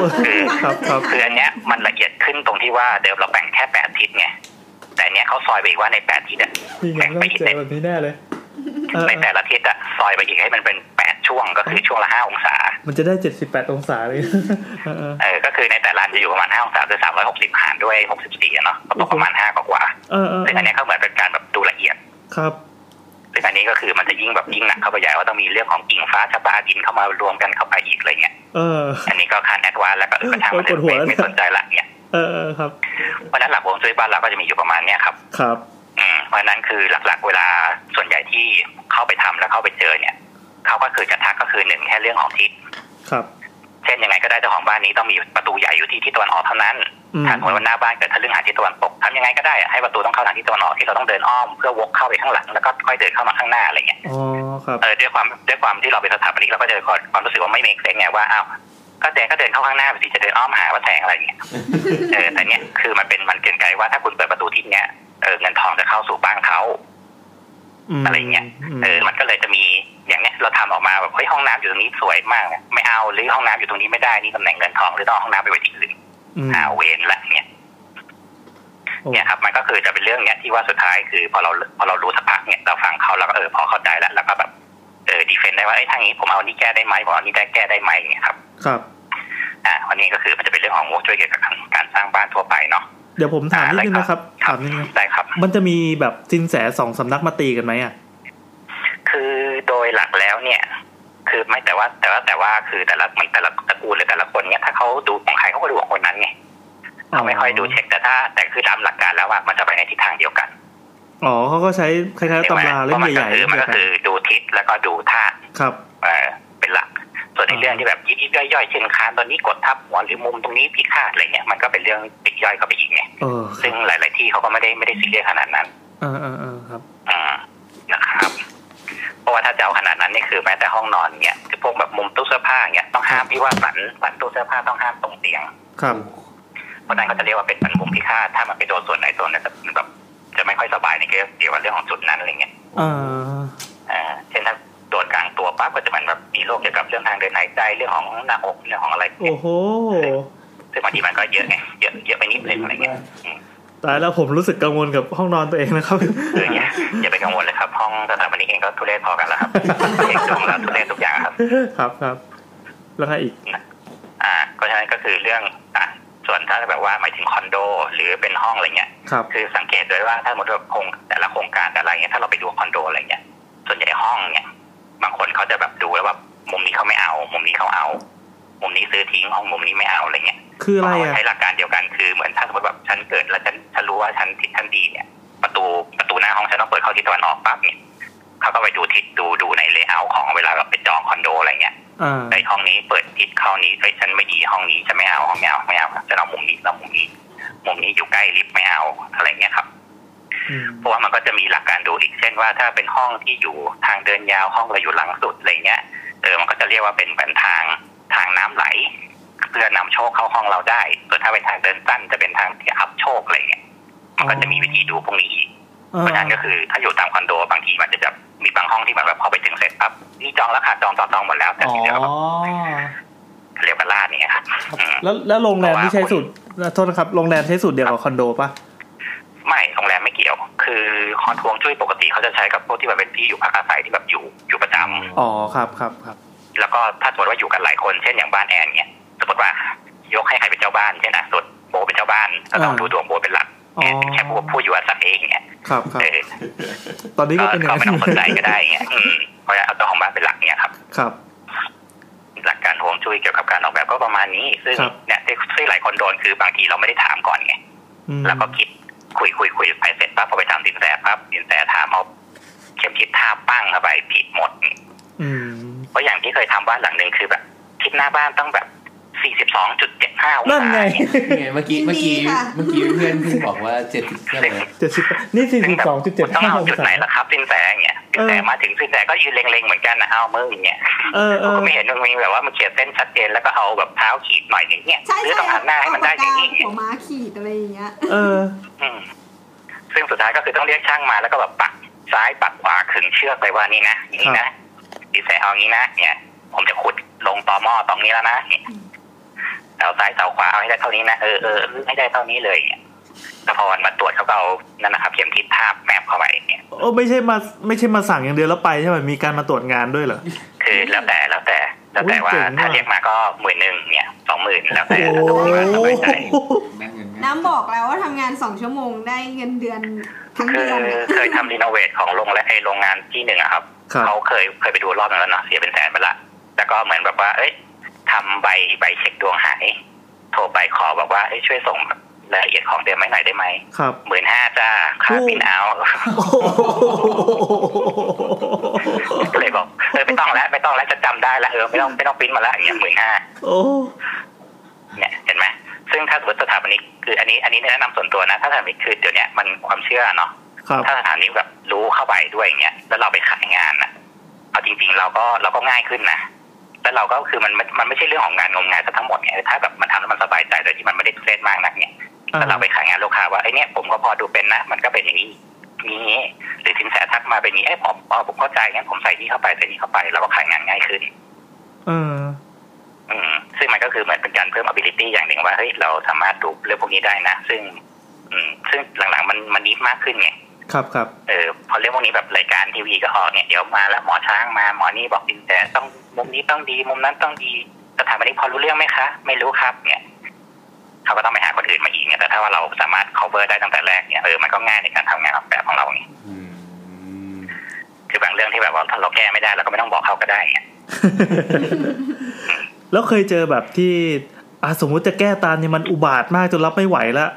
Speaker 2: ครับครับ
Speaker 7: คืออันเนี้ยมันละเอียดขึ้นตรงที่ว่าเดิมเราแบ่งแค่แปดทิศไงแต่เนี้ยเขาซอยไปอีกว่าในแปดทิศอะ
Speaker 2: นี่ไงต้องเจอแบบนี้แน่เลยเออ
Speaker 7: ในแต่ละทิศอะซอยไปอีกให้มันเป็นแปดช่วงก็คือช่วงละห้าองศา
Speaker 2: มันจะได้เจ็ดสิบแปดองศา เลยเออเออ
Speaker 7: เออก็คือในแต่ละอันจะอยู่ประมาณห้าองศาคือสามร้อยหกสิบหารด้วยหกสิบสี่เนาะก็ตกประมาณห้ากว่า
Speaker 2: เออเออ
Speaker 7: ๆซึ่งอันเนี้ยเขาเหมือนเป็นการแบบดูละเอียด
Speaker 2: ครับ
Speaker 7: ซึ่งอันนี้ก็คือมันจะยิ่งแบบยิ่งหนักเข้าไปใหญ่ว่าต้องมีเรื่องของกิ่งฟ้าชะตาดินเข้ามารวมกันเข้าไปอีกอะไรเงี้ย
Speaker 2: เออ
Speaker 7: อันนี้ก็คันแอดวานแล้วก็เออทางมันเถอะไม่ไม่สนใจละเนี่ย
Speaker 2: เออเออครับ
Speaker 7: เพราะฉะนั้นหลักฮวงจุ้ยบ้านเราก็จะมีอยู่ประมาณเนี้ยครับ
Speaker 2: ครับ
Speaker 7: อืมเพราะฉะนั้นคือหลักๆ เวลาส่วนใหญ่ที่เข้าไปทำแล้วเข้าไปเจอเนี่ย เขาก็คือกระทักก็คือหนึ่งแค่เรื่องของทิศ
Speaker 2: ครับ
Speaker 7: เช่นยังไงก็ได้เจ้าของบ้านนี้ต้องมีประตูใหญ่อยู่ที่ทิศตะวันออกเท่านั้น
Speaker 2: อืม
Speaker 7: ถ้าสมมติว่าหน้าบ้านเกิดทะลึ่งหาทิศตะวันตกทำยังไงก็ได้อะให้ประตูต้องเข้าทางทิศตะวันออกที่เราต้องเดินอ้อมเพื่อวกเข้าไปข้างหลังแล้วก็ค่อยเดินเข้ามาข้างหน้าอะไรเงี้ย
Speaker 2: อ๋อ ครับ
Speaker 7: เออด้วยความด้วยความที่เราเป็นสถาปนิกเราก็จะคอยความรู้สึกว่าไม่เมกเซนไงว่าอ้าวก็แดงก็เดินเข้าข้างหน้าไปสิจะเดินอ้อมหาว่าแสงอะไรอย่างเงี้ย เออแต่เนี้ยคือมันเป็นมันเกินไกลว่าถ้าคุณเปิดประตูทิศเนี้ยเออเงินทองจะเข้าสู่บ้านเขา
Speaker 2: ม
Speaker 7: อะไรเงี้ย เออมันก็เลยจะมีอย่างเนี้ยเราทำออกมาแบบเฮ้ยห้องน้ำอยู่ตรงนี้สวยมากเนี่ยไม่เอาหรือห้องน้ำอยู่ตรงนี้ไม่ได้นี่ตำแหน่งเงินทองหรือต้องเอาห้องน้ำไปไว้ที่อื่น
Speaker 2: ม
Speaker 7: หาเวรละเนี่ยเนี่ยครับมันก็คือจะเป็นเรื่องเนี้ยที่ว่าสุดท้ายคือพอเราพอเรารู้สักพักเนี่ยเราฟังเขาแล้วก็เออพอเข้าใจแล้วแล้วก็แบบเออดีเฟนต์ได้ว่าไอ้ยทางนี้ผมเอาอันนี้แก้ได้ไหมผมเอาอันนี้ได้แก้ได้ไหมเนี่ยครับ
Speaker 2: ครับ
Speaker 7: อ่าวันนี้ก็คือมันจะเป็นเรื่องของงบช่วยเกี่ยวกับการสร้างบ้านทั่วไปเนาะ
Speaker 2: เดี๋ยวผมถามนิดนึงนะครับ ถามนิดนึง
Speaker 7: ได้ครับ
Speaker 2: มันจะมีแบบสินแสสองสำนักมาตีกันไหมอ่ะ
Speaker 7: คือโดยหลักแล้วเนี่ย คือไม่แต่ว่าแต่ว่าแต่ว่าคือแต่ละมันแต่ละตระกูลหรือแต่ละคนเนี่ยถ้าเขาดูของใครเขาก็ดูของคนนั้นไงเขาไม่ค่อยดูเช็คแต่ถ้า แต่คือตามหลักการแล้วว่ามันจะไปในทิศทางเดียวกัน
Speaker 2: อ๋อเขาก็ใช้คล้ายๆตำราเล่ม
Speaker 7: มั
Speaker 2: ใหญ่
Speaker 7: ก็คื
Speaker 2: ๆ
Speaker 7: มันก็คือดูทิศแล้วก็ดูท่าตุ
Speaker 2: ครับ
Speaker 7: เออเป็นหลัก ส่วนใน
Speaker 2: อ่า
Speaker 7: เรื่องที่แบบยิบยิบย่อยๆเช่นคานตอนนี้กดทับหัวหรือมุมตรงนี้พิฆาตอะไรเงี้ยมันก็เป็นเรื่องติดย่อยเข้าไปอีกไง
Speaker 2: เออ
Speaker 7: ซึ่งหลาย ๆ ที่เขาก็ไม่ได้ไม่ได้ซีเรียสขนาดนั้น
Speaker 2: เออเออเออครับ
Speaker 7: อืมนะครับ เพราะว่าถ้าจะเอาขนาดนั้นนี่คือแม้แต่ห้องนอนเนี่ยคือพวกแบบมุมตู้เสื้อผ้าเนี่ยต้องห้ามพี่ว่าสันสันตู้เสื้อผ้าต้องห้ามตรงเตียง
Speaker 2: ครับ
Speaker 7: เพราะนั้นก็จะเรียกว่าเป็นมันมุมพิฆาตถ้ามันไปโดนส่วนไหนส่วนหนึงจะแบบจะไม่ค่อยสบายในเกี่ยวกับเรื่องของจุดนั้นอะไรเงี้ย
Speaker 2: เออ
Speaker 7: อ่าเช่นถ้าโดนกลางตัวปั๊บก็จะเหมันแบบมีโรคเกี่ยวกับเรื่องทางเดินหายใจเรื่องของหน้าอกเรื่องของอะไร
Speaker 2: โอ้โห
Speaker 7: ซึ่งบางทีมันก็เยอะไงเยอะเยอะไปนิดนึงอะไรเงี้ยอืม
Speaker 2: ตายแล้วผมรู้สึกกังวลกับห้องนอนตัวเองนะครับ
Speaker 7: เอออย่าอย่าไปกังวลเลยครับห้องสถาปนิกเองก็ทุเรศพอกันแล้วครับเองดวงแล้วทุเรศทุกอย่างครับ
Speaker 2: ครับครับ แล้วใครอีก
Speaker 7: อ่าเพราะฉะนั้นก็คือเรื่องอ่ะส่วนถ้าแบบว่าหมายถึงคอนโด หรือเป็นห้องอะไรเงี้ย
Speaker 2: ครับ
Speaker 7: คือสังเกตด้วยว่าถ้าสมมติว่าโครงแต่ละโครงการแต่ละอะไรเงี้ยถ้าเราไปดูคอนโดอะไรเงี้ยส่วนใหญ่ห้องเนี่ย บางคนเขาจะแบบดูแล้วแบบมุมนี้เขาไม่เอา มุมนี้เขาเอา มุมนี้ซื้อทิ้งห้องมุมนี้ไม่เอาอะไรเงี้ย
Speaker 2: คืออะไรอ่ะ
Speaker 7: ใช้หลักการเดียวกันคือเหมือนถ้าสมมติแบบฉันเกิดแล้วฉันฉันรู้ว่าฉันทิศฉันดีเนี่ย ประตูประตูหน้าห้องฉันต้องเปิดเข้าทิศตะวันออกปั๊บเนี่ยเขาก็ไปดูทิศดูดูในเลเยอร์ของเวลาแบบไปจองคอนโดอะไรเงี้ย
Speaker 2: อ่า
Speaker 7: ในห้องนี้เปิดทิศเข้านี้ไอ้ยฉันไม่ดีห้องนี้ฉันไม่เอาห้องไม่เอาไม่เอาจะเอามุมนี้เรามุมนี้ มุมนี้อยู่ใกล้ลิฟต์ไม่เอาอะไรเงี้ยครับ
Speaker 2: อืม
Speaker 7: เพราะว่ามันก็จะมีหลักการดูอีกเช่นว่าถ้าเป็นห้องที่อยู่ทางเดินยาวห้องเราอยู่หลังสุดอะไรเงี้ยเออมันก็จะเรียกว่าเป็นเหมือนทางทางน้ำไหล เพื่อนำโชคเข้าห้องเราได้ส่วนถ้าเป็นทางเดินสั้นจะเป็นทางที่อัพโชคอะไรเงี้ยมันก็จะมีวิธีดูพวกนี้อีก
Speaker 2: อ่า
Speaker 7: เพราะฉะนั้นก็คือถ้าอยู่ตามคอนโดบางทีมันจะแบบมี มีบางห้องที่เหมือนแบบพอไปถึงเสร็จปั๊บนี่จองแล้วค่ะจองจองจองหมดแล้วแต่
Speaker 2: อ๋อ
Speaker 7: ที่เหลือก็แบบเหลือกันลาดนี่ครับอืม
Speaker 2: แล้วแล้วโรงแรมที่ใช้สูตรโทษนะครับโรงแรมใช้สูตรเดียวกับคอนโดปะ
Speaker 7: ไม่โรงแรมไม่เกี่ยว คือคอนทวงจุ้ยปกติเขาจะใช้กับพวกที่แบบเป็นที่อยู่พักอาศัยที่แบบอยู่อยู่ประจำ
Speaker 2: อ๋อครับครับครับ
Speaker 7: แล้วก็ถ้าสมมติว่าอยู่กันหลายคนเช่นอย่างบ้านแอนเนี่ยสมมติว่ายกให้ใครเป็นเจ้าบ้านเช่นนะสมมติโบเป็นเจ้าบ้านก็ต้องดูดวงโบเป็นหลัก
Speaker 2: อ๋อ
Speaker 7: เนี่ยแค่ผู้ผู้อยู่อาศัยเองเนี่ย
Speaker 2: ครับครับ
Speaker 7: เออ
Speaker 2: ตอนนี้ก็เป็นอย่าง
Speaker 7: ก็ไม่
Speaker 2: นั้
Speaker 7: ต้องสนใจ
Speaker 2: น
Speaker 7: ก็ได้เนี่ยอืมเพราะฉะนั้นเอาเจ้าของบ้านเป็นหลักเนี่ยครับ
Speaker 2: ครับ
Speaker 7: หลักการทวงจุ้ยเกี่ยวกับการออกแบบก็ประมาณนี้ ซึ่ง
Speaker 2: ครับ
Speaker 7: เนี่ยที่ที่หลายคนโดนคือบางทีเราไม่ได้ถามก่อนไง
Speaker 2: อืม
Speaker 7: แล้วก็คิดคุยคุยคุยไปเสร็จปั๊บพอไปถามสินแสปั๊บสินแสถามเอาเข็มทิศท่าปั้งเข้าไปผิดหมด
Speaker 2: อืม
Speaker 7: เพราะอย่างที่เคยทำบ้านหลังหนึ่งคือแบบทิศหน้าบ้านต้องแบบ 42.75อง
Speaker 2: นั่น
Speaker 7: ศา
Speaker 2: ไง
Speaker 6: ไง
Speaker 7: เนี่ย
Speaker 6: เมื่อกี้เมื่อกี้
Speaker 3: ยินดีค่ะ
Speaker 6: เมื่อกี้เพื่อนเพิ่งบอกว่าเจ็ดสิบเท่าไหร่
Speaker 2: เจ็ดสิบนี่สี่
Speaker 7: ซึ่
Speaker 2: สิบ
Speaker 7: งแบบ
Speaker 2: สองจุดเจ็ด
Speaker 7: ต้อง
Speaker 2: ห้า
Speaker 7: เอา
Speaker 2: อง
Speaker 7: จุด
Speaker 2: ศา
Speaker 7: ไหนล่ะครับสินแสเนี่ยสินแส
Speaker 2: เออ
Speaker 7: มาถึงสินแสก็ยืนเล็งๆเหมือนกันนะเอามืออย่างเงี้ย
Speaker 2: เออเอ
Speaker 7: กู
Speaker 2: อ
Speaker 7: ก็ไม่เห็นมันมีแบบว่ามันเขียนเส้นชัดเจนแล้วก็เอาแบบเท้าขีดหน่อยนึงเนี่ย
Speaker 3: ใช่
Speaker 7: หรือ
Speaker 3: ใช่
Speaker 7: ต้องหันหน้าให้มันได้อย่างนี้
Speaker 3: หัวม้าขีดอะไรอย่างเงี้ย
Speaker 2: เออ
Speaker 7: อืมซึ่งสุดท้ายก็คือต้องเรียกช่างมาแล้วก็แบบปักซ้ายปักขวาขึงเชือกไปว่านี่นะอย่างนี้นะสินแสเอางี้นะเนี่ย ผมจะขุดลงตอหม้อตรงนี้แล้วนะเสาซ้ายเสาขวาเอาให้ได้เท่านี้นะเออเออให้ได้เท่านี้เลยเนี่ยแล้วพอวันมาตรวจเขาก็เอานั่นนะครับ เข็มทิศทาบแมปเข้าไปเนี่ย
Speaker 2: โอ้ไม่ใช่มาไม่ใช่มาสั่งอย่างเดียวแล้วไปใช่ไหมมีการมาตรวจงานด้วยเหรอ
Speaker 7: คือแล้วแต่แล้วแต่แล้วแต่
Speaker 2: อุ๊
Speaker 7: ว่าย
Speaker 2: เจ๋งว่ะ
Speaker 7: ถ้าเรียกมาก็หมื่นหนึ่งเนี่ยสองหมื่นแล้ว
Speaker 2: โอ้
Speaker 7: แต่
Speaker 2: โห
Speaker 7: ความสบายใจ
Speaker 6: แม่งเงินแม่ง
Speaker 3: น้ำบอกแล้วว่าทำงานสองชั่วโมงได้เงินเดือนทั้ง
Speaker 7: คื
Speaker 3: เดื
Speaker 7: อ
Speaker 3: อน
Speaker 7: เคยทำรีโนเวทของโรงและไอโรงงานที่หนึ่งอะครับ
Speaker 2: ครับ
Speaker 7: เขาเคยเคยไปดูรอบนึงแล้วเนาะเสียเป็นแสนไปละแล้วก็เหมือนแบบว่า เอ้ยทำใบใบเช็คดวงหาย โทรไปขอแบบว่าเอ้ยช่วยส่งรายละเอียดของเดือนไม่หน่อยได้ไหม
Speaker 2: ครับ
Speaker 7: หมื่นห้าจ้าค่า
Speaker 2: โอ้
Speaker 7: ปินเอา
Speaker 2: โอ้โห
Speaker 7: ก็เลยบอกเออไม่ต้องแล้วไม่ต้องแล้วจะจำได้ละเออไม่ต้องไม่ต้องปริ้นมาละอย่างเงี้ยหมื่นห้า
Speaker 2: โอ้
Speaker 7: เนี่ยเห็นไหมซึ่งถ้าสมมติสถาปนิกคืออันนี้อันนี้แนะนำส่วนตัวนะถ้าสถาปนิกคือเดี๋ยวเนี้ยมันความเชื่อเนาะ
Speaker 2: ครับ
Speaker 7: ถ้าสถาปนิกแบบรู้เข้าไปด้วยอย่างเงี้ยแล้วเราไปขายงานนะเอาจริง ๆ เราก็เราก็ง่ายขึ้นนะแล้วเราก็คือมันมันมันไม่ใช่เรื่องของงานงมงายซะทั้งหมดไงถ้าแบบมันทำแล้วมันสบายใจโดยที่มันไม่ได้เครียดมากนักเนี่ย
Speaker 2: อ่า
Speaker 7: แล้วเราไปขายงานลูกค้าว่าไอ้เนี่ยผมก็พอดูเป็นนะ มันก็เป็นอย่างนี้อย่างนี้หรือสินแสทักมาเป็นอย่างนี้ไอ้ยผมอ๋อผมเข้าใจงั้นผมใส่นี่เข้าไปใส่นี่เข้าไปเราก็ขายงานง่ายขึ้น
Speaker 2: เออ
Speaker 7: อืมซึ่งมันก็คือเหมือนเป็นการเพิ่ม ability อย่างหนึ่งว่าเฮ้ยเราสามารถดูเรื่องพวกนี้ได้นะ ซึ่ง อืมซึ่งหลังๆมันมันนิฟมากขึ้นไง
Speaker 2: ครับครับ
Speaker 7: เออพอเรื่องพวกนี้แบบรายการทีวีก็ออกเนี่ยเดี๋ยวมาแล้วหมอช้างมาหมอนี่บอกดินแต่ต้องมุมนี้ต้องดี มุมนั้นต้องดีสถาบันนี้พอรู้เรื่องไหมคะ ไม่รู้ครับ เนี่ยเขาก็ต้องไปหาคนอื่นมาอีกเนี่ยแต่ถ้าว่าเราสามารถ cover ได้ตั้งแต่แรกเนี่ยเออมันก็ง่ายในการทำงานออกแบบของเราไง
Speaker 6: อืม
Speaker 7: คือบางเรื่องที่แบบว่าถ้าเราแก้ไม่ได้เราก็ไม่ต้องบอกเขาก็ได้เนี่ย
Speaker 2: แล้วเคยเจอแบบที่อ่ะสมมุติจะแก้ตาเนี่ยมันอุบาทมากจนรับไม่ไหวละ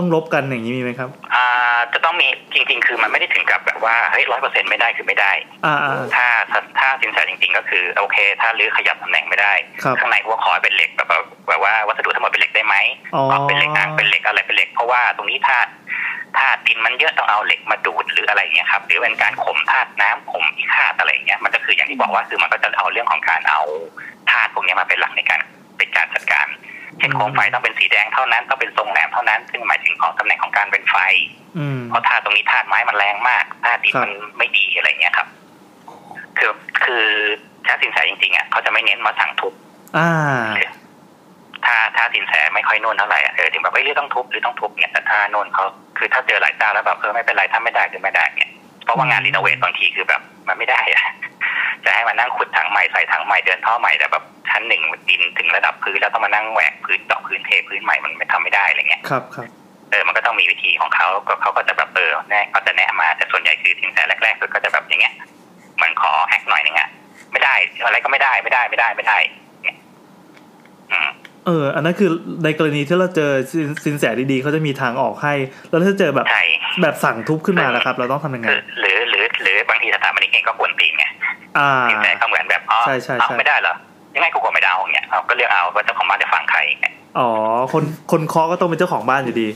Speaker 2: ต้องลบกันอย่างนี้มีไหมครับ
Speaker 7: อ่าจะต้องมีจริง ๆ คือมันไม่ได้ถึงกับแบบว่าเฮ้ยร้อยเปอร์เซ็นไม่ได้คือไม่ได้
Speaker 2: อ่าอ่า
Speaker 7: ถ้าถ้าถ้าสินแสจริง ๆ ก็คือโอเค ถ้ารื้อขยับตำแหน่งไม่ได้
Speaker 2: ครับ
Speaker 7: ข้างในก็ขอให้เป็นเหล็กแบบแบบแบบว่าวัสดุทั้งหมดเป็นเหล็กได้ไหม
Speaker 2: อ๋อ
Speaker 7: ก็เป็นเหล็กอ่างเป็นเหล็กอะไรเป็นเหล็กเพราะว่าตรงนี้ธาตุธาตุดินมันเยอะต้องเอาเหล็กมาดูดหรืออะไรอย่างเงี้ยครับหรือเป็นการข่มธาตุน้ำข่มที่ธาตุอะไรอย่างเงี้ยมันก็คืออย่างที่บอกว่าคือมันก็จะเอาเรื่องของการเอาธาตุพวกเนี้ยมาเป็นหลักในการเป็นการจัดการเช่นโคมไฟต้องเป็นสีแดงเท่านั้นต้องเป็นทรงแหลมเท่านั้น ซึ่งหมายถึงของตำแหน่งของการเป็นไฟ
Speaker 2: อืม
Speaker 7: เพราะธาตุตรงนี้ธาตุไม้มันแรงมากธาตุดิน
Speaker 2: ครับ
Speaker 7: มันไม่ดีอะไรเงี้ยครับ คือคือถ้าสินแสจริงๆอ่ะเขาจะไม่เน้นมาสั่งทุบ
Speaker 2: อ่า
Speaker 7: ถ้าถ้าสินแสไม่ค่อยนุ่นเท่าไหร่อ่ะเออถึงแบบเฮ้ยเรื่องต้องทุบหรือต้องทุบเนี่ยแต่ถ้านุ่นเขาคือถ้าเจอหลายเจ้าแล้วแบบเออไม่เป็นไรถ้าไม่ได้คือไม่ได้เนี่ยเพราะว่างานรีโนเวทบางทีคือแบบมันไม่ได้อ่ะ จะให้มานั่งขุดถังใหม่ใส่ถังใหม่เดินท่อใหม่แต่แบบชั้นหนึ่งดินถึงระดับพื้นแล้วต้องมานั่งแหวกพื้นเจาะพื้นเทพื้นใหม่มันไม่ทำไม่ได้อะไรเงี้ย
Speaker 2: ครับครับ
Speaker 7: เออ มันก็ต้องมีวิธีของเขาก็เขาก็จะแบบเออแน่เขาจะแนะมา แต่ส่วนใหญ่คือสินแสแรกๆสุดก็จะแบบอย่างเงี้ย มันขอแฮกหน่อยนึงอะไม่ได้ อะไรก็ไม่ได้ ไม่ได้ ไม่ได้ ไม่ได้เนี่ยอืม
Speaker 2: เออ อันนั้นคือในกรณีที่เราเจอสินสินแสดีๆเขาจะมีทางออกให้ แล้วถ้าเจอแบบ
Speaker 7: ใช่
Speaker 2: แบบสั่งทุบขึ้นมาแล้วครับ เราต้องทำยังไง
Speaker 7: คือหรือ หรือ หรือบางทีสถาปนิกเองก็กวนตีนไง
Speaker 2: อ่า
Speaker 7: สินแสก็เหมือนแบบอ๋อ
Speaker 2: ใช่ใช่ใช่
Speaker 7: เอาไม่ได้เหรอ ยังไงกูกดไม่ได้ของเนี่ยเอาก็เลือกเอาว่าเจ้าของบ้านจะฟังใครเนี่ย
Speaker 2: อ๋อ คนคนเคาะก็ต้องเป็นเจ้าของบ้านอยู่ดี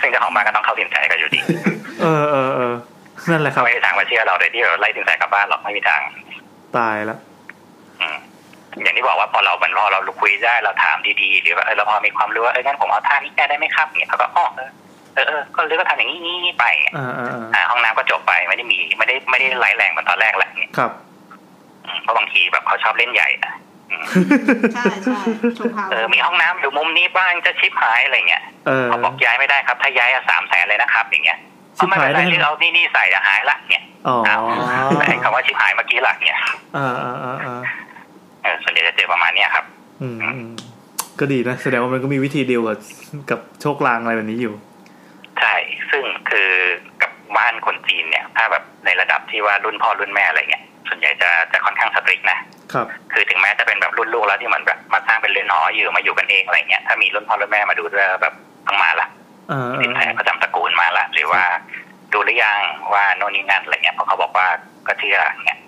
Speaker 7: ซึ่งเจ้าของบ้านก็ต้องเข้าสินแสก็อยู่ดี
Speaker 2: เออเออเออนั่นแหละ ครับ
Speaker 7: ไม่มีทางมาเชื่อเราเลยที่เราไล่สินแสกลับบ้านหรอกไม่มีทาง
Speaker 2: ตายแล้ว
Speaker 7: อืมอย่างที่บอกว่าพอเรามันพอเราคุยได้เราถามดีๆ หรือว่าเออเราพอมีความรู้ว่าเอองั้นผมเอาท่านี้แก้ได้ไหมครับเนี่ยเขาก็อ๋อเออ เออเออก็เรือกก็ทำอย่างนี้งี้งี้ไป
Speaker 2: อ่าอ่าอ่า
Speaker 7: อ่าห้องน้ำก็จบไปไม่ได้มีไม่ได้ไม่ได้ร้ายแรงเหมือนตอนแรกแหละเนี่ย
Speaker 2: ครับ
Speaker 7: อืมเพราะบางทีแบบเขาชอบเล่นใหญ่อะอืม
Speaker 3: ใช่ใช่ชมพาว
Speaker 7: เออมีห้องน้ำอยู่มุมนี้บ้างจะชิปหายอะไรเงี้ย
Speaker 2: เออ
Speaker 7: เขาบอกย้ายไม่ได้ครับ ถ้าย้ายอะสามแสนเลยนะครับ อย่างเงี้ย
Speaker 2: ชิบหาย
Speaker 7: เอไม่เป็นไร
Speaker 2: ได้ไหม
Speaker 7: เรือกเอานี่นี่ใส่อะหายละเนี่ย
Speaker 2: อ๋อ
Speaker 7: เอาแต่ไอ้คำว่าชิปหายเมื่อกี้หลักเนี่ย
Speaker 2: อ่าอ่าอ่าอ่า
Speaker 7: เออส่วนใหญ่จะเจอประมาณเนี้ยครับ
Speaker 2: อืมอืมก็ดีนะแสดงว่ามันก็มีวิธีเดียวกับกับโชคลางอะไรแบบนี้อยู่
Speaker 7: ใช่ ซึ่งคือกับบ้านคนจีนเนี่ย ถ้าแบบในระดับที่ว่ารุ่นพ่อรุ่นแม่อะไรเงี้ย ส่วนใหญ่จะจะค่อนข้างสตริกนะ
Speaker 2: ครับ
Speaker 7: คือถึงแม้จะเป็นแบบรุ่นลูกแล้วที่เหมือนแบบมาสร้างเป็นเรือนหออยู่มาอยู่กันเองอะไรเงี้ย ถ้ามีรุ่นพ่อรุ่นแม่มาดูด้วยแบบต้องมาละ
Speaker 2: อ่า
Speaker 7: สิน
Speaker 2: อ่า
Speaker 7: แสประจำตระกูลมาละ หรือว่าดูหรือยังว่าโน่นนี่นั่นอะไรเงี้ยเพราะเขาบอกว่าก็เชื่อเงี้ย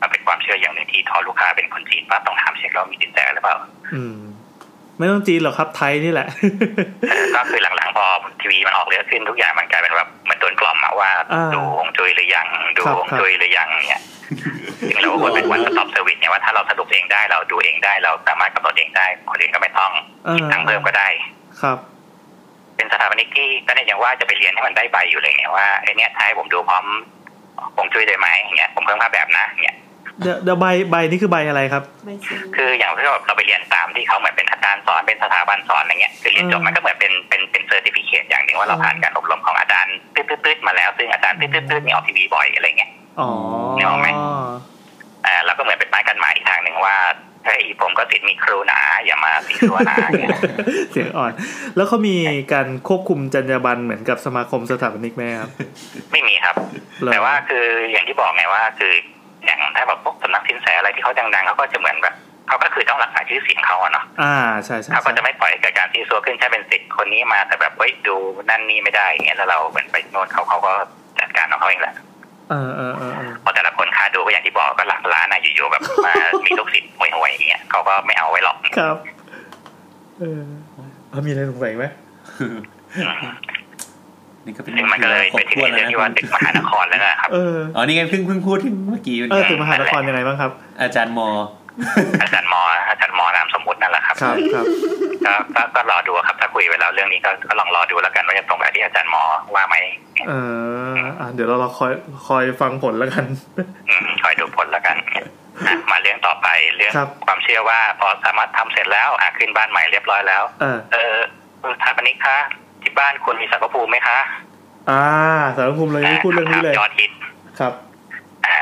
Speaker 7: มันเป็นความเชื่ออย่างหนึ่งที่ทอลูกค้าเป็นคนจีนป้าต้องถามเช็คแล้วมีสินแสหรือเปล่า
Speaker 2: อืม ไม่ต้องจีนหรอกครับไทยนี่แหละ
Speaker 7: เออก็คือหลังๆพอทีวีมันออกเยอะขึ้นทุกอย่างมันกลายเป็นแบบเหมือนโดนกล่อมอะว่า
Speaker 2: อ่า
Speaker 7: ดูฮวงจุยหรือยังดู
Speaker 2: ครับ
Speaker 7: ฮวงจุยหรือยังเนี่ยถึงเราก็ควรเป็นวันสต็อปเซอร์วิสเนี่ยว่าถ้าเราสรุปเองได้เราดูเองได้เราสามารถกำหนดเองได้ คนอื่นก็ไม่ต้อง
Speaker 2: อ่า
Speaker 7: คิดตังค์เพิ่มก็ได้
Speaker 2: ครับ
Speaker 7: เป็นสถาปนิกที่ก็เนี่ยยังว่าจะไปเรียนให้มันได้ใบอยู่เลยเนี่ยว่าไอเนี่ยให้ผมดูพร้อมฮวงจุยได้ไหมเนี่ยผมเพิ่มค่าแบบนะเนี่ย
Speaker 2: เดี๋ยวเดี๋ยวใบใบนี่คือใบอะไรครับ
Speaker 7: คืออย่างที่เราไปเรียนตามที่เขาเหมือนเป็นอาจารย์สอนเป็นสถาบันสอนอะไรเงี้ยคือเรียนจบ
Speaker 2: อืม
Speaker 7: มันก็เหมือนเป็นเป็นเป็นเซอร์ติฟิเคอย่างหนึ่งว่าเราผ่านการอบรมของอาจารย์ตืดๆๆมาแล้ว ซึ่งอาจารย์ตืดๆๆนี่ออกทีวีบ่อยอะไรเงี้ย
Speaker 2: อ๋อ
Speaker 7: นึกออกไหม อ่าเราก็เหมือนเป็นป้ายกันหมายอีกทางหนึ่งว่าเฮ้ยผมก็ติดมีครูหนาอย่ามาสีตัวหนาเนี่ย
Speaker 2: เสียงอ่อน แล้วเขามีการควบคุมจรรยาบรรณเหมือนกับสมาคมสถาปนิกไหมครับ
Speaker 7: ไม่มีครับ
Speaker 2: เหรอ
Speaker 7: แต่ว่าคืออย่างที่บอกไงว่า คืออย่างถ้าแบบพวกสำนักสินแสอะไรที่เขาดังๆเขาก็จะเหมือนแบบเขาก็คือต้องรักษาชื่อเสียงเขาอะเนาะ
Speaker 2: อ่าใช่ใช่
Speaker 7: เขาก็
Speaker 2: ใช่
Speaker 7: จะไม่ปล่อยให้เกิดการซีซัวขึ้นใช่เป็นสิทธิ์คนนี้มาแต่แบบเฮ้ยดูนั่นนี่ไม่ได้อย่างเงี้ยแล้วเราเหมือนไปโน่นเขาเขาก็จัดการของเขาเองแหละ
Speaker 2: เออเออเออเออ
Speaker 7: เพอแต่ละคนค่าดูก็อย่างที่บอกก็หลักล้านอะอยู่ๆแบบมา มีลูกศิษย์ห่วยๆอย่างเงี้ยเขาก็ไม่เอาไว้หรอก
Speaker 2: ครับเออเอามีอะไรสงสัยไหม
Speaker 4: นี่ก็เป็น
Speaker 7: ซึ่งมันก็เลยเป็นที่
Speaker 4: ครบถ้ว
Speaker 7: มาน เรื่องที่ว่าตึกมหานครแล้วนะครับ
Speaker 2: เออ
Speaker 4: อ๋อนี่ไงเพิ่งเพิ่งพูดที่เมื่อกี้
Speaker 2: เออตึกมหานครยังไงบ้างครับ
Speaker 4: อาจารย์มอ
Speaker 7: อาจารย์หมออาจารย์หมอนามสมมุตินั่นแหละครับ
Speaker 2: ครับ ครับ
Speaker 7: ก็ก็ก็รอดูครับถ้าคุยไปแล้วเรื่องนี้ก็ก็ลองรอดูแล้วกันว่าจะตรงกับที่อาจารย์หมอว่าไหม
Speaker 2: เอออ่ะเดี๋ยวเราเราคอยคอยฟังผลแล้วกัน
Speaker 7: อืมคอยดูผลแล้วกันอ่ะมาเรื่องต่อไปเรื่อง
Speaker 2: ครับ
Speaker 7: ความเชื่อว่าพอสามารถทำเสร็จแล้วอ่ะขึ้นบ้านใหม่เรียบร้อยแล้ว
Speaker 2: เออ
Speaker 7: เออสถาปนิกคะที่บ้านควรมีสารพระภูมิไหมคะ
Speaker 2: อ่าสารภูมิเรายังไม่พูดเรื่องนี้เลย
Speaker 7: คำถามยอดฮิต
Speaker 2: ครับ
Speaker 7: อ่ะ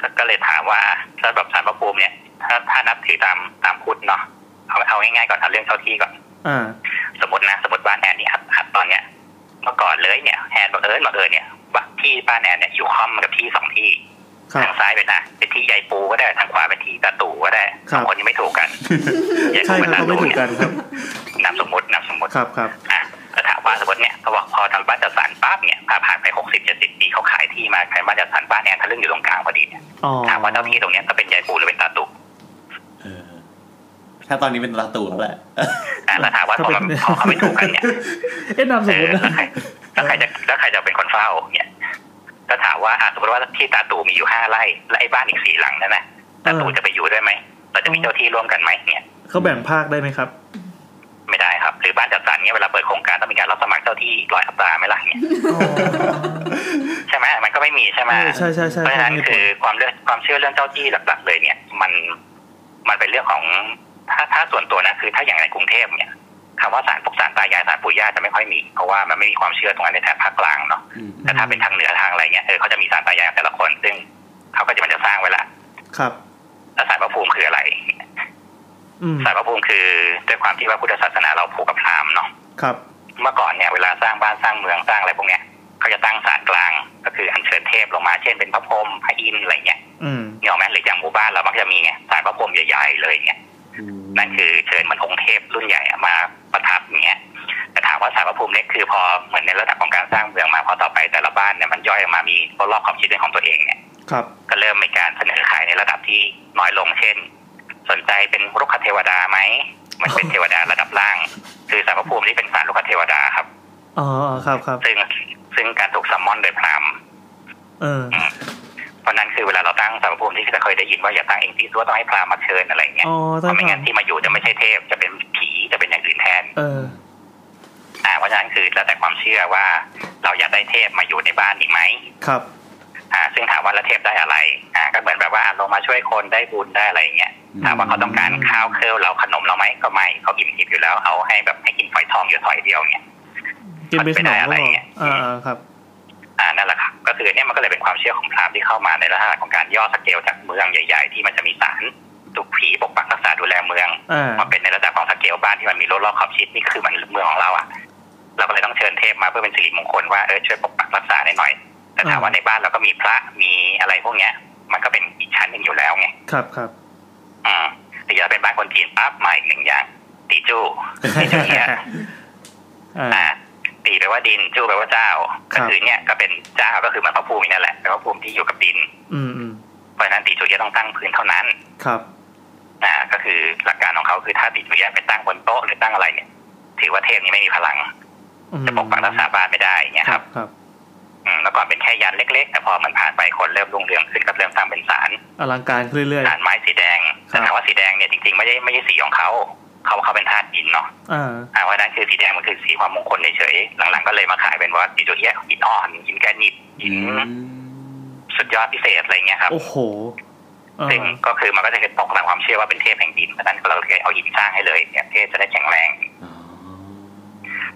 Speaker 7: ก็ก็เลยถามว่าถ้าแบบสารพระภูมิเนี่ย ถ้าถ้านับถือตามตามพุทธเนาะเอาเอาง่ายๆก่อนเอาเรื่องเจ้าที่ก่อน
Speaker 2: อ่า
Speaker 7: สมมตินะสมมติบ้านแอนเนี่ยอัดอัดตอนเนี้ยเมื่อก่อนเลยเนี่ยแอนบังเอิญบังเอิญเนี่ยว่าที่บ้านแอนเนี่ยอยู่ค่อมกับที่สองที่
Speaker 2: ครับ
Speaker 7: ทางซ้ายเป็นนะเป็นที่ยายปูก็ได้ทางขวาเป็นที่ตาตู่ก็ได้
Speaker 2: ครับ
Speaker 7: สองคนนี้ไม่ถูก กันยายปู
Speaker 2: ใช่
Speaker 7: กั
Speaker 2: ครับ
Speaker 7: บตา
Speaker 2: เขาไม่
Speaker 7: ตู่
Speaker 2: ถูก
Speaker 7: เนี่ย
Speaker 2: กันครับ
Speaker 7: นามสมมตินามสมมติ
Speaker 2: ครับครับ
Speaker 7: อ่ะแต่ถามว่าสมมติเนี่ยเขาบอกพอทางบ้านจัดสรรปั๊บเนี่ยผ่าผ่านไปหกสิบเจ็ดสิบปีเขาขายที่มาขายบ้านจัดสรรบ้านแอนทะลึ่งอยู่ตรงกลางพอดีเนี่ย
Speaker 2: อ๋อ
Speaker 7: ถามว่าเจ้าที่ตรงเนี้ยจะเป็นยายปูหรือเป็นตาตู่
Speaker 4: เออ ถ้าตอนนี้เป็นตาตู่แล้วแหละ
Speaker 7: อ่ะแล้วถามว่าพอมันพอเขาไม่ถูกกันเนี่ย
Speaker 2: เอ๊ะนามสมมตินะ
Speaker 7: เออแล้วใครแล้วใครจะแล้วใครจะเป็นคนเฝ้าเนี่ยก็ถามว่าอ่ะสมมติว่าที่ตาตูมีอยู่ห้าไร่และไอ้บ้านอีกสี่หลังนั่นนะ
Speaker 2: เอ
Speaker 7: ตา
Speaker 2: อ
Speaker 7: ตูจะไปอยู่ด้วยไหมเราจะมีเจ้าที่ร่วมกันไหมเนี่ย
Speaker 2: เขาแบ่งภาคได้ไหมครับ
Speaker 7: ไม่ได้ครับ หรือบ้านจัดสรรเนี่ยเวลาเปิดโครงการต้องมีการรับสมัครเจ้าที่ร้อยอัตราไหมล่ะเนี่ยใช่ไหมมันก็ไม่มีใช่ไหม
Speaker 2: เออใช่ใช่ใช่
Speaker 7: เพราะฉะนั้น
Speaker 2: มีผล
Speaker 7: คือความเรื่องความเชื่อเรื่องเจ้าที่หลัก ๆ เลยเนี่ย มันมันเป็นเรื่องของถ้าถ้าส่วนตัวนะคือถ้าอย่างในกรุงเทพเนี่ยคำว่าศาลปกศาลตายายศาลปู่ย่าจะไม่ค่อยมีเพราะว่ามันไม่มีความเชื่อตรงนั้นในแถบภาคกลางเนาะ แต่ถ้าเป็นทางเหนือทางอะไรเงี้ยเออเขาจะมีสารตายายของแต่ละคน ซึ่งเขาก็จะมันจะสร้างไว้ละ
Speaker 2: ครับ
Speaker 7: แล้วสารพระภูมิคืออะไร
Speaker 2: อืม
Speaker 7: สารพระภูมิคือด้วยความที่ว่าพุทธศาสนาเราผูกกับพราหมณ์เนาะ
Speaker 2: ครับ
Speaker 7: เมื่อก่อนเนี่ยเวลาสร้างบ้านสร้างเมืองสร้างอะไรพวกเนี้ยเขาจะตั้งศาลกลาง ก็คืออัญเชิญเทพลงมาเช่นเป็นพระพรหมพระอินทร์อะไรเงี้ย
Speaker 2: อืม
Speaker 7: นี่ออกไหมหรืออย่างหมู่บ้านเรามักจะมีไงศาลพระพรหมใหญ่ๆเลยเงี้ยนั่นคือเชิญเหมันองค์เทพรุ่นใหญ่อะมาประทับเงี้ยแต่ถามว่าสารพระภูมิเล็กคือพอเหมือนในระดับของการสร้างเมืองมาพอต่อไปแต่ละบ้านเนี่ยมันย่อยออกมามีรอบขอบชิดเป็นของตัวเองเนี่ย
Speaker 2: ครับ
Speaker 7: ก็เริ่มมีการเสนอขายในระดับที่น้อยลง เช่น สนใจเป็นรุกขเทวดาไหม มันเป็นเทวดาระดับล่าง คือสารพระภูมิที่เป็นสารรุกขเทวดาครับ
Speaker 2: อ๋ออ๋อครับครับ
Speaker 7: ซึ่งซึ่งการถูกซัมมอนโดยพราหมณ์
Speaker 2: เออ
Speaker 7: เพราะนั้นคือเวลาเราตั้งสารพระภูมิที่จะเคยได้ยินว่าอย่าตั้งเองที่ซัวต้องให้พราหมณ์มาเชิญอะไรเงี้ย
Speaker 2: อ๋อ
Speaker 7: เพ
Speaker 2: ท่าน
Speaker 7: ราะ
Speaker 2: ค
Speaker 7: ไม่
Speaker 2: รั
Speaker 7: งั้
Speaker 2: บ
Speaker 7: นที่มาอยู่จะไม่ใช่เทพจะเป็นผีจะเป็นอย่างอื่นแทน
Speaker 2: เออ
Speaker 7: อ่าเพราะฉะนั้น คือแล้วแต่ความเชื่อว่าเราอยากได้เทพมาอยู่ในบ้านอีกไหม
Speaker 2: ครับ
Speaker 7: อ่าซึ่งถามว่าแล้วเทพได้อะไรอ่าก็เหมือนแบบว่าอ่ะลงมาช่วยคนได้บุญได้อะไรอย่างเงี้ยถามว่าเขาต้องการข้าวเคลเราขนมเราไหมก็ไม่เขาอิ่มทิพย์อยู่แล้วเอาให้แบบให้กินฝอยทองอยู่ฝอยเดียวเนี่ย
Speaker 2: กินไปสมอง
Speaker 7: มันไม่
Speaker 2: ก็
Speaker 7: ได้อะไร
Speaker 2: พอ
Speaker 7: เงี้ย
Speaker 2: อ่าอ่าครับ
Speaker 7: อ่านั่นแหละครับก็คือเนี่ยมันก็เลยเป็นความเชื่อของพราหมณ์ที่เข้ามาในลักษณะของการย่อสเกลจากเมืองใหญ่ ๆ ที่มันจะมีศาลถูกผีปกปักรักษาดูแลเมือง
Speaker 2: อ่า
Speaker 7: มาเป็นในระดับของสเกลบ้านที่มันมีรั้วรอบขอบชิดนี่คือมันเมืองของเราอะเราก็เลยต้องเชิญเทพมาเพื่อเป็นสิริมงคลว่าเออช่วยปกปักรักษาหน่อยๆแต่ถามว่าในบ้านเราก็มีพระมีอะไรพวกเนี้ย มันก็เป็นอีกชั้นหนึ่งอยู่แล้วไง
Speaker 2: ครับครับ
Speaker 7: อืมแต่อย่าเป็นบ้านคนจีนปั๊บมาอีกหนึ่งอย่างตีจู้ตีจู้ เนี่ย
Speaker 2: อ่า
Speaker 7: อ่าตีแปลว่าดินจู้แปลว่าเจ้า
Speaker 2: ครั
Speaker 7: ก็
Speaker 2: บ
Speaker 7: คือเนี่ยก็เป็นเจ้าก็คือเหมันพระภูมินั่นแหละแต่พระภูมิที่อยู่กับดิน
Speaker 2: อืมอืม
Speaker 7: เพราะฉะนั้นตีจู้จะต้องตั้งพื้นเท่านั้น
Speaker 2: ครับ
Speaker 7: อ่าก็คือหลักการของเขาคือถ้าติดวิญญาณไปตั้งบนโต๊ะหรือตั้งอะไรเนี่ย ถือว่าเทพนี้ไม่มีพลัง
Speaker 2: อืม
Speaker 7: จะปกปักรักษาบ้านไม่ได้เงี้ยครับ
Speaker 2: ครับ
Speaker 7: อืมแล้วก่อนเป็นแค่ยันเล็ก ๆ แต่พอมันผ่านไปคนเริ่มรุ่งเรืองขึ้นก็เริ่มตั้งเป็นศาล
Speaker 2: อลังการขึ้นเรื่อย
Speaker 7: ศาลไม้สีแดง
Speaker 2: ครับ
Speaker 7: แต่ถามว่าสีแดงเนี่ยจริงๆไม่ได้ไม่ใช่สีของเขาเขาเขาเป็นธาตุหินเนาะ
Speaker 2: ๆ อ่า
Speaker 7: อ่าเพราะฉะนั้นคือสีแดงมันคือสีความมงคลเฉยๆหลังๆก็เลยมาขายเป็นว่าสีตัวเอี้ยหินอ่อนหินแกรนิตหินสุดยอดพิเศษอะไรเงี้ยครับ
Speaker 2: โอ้โหเออ
Speaker 7: ซึ่งก็คือมันก็จะตกตามความเชื่อว่าเป็นเทพแห่งดินเพราะฉะนั้นเราก็เลยเอาหินสร้างให้เลยเนี่ยเทพจะได้แข็งแรง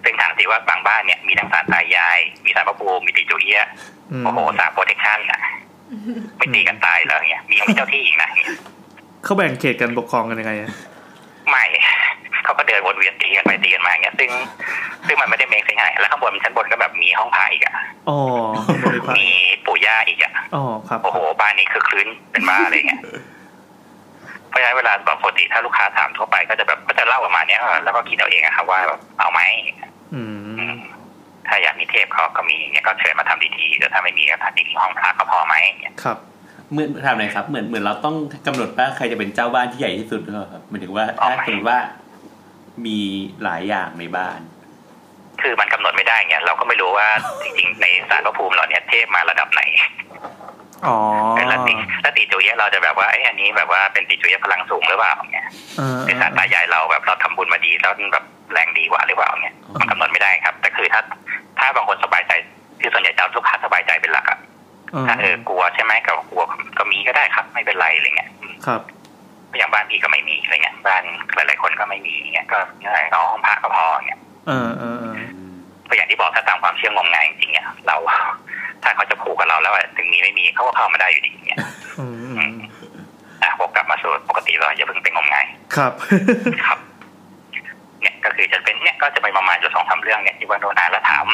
Speaker 7: ซึ่งถามสิว่าบางบ้านเนี่ยมีทั้งสารตายาย มีสารพระภูมิมีติจูเอียะ
Speaker 2: อืม
Speaker 7: โอ้โหสารโปรเทคชั่นอะไม่ตีกันตายแล้วเนี่ยมีเจ้าที่อีกนะเนี่ย
Speaker 2: เขาแบ่งเขตกันปกครองกันยังไงอะ
Speaker 7: ไม่ เขาก็เดินวนเวียนตีกันไปตีกันมาอย่างเงี้ยซึ่งซึ่งมันไม่ได้เมคเซนไงแล้วข้างบนชั้นบนก็แบบมีห้องพายอีกอะ
Speaker 2: อ๋อไม่ได้พัก
Speaker 7: มีปู่ย่าอีกอะ
Speaker 2: อ๋อครับ
Speaker 7: โอ้โหบ้านนี้คือคลื้นเป็นบ้าเลยเนี่ยเพราะฉะนั้นเวลาปกติถ้าลูกค้าถามทั่วไปก็จะแบบก็จะเล่าออกมาเนี้ยแล้วก็คิดเอาเองอะครับว่าแบบเอาไหม
Speaker 2: อืม
Speaker 7: ถ้าอยากมีเทพเขาก็มีเนี่ยก็เชิญมาทำดีที่แต่ถ้าไม่มีก็ทำดีที่ห้องพระก็พอไหมเนี่ย
Speaker 2: ครับ
Speaker 4: เหมือนถามหน่อยครับ เหมือนเหมือนเราต้องกำหนดว่าใครจะเป็นเจ้าบ้านที่ใหญ่ที่สุดหรือเปล่าครับหมายถึงว่าถ้าสมมติว่ามีหลายอย่างในบ้าน
Speaker 7: คือมันกำหนดไม่ได้เนี่ยเราก็ไม่รู้ว่า จริงๆในสารพระภูมิเราเนี่ยเทพมาระดับไหน
Speaker 2: อ๋อ
Speaker 7: เป็นระดับถ้าติจุเยะเราจะแบบว่าไอ้ยอันนี้แบบว่าเป็นติจุเยะพลังสูงหรือเปล่าเนี่ย
Speaker 2: เออ
Speaker 7: หรือสารตายายเราแบบเราทำบุญมาดีแล้วแบบแรงดีกว่าหรือเปล่าเนี่ยมันกำหนดไม่ได้ครับ แต่คือถ้าถ้าบางคนสบายใจคือส่วนใหญ่จะเอาลูกค้าสบายใจเป็นหลักอะ
Speaker 2: เออ
Speaker 7: ถ้าเออกลัวใช่ไหมก็กลัวก็มีก็ได้ครับไม่เป็นไรอะไรเงี้ย
Speaker 2: ครับ
Speaker 7: อย่างบ้านพี่ก็ไม่มีอะไรเงี้ยบ้านหลายๆคนก็ไม่มีเงี้ยก็ง่ายเอาห้องพระก็พอเงี้ย
Speaker 2: เออเออเออ
Speaker 7: ก็อย่างที่บอกถ้าตามความเชื่องมงายจริงๆเนี่ยเรา ถ้าเขาจะผูกกับเราแล้วอะถึงมีไม่มีเขาก็เข้ามาได้อยู่ดีเนี่ย
Speaker 2: อืมอืม
Speaker 7: อ่ะวกกลับมาสู่ปกติเราอย่าเพิ่งไปงมงาย
Speaker 2: ครับ
Speaker 7: ครับ เนี่ยก็คือจะเป็นเนี่ยก็จะไปประมาณอยู่สองสามเรื่องเนี่ยที่ว่าโดนอ่านแล้วถาม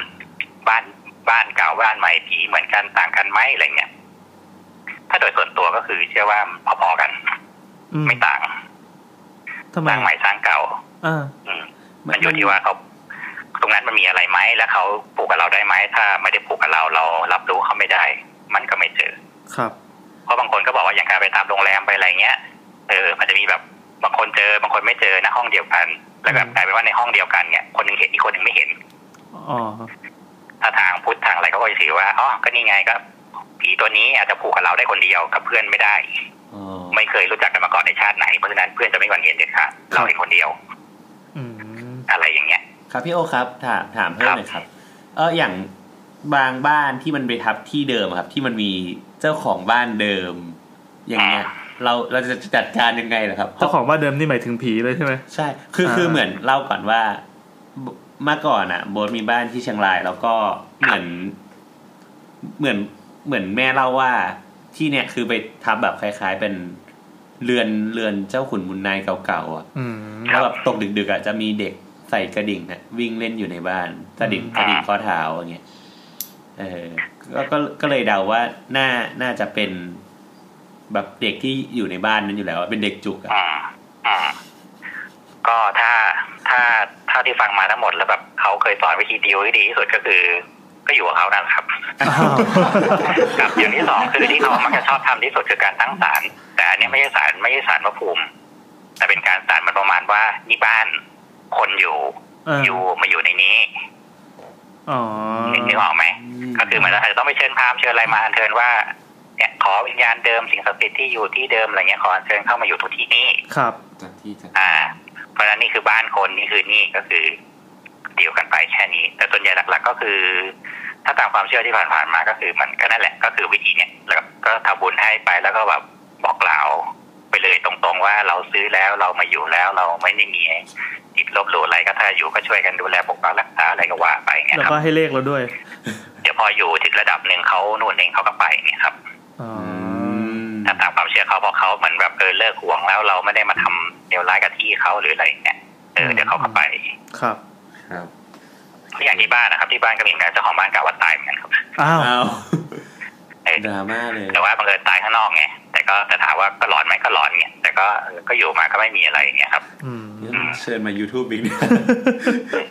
Speaker 7: บ้านบ้านเก่าบ้านใหม่ผีเหมือนกันต่างกันไหมอะไรเงี้ยถ้าโดยส่วนตัวก็คือเชื่อว่าพอๆกัน
Speaker 2: อืม
Speaker 7: ไม่ต่าง
Speaker 2: ทำไม
Speaker 7: สร้างใหม่สร้างเก่า
Speaker 2: อ่า
Speaker 7: อืมมันอยู่ที่ว่าเขาตรงนั้นมันมีอะไรไหมแล้วเขาปลูกกับเราได้ไหมถ้าไม่ได้ปลูกกับเราเรารับรู้เขาไม่ได้ มันก็ไม่เจอ
Speaker 2: ครับ
Speaker 7: เพราะบางคนก็บอกว่าอย่างการไปตามโรงแรมไปอะไรเงี้ยเออมันจะมีแบบบางคนเจอบางคนไม่เจอนะห้องเดียวกัน แล้วแบบกลายเป็นว่าในห้องเดียวกันเนี่ยคนหนึงเห็นอีกคนหนึงไม่เห็น
Speaker 2: อ๋อ
Speaker 7: ถ้าทางพุทธทางอะไรเขาก็จะถือว่าอ๋อก็นี่ไงก็ผีตัวนี้อาจจะผูกกับเราได้คนเดียวกับเพื่อนไม่ได้ ไม่เคยรู้จักกันมาก่อนในชาติไหนเพราะฉะนั้นเพื่อนจะไม่วันเห็นเด็ดขาดเราเห็นคนเดียว
Speaker 2: อืม
Speaker 7: อะไรอย่างเงี้ย
Speaker 4: ครับพี่โอครับถามถามเพิ่มหน่อยครับ เอออย่างบางบ้านที่มันไปทับที่เดิมครับ ที่มันมีเจ้าของบ้านเดิม อย่างเงี้ย
Speaker 7: อ่า
Speaker 4: เราเราจะจัดการยังไงล่ะครับ
Speaker 2: เจ้าของบ้านเดิมนี่หมายถึงผีเลยใช่ไหม
Speaker 4: ใช่ คือคือ
Speaker 2: อ่า
Speaker 4: เหมือนเล่าก่อนว่าบเมื่อก่อนอ่ะโบทมีบ้านที่เชียงราย แล้วก็เหมือน เหมือนเหมือนแม่เล่าว่าที่เนี่ยคือไปทับแบบคล้าย ๆ เป็นเรือนเรือนเจ้าขุนมุนนายเก่าๆอ่ะ
Speaker 2: อืม
Speaker 4: แล้วแบบตกดึกๆอ่ะจะมีเด็กใส่กระดิ่งนะวิ่งเล่นอยู่ในบ้านกระดิ่งกระดิ่งข้อเท้าอย่างเงี้ยเออก็ก็ก็เลยเดาว่าน่าน่าจะเป็นแบบเด็กที่อยู่ในบ้านนั้นอยู่แล้วอะเป็นเด็กจุกอะ
Speaker 7: อืมอืมก็ถ้าถ้าถ้าที่ฟังมาทั้งหมดแล้วแบบเขาเคยสอนวิธีดีลที่ดีที่สุดก็คือ ก็อยู่กับเขานั่นแหละครับ กับอย่างที่สองคือที่เขามักจะชอบทำที่สุดคือการตั้งศาลแต่อันเนี้ยไม่ใช่ศาลไม่ใช่ศาลพระภูมิ แต่เป็นการศาลมันประมาณว่านี่บ้านคนอยู่
Speaker 2: เออ
Speaker 7: อยู่มาอยู่ในนี้
Speaker 2: อ๋อ
Speaker 7: เห็นนึกออกไหมก็คือเหมือนเราอาจจะต้องไปเชิญพราหมณ์เชิญอะไรมาอัญเชิญว่าเนี่ยขอวิญญาณเดิมสิ่งศักดิ์สิทธิ์ที่อยู่ที่เดิมอะไรเงี้ยขออัญเชิญเข้ามาอยู่ทุกที่นี้
Speaker 2: ครับ
Speaker 6: จากที่จะ
Speaker 7: อ่า เพราะฉะนั้นนี่คือบ้านคนนี่คือนี่ก็คือ ดีลกันไปแค่นี้ แต่ส่วนใหญ่หลัก ๆ ก็คือ ถ้าตามความเชื่อที่ผ่านๆมาก็คือมันก็นั่นแหละก็คือวิธีเนี่ยแล้วก็ทำบุญให้ไปแล้วก็แบบบอกกล่าวไปเลยตรงๆว่าเราซื้อแล้วเรามาอยู่แล้วเราไม่ได้มีติดลบหลู่อะไรก็ถ้าอยู่ก็ช่วยกันดูแลปกปักรักษาอะไรก็ว่าไปเนี่ย
Speaker 2: แล้ว
Speaker 7: ครับ
Speaker 2: ก็ให้เลขเราด้วย
Speaker 7: เดี๋ยวพออยู่ถึงระดับหนึ่งเขาโน่นเองเขาก็ไปเนี่ยครับ
Speaker 2: อ๋อ
Speaker 7: ถ้าตามความเชื่อเขาพอเขาเหมือนแบบเออเลิกห่วงแล้วเราไม่ได้มาทำเลวร้ายกับที่เขาหรืออะไรอย่างเงี้ยเออเดี๋ยวเขาก็ไป
Speaker 2: ครับ
Speaker 4: ครับ
Speaker 7: อย่างที่บ้านนะครับ ที่บ้านก็มีเหมือนกันเจ้าของบ้านกล่าวว่าตายเหมือนกันครับ
Speaker 2: อ้าว
Speaker 4: เอา
Speaker 7: เออ
Speaker 4: ดราม่าเลย
Speaker 7: แต่ว่าบังเอิญตายข้างนอกไงแต่ก็แต่ถามว่าก็ร้อนไหมก็ร้อนเงี้ยแต่ก็เออก็อยู่มาก็ไม่มีอะไรเงี้ยครับ
Speaker 2: อืม
Speaker 4: เชิญมา YouTube บิ๊ก หน้า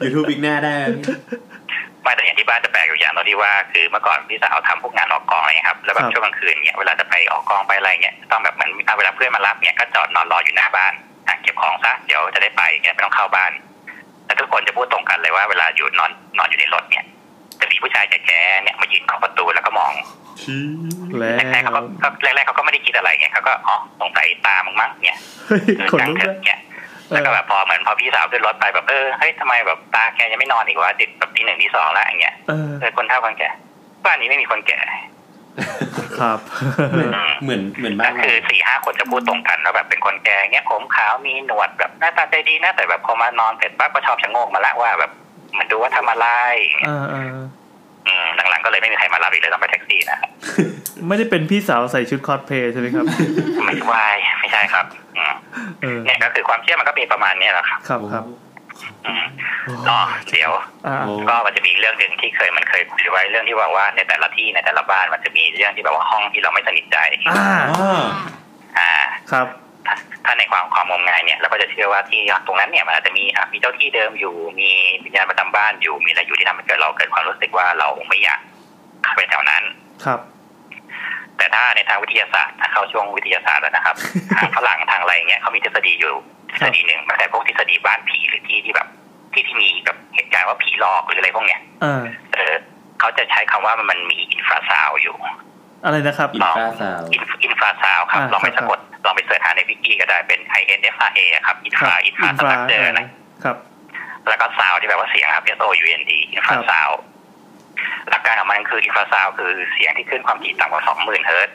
Speaker 4: YouTube บิ๊กหน้าได้ไหมพี่
Speaker 7: ไม่แต่อย่างที่บ้านจะแปลกอยู่อย่างตรงที่ว่าคือเมื่อก่อนพี่สาวทำพวกงานออกกองอะไรเงี้ยครับแล้วแบบช่วงกลางคืนเนี่ยเวลาจะไปออกกองไปอะไรเงี้ยต้องแบบเหมือนเอาเวลาเพื่อนมารับเนี่ยก็จอดนอนรออยู่หน้าบ้านอ่ะเก็บของซะเดี๋ยวจะได้ไปเงี้ยไม่ต้องเข้าบ้านแล้วทุกคนจะพูดตรงกันเลยว่าเวลาอยู่นอนนอนอยู่ในรถเนี่ยจะมีผู้ชายแก่ๆเนี่ยมายืนเคาะประตูแล้วก็มอง
Speaker 2: แล้
Speaker 7: แรกๆเขา
Speaker 2: ว
Speaker 7: ก็ก็แรกๆเขาก็ไม่ได้คิดอะไรเงี้ยเขาก็อ๋อสงสัยตามึงมั้งเนี่ย
Speaker 2: เฮ้ย
Speaker 7: เดิน
Speaker 2: ขน
Speaker 7: ทาง
Speaker 2: ลุกได้
Speaker 7: เถอะเนี่ยแล้วก็แบบพอเหมือนพอพี่สาวขึ้นรถไปแบบเออเฮ้ยทำไมแบบตาแกยังไม่นอนอีกวะดึกแบบตีหนึ่งตีสองแล้วอย่างเงี้ย
Speaker 2: เออ
Speaker 7: เออคนเท่าคนแก่บ้านนี้ไม่มีคนแก่
Speaker 2: ครับ
Speaker 4: เหมือนเหมือนเหมือนบ้า
Speaker 7: ก็
Speaker 4: นเรา
Speaker 7: คือสี่ห้าคนจะพูดตรงกันว่าแบบเป็นคนแก่เงี้ยผมขาวมีหนวดแบบหน้าตาใจดีนะแต่แบบพอมานอนเสร็จปั๊บก็ชอบชะโงกมาละว่าแบบเหมันดูว่าทำอะไรอย่างเงี้ย
Speaker 2: อ่าอ่า
Speaker 7: อืมหลังๆก็เลยไม่มีใครมารับอีกเลยต้องไปแท็กซี่นะครับ
Speaker 2: ไม่ได้เป็นพี่สาวใส่ชุดคอสเพลย์ใช่ไหมครับ
Speaker 7: ไม่ใช่ไม่ใช่ครับอืม
Speaker 2: เออ
Speaker 7: เนี่ยก็คือความเชื่อมันก็มีประมาณเนี้ยแหละครับ
Speaker 2: ครับครับ
Speaker 7: อืมอ๋อเดี๋ยว
Speaker 2: อ่า
Speaker 4: โอ้
Speaker 7: ก็มันจะมีเรื่องหนึ่งที่เคยมันเคยคุยไว้เรื่องที่ว่าว่าในแต่ละที่ในแต่ละบ้านมันจะมีเรื่องที่แบบว่าห้องที่เราไม่สนิทใจ
Speaker 2: อ่า
Speaker 4: อ่า
Speaker 7: อ่า
Speaker 2: ครับ
Speaker 7: ถ้าถ้าในความความงมงายเนี่ยเราก็จะเชื่อว่าที่ตรงนั้นเนี่ยมันอาจจะมีอ่ะมีเจ้าที่เดิมอยู่มีวิญญาณประจำบ้านอยู่มีอะไรอยู่ที่ทำให้เกิดเราเกิดความรู้สึกว่าเราไม่อยากเข้าไปแถวนั้น
Speaker 2: ครับ
Speaker 7: แต่ถ้าในทางวิทยาศาสตร์ถ้าเข้าช่วงวิทยาศาสตร์แล้ วนะครับ ทางฝรั่งทางอะไรเนี่ยเขามีทฤษฎีอยู่ทฤษฎีหนึ่งมันแต่พวกทฤษฎีบ้านผีหรือที่ที่แบบ ที่ที่มีแบบเหตุการณ์ว่าผีหลอกหรืออะไรพวกเนี้ย
Speaker 2: อ่า
Speaker 7: เออเขาจะใช้คำว่ามันมีอินฟราซาวอยู่
Speaker 2: อะไรนะครับ
Speaker 4: อินฟราซาวด์
Speaker 7: อินอินฟราซาวครับ
Speaker 2: อ่า
Speaker 7: ลองไป
Speaker 2: ครับ
Speaker 7: สะกดลองไปเสิร์ชหาในวิกิก็ได้เป็น i n f r a ครับอินฟราอินฟราสตรัคเจอร์นะ
Speaker 2: ครับ
Speaker 7: แล้วก็ซาวที่แปลว่าเสียงครับ S O U N D อินฟราซาวหลักการของมันคืออินฟราซาวคือเสียงที่ขึ้นความถี่ต่ำกว่า 20,000เฮิรตซ์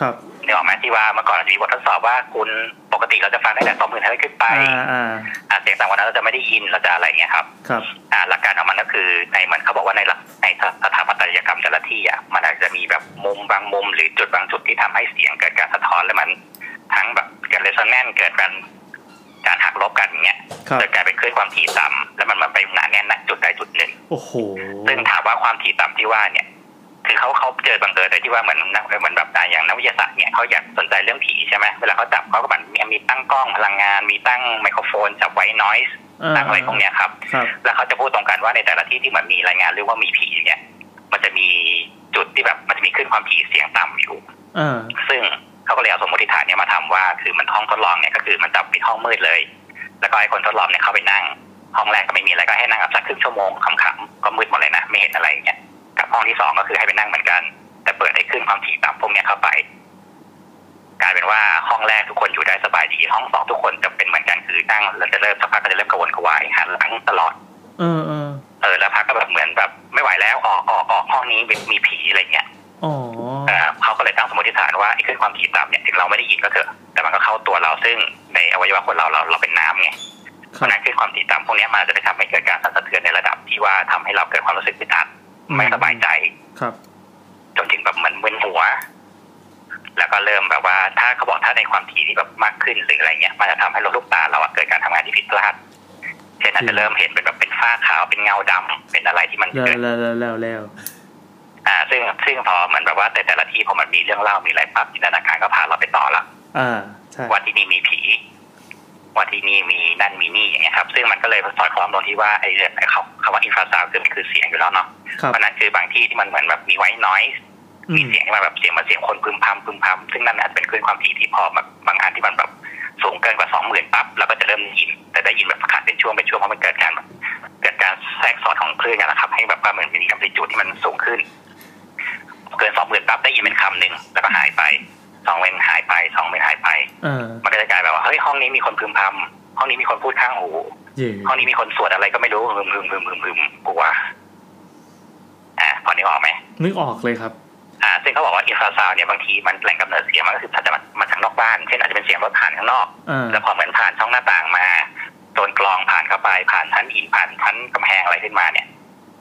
Speaker 2: ครับ
Speaker 7: นี่ออกไหมที่ว่าเมื่อก่อนเราจะมีบททดสอบว่าคุณปกติเราจะฟังได้แต่20,000เฮิรตซ์ขึ้นไป
Speaker 2: อ่าอ่า
Speaker 7: อ่าเสียงต่ำกว่านั้นเราจะไม่ได้ยินเราจะอะไรเงี้ยครับ
Speaker 2: ครับ
Speaker 7: อ่าหลักการของมันก็คือในเหมือนเขาบอกว่าในหลักในสถาปัตยกรรมแต่ละที่อ่ะมันอาจจะมีแบบมุมบางมุม หรือจุดบางจุดที่ทำให้เสียงเกิดการสะท้อนและมันทั้งแบบเกิดเรสแนนเกิดการการหักลบกันอย่างเงี้ย
Speaker 2: ครับ
Speaker 7: จนกลายเป็นคลื่นความถี่ต่ำแล้วมันมาไปหนาแน่นณจุดใดจุดหนึ่ง
Speaker 2: โอ้โห
Speaker 7: ซึ่งถามว่าความถี่ต่ำที่ว่าเนี่ยคือเขาเขาเจอบังเอิญโดยที่ว่าเหมือนนักเหมือนแบบอย่างนักวิทยาศาสตร์เนี่ยเขาอยากสนใจเรื่องผีใช่ไหมเวลาเขาจับเขาก็แบบมีมีตั้งกล้องพลังงานมีตั้งไมโครโฟนจับไว้นอยส์
Speaker 2: า
Speaker 7: ตั้งอะไรพวกเนี้ยครับ
Speaker 2: ครับ
Speaker 7: แล้วเขาจะพูดตรงกันว่าในแต่ละที่ที่มันมีรายงานเรื่องว่ามีผีเนี่ย มันจะมีจุดที่แบบมันจะมีขึ้นความถี่เสียงต่ำอยู่
Speaker 2: อ่า
Speaker 7: ซึ่งเขาก็เลยเอาสมมติฐานเนี่ยมาทำว่าคือมันห้องทดลองเนี่ยก็คือมันจับปิดห้องมืดเลย แล้วก็ให้คนทดลองเนี่ยเข้าไปนั่ง ห้องแรกก็ไม่มีอะไรก็ให้นั่งแบบสักครึ่งชั่วโมงขำๆก็มืดหมดเลยนะไม่เห็นอะไรอย่างเงี้ยกับห้องที่สองก็คือให้ไปนั่งเหมือนกัน แต่เปิดให้ขึ้นความถี่ต่ำพวกเนี้ยเข้าไป กลายเป็นว่าห้องแรกทุกคนอยู่ได้สบายดีห้องสองทุกคนจะเป็นเหมือนกันคือนั่งแล้วจะเริ่มสักพักก็จะเริ่มกระวนกระวายหันหลังตลอด
Speaker 2: เออเออ
Speaker 7: เออแล้วพักก็แบบเหมือนแบบไม่ไหวแล้วออกออกออกห้องนี้มีมีผีอะไรเงี้ย
Speaker 2: อ๋อ
Speaker 7: เออเขาก็เลยตั้งสมมติฐานว่าไอ้คลื่นความถี่ต่ำเนี่ยถึงเราไม่ได้ยินก็เถอะแต่มันก็เข้าตัวเราซึ่งในอวัยวะคนเราเราเราเป็นน้ำไงเพ
Speaker 2: ครั
Speaker 7: ราะฉะนั้
Speaker 2: บ
Speaker 7: นคลื่นความถี่ต่ำพวกเนี้ยมันอาจจะไปทำให้เกิดการสั่นสะเทือนในระดับที่ว่าทำให้เราเกิดความรู้สึกอึดอัดไม่สบายใจ
Speaker 2: ครับ
Speaker 7: จนถึงแบบเหมือนมึนหัว แล้วก็เริ่มแบบว่า ถ้าเขาบอกถ้าในความถี่ที่แบบมากขึ้นหรืออะไรเงี้ยมันจะทำให้ลูกตาเราอะเกิดการทำงานที่ผิดพลาดเช่นอาจจะเริ่มเห็นเป็นแบบเป็นฝ้าขาวเป็นเงาดำเป็นอะไรที่มัน
Speaker 2: แล้ว
Speaker 7: เกิด
Speaker 2: แล้วแล้วแล้วแล้ว
Speaker 7: อ่าซึ่งซึ่งพอเหมือนแบบว่าแต่แต่ละที่พอมันมีเรื่องเล่ามีอะไรปั๊บจินตนาการก็พาเราไปต่อละ
Speaker 2: อ่าใช่
Speaker 7: ว่าที่นี่มีผีว่าที่นี่มีนั่นมีนี่อย่างเงี้ยครับ ซึ่งมันก็เลยสอดคล้องตรงที่ว่าไอ้เรื่องไอ้คำคำว่าอินฟราซาวคือมันคือเสียงอยู่แล้วเนาะ
Speaker 2: ครับ
Speaker 7: เพราะนั้นคือบางที่ที่มันเหมือนแบบมีไว้น้อย
Speaker 2: อื
Speaker 7: มี
Speaker 2: ม
Speaker 7: เสียงที่มันแบบเสียงมันเสียงคนพึมพำพึมพำซึ่งนั่นอาจจะเป็นคลื่นความถี่ที่พอแบบบางอันที่มันแบบสูงเกินกว่าสองหมื่นปั๊บเราก็จะเริ่มได้ยิน แต่ได้ยินแบบขาดเป็นช่วงเป็นช่วงเพราะมันเกิดการแบบเกิดการแทรกซ้อนของคลื่นกันนะครับ ให้แบบว่าเหมือนมีแอมพลิจูดที่มันสูงขึ้น เกินสองหมื่นปั๊บได้ยินเป็นคำหนึ่งแล้วก็หายไปสองเวนหายไปสองเวนหายไป
Speaker 2: อ่า
Speaker 7: มันก็จะกลายแบบว่าเฮ้ยห้องนี้มีคนพึมพำห้องนี้มีคนพูดข้างหู
Speaker 2: เย่
Speaker 7: ห้องนี้มีคนสวดอะไรก็ไม่รู้ฮึมฮึมฮึมฮึมฮึมกลัวอ่าพอนี้ออกไหม
Speaker 2: นึกออกเลยครับ
Speaker 7: อ่าซึ่งเขาบอกว่าอินฟราซาวด์เนี่ยบางทีมันแหล่งกำเนิดเสียงมันก็คืออาจจะมาจากนอกบ้าน เช่นอาจจะเป็นเสียงรถผ่านข้างนอก
Speaker 2: อ่า
Speaker 7: แล้วพอเหมือนผ่านช่องหน้าต่างมาโดนกรองผ่านเข้าไปผ่านชั้นหินผ่านชั้นกำแพงอะไรขึ้นมาเนี่ย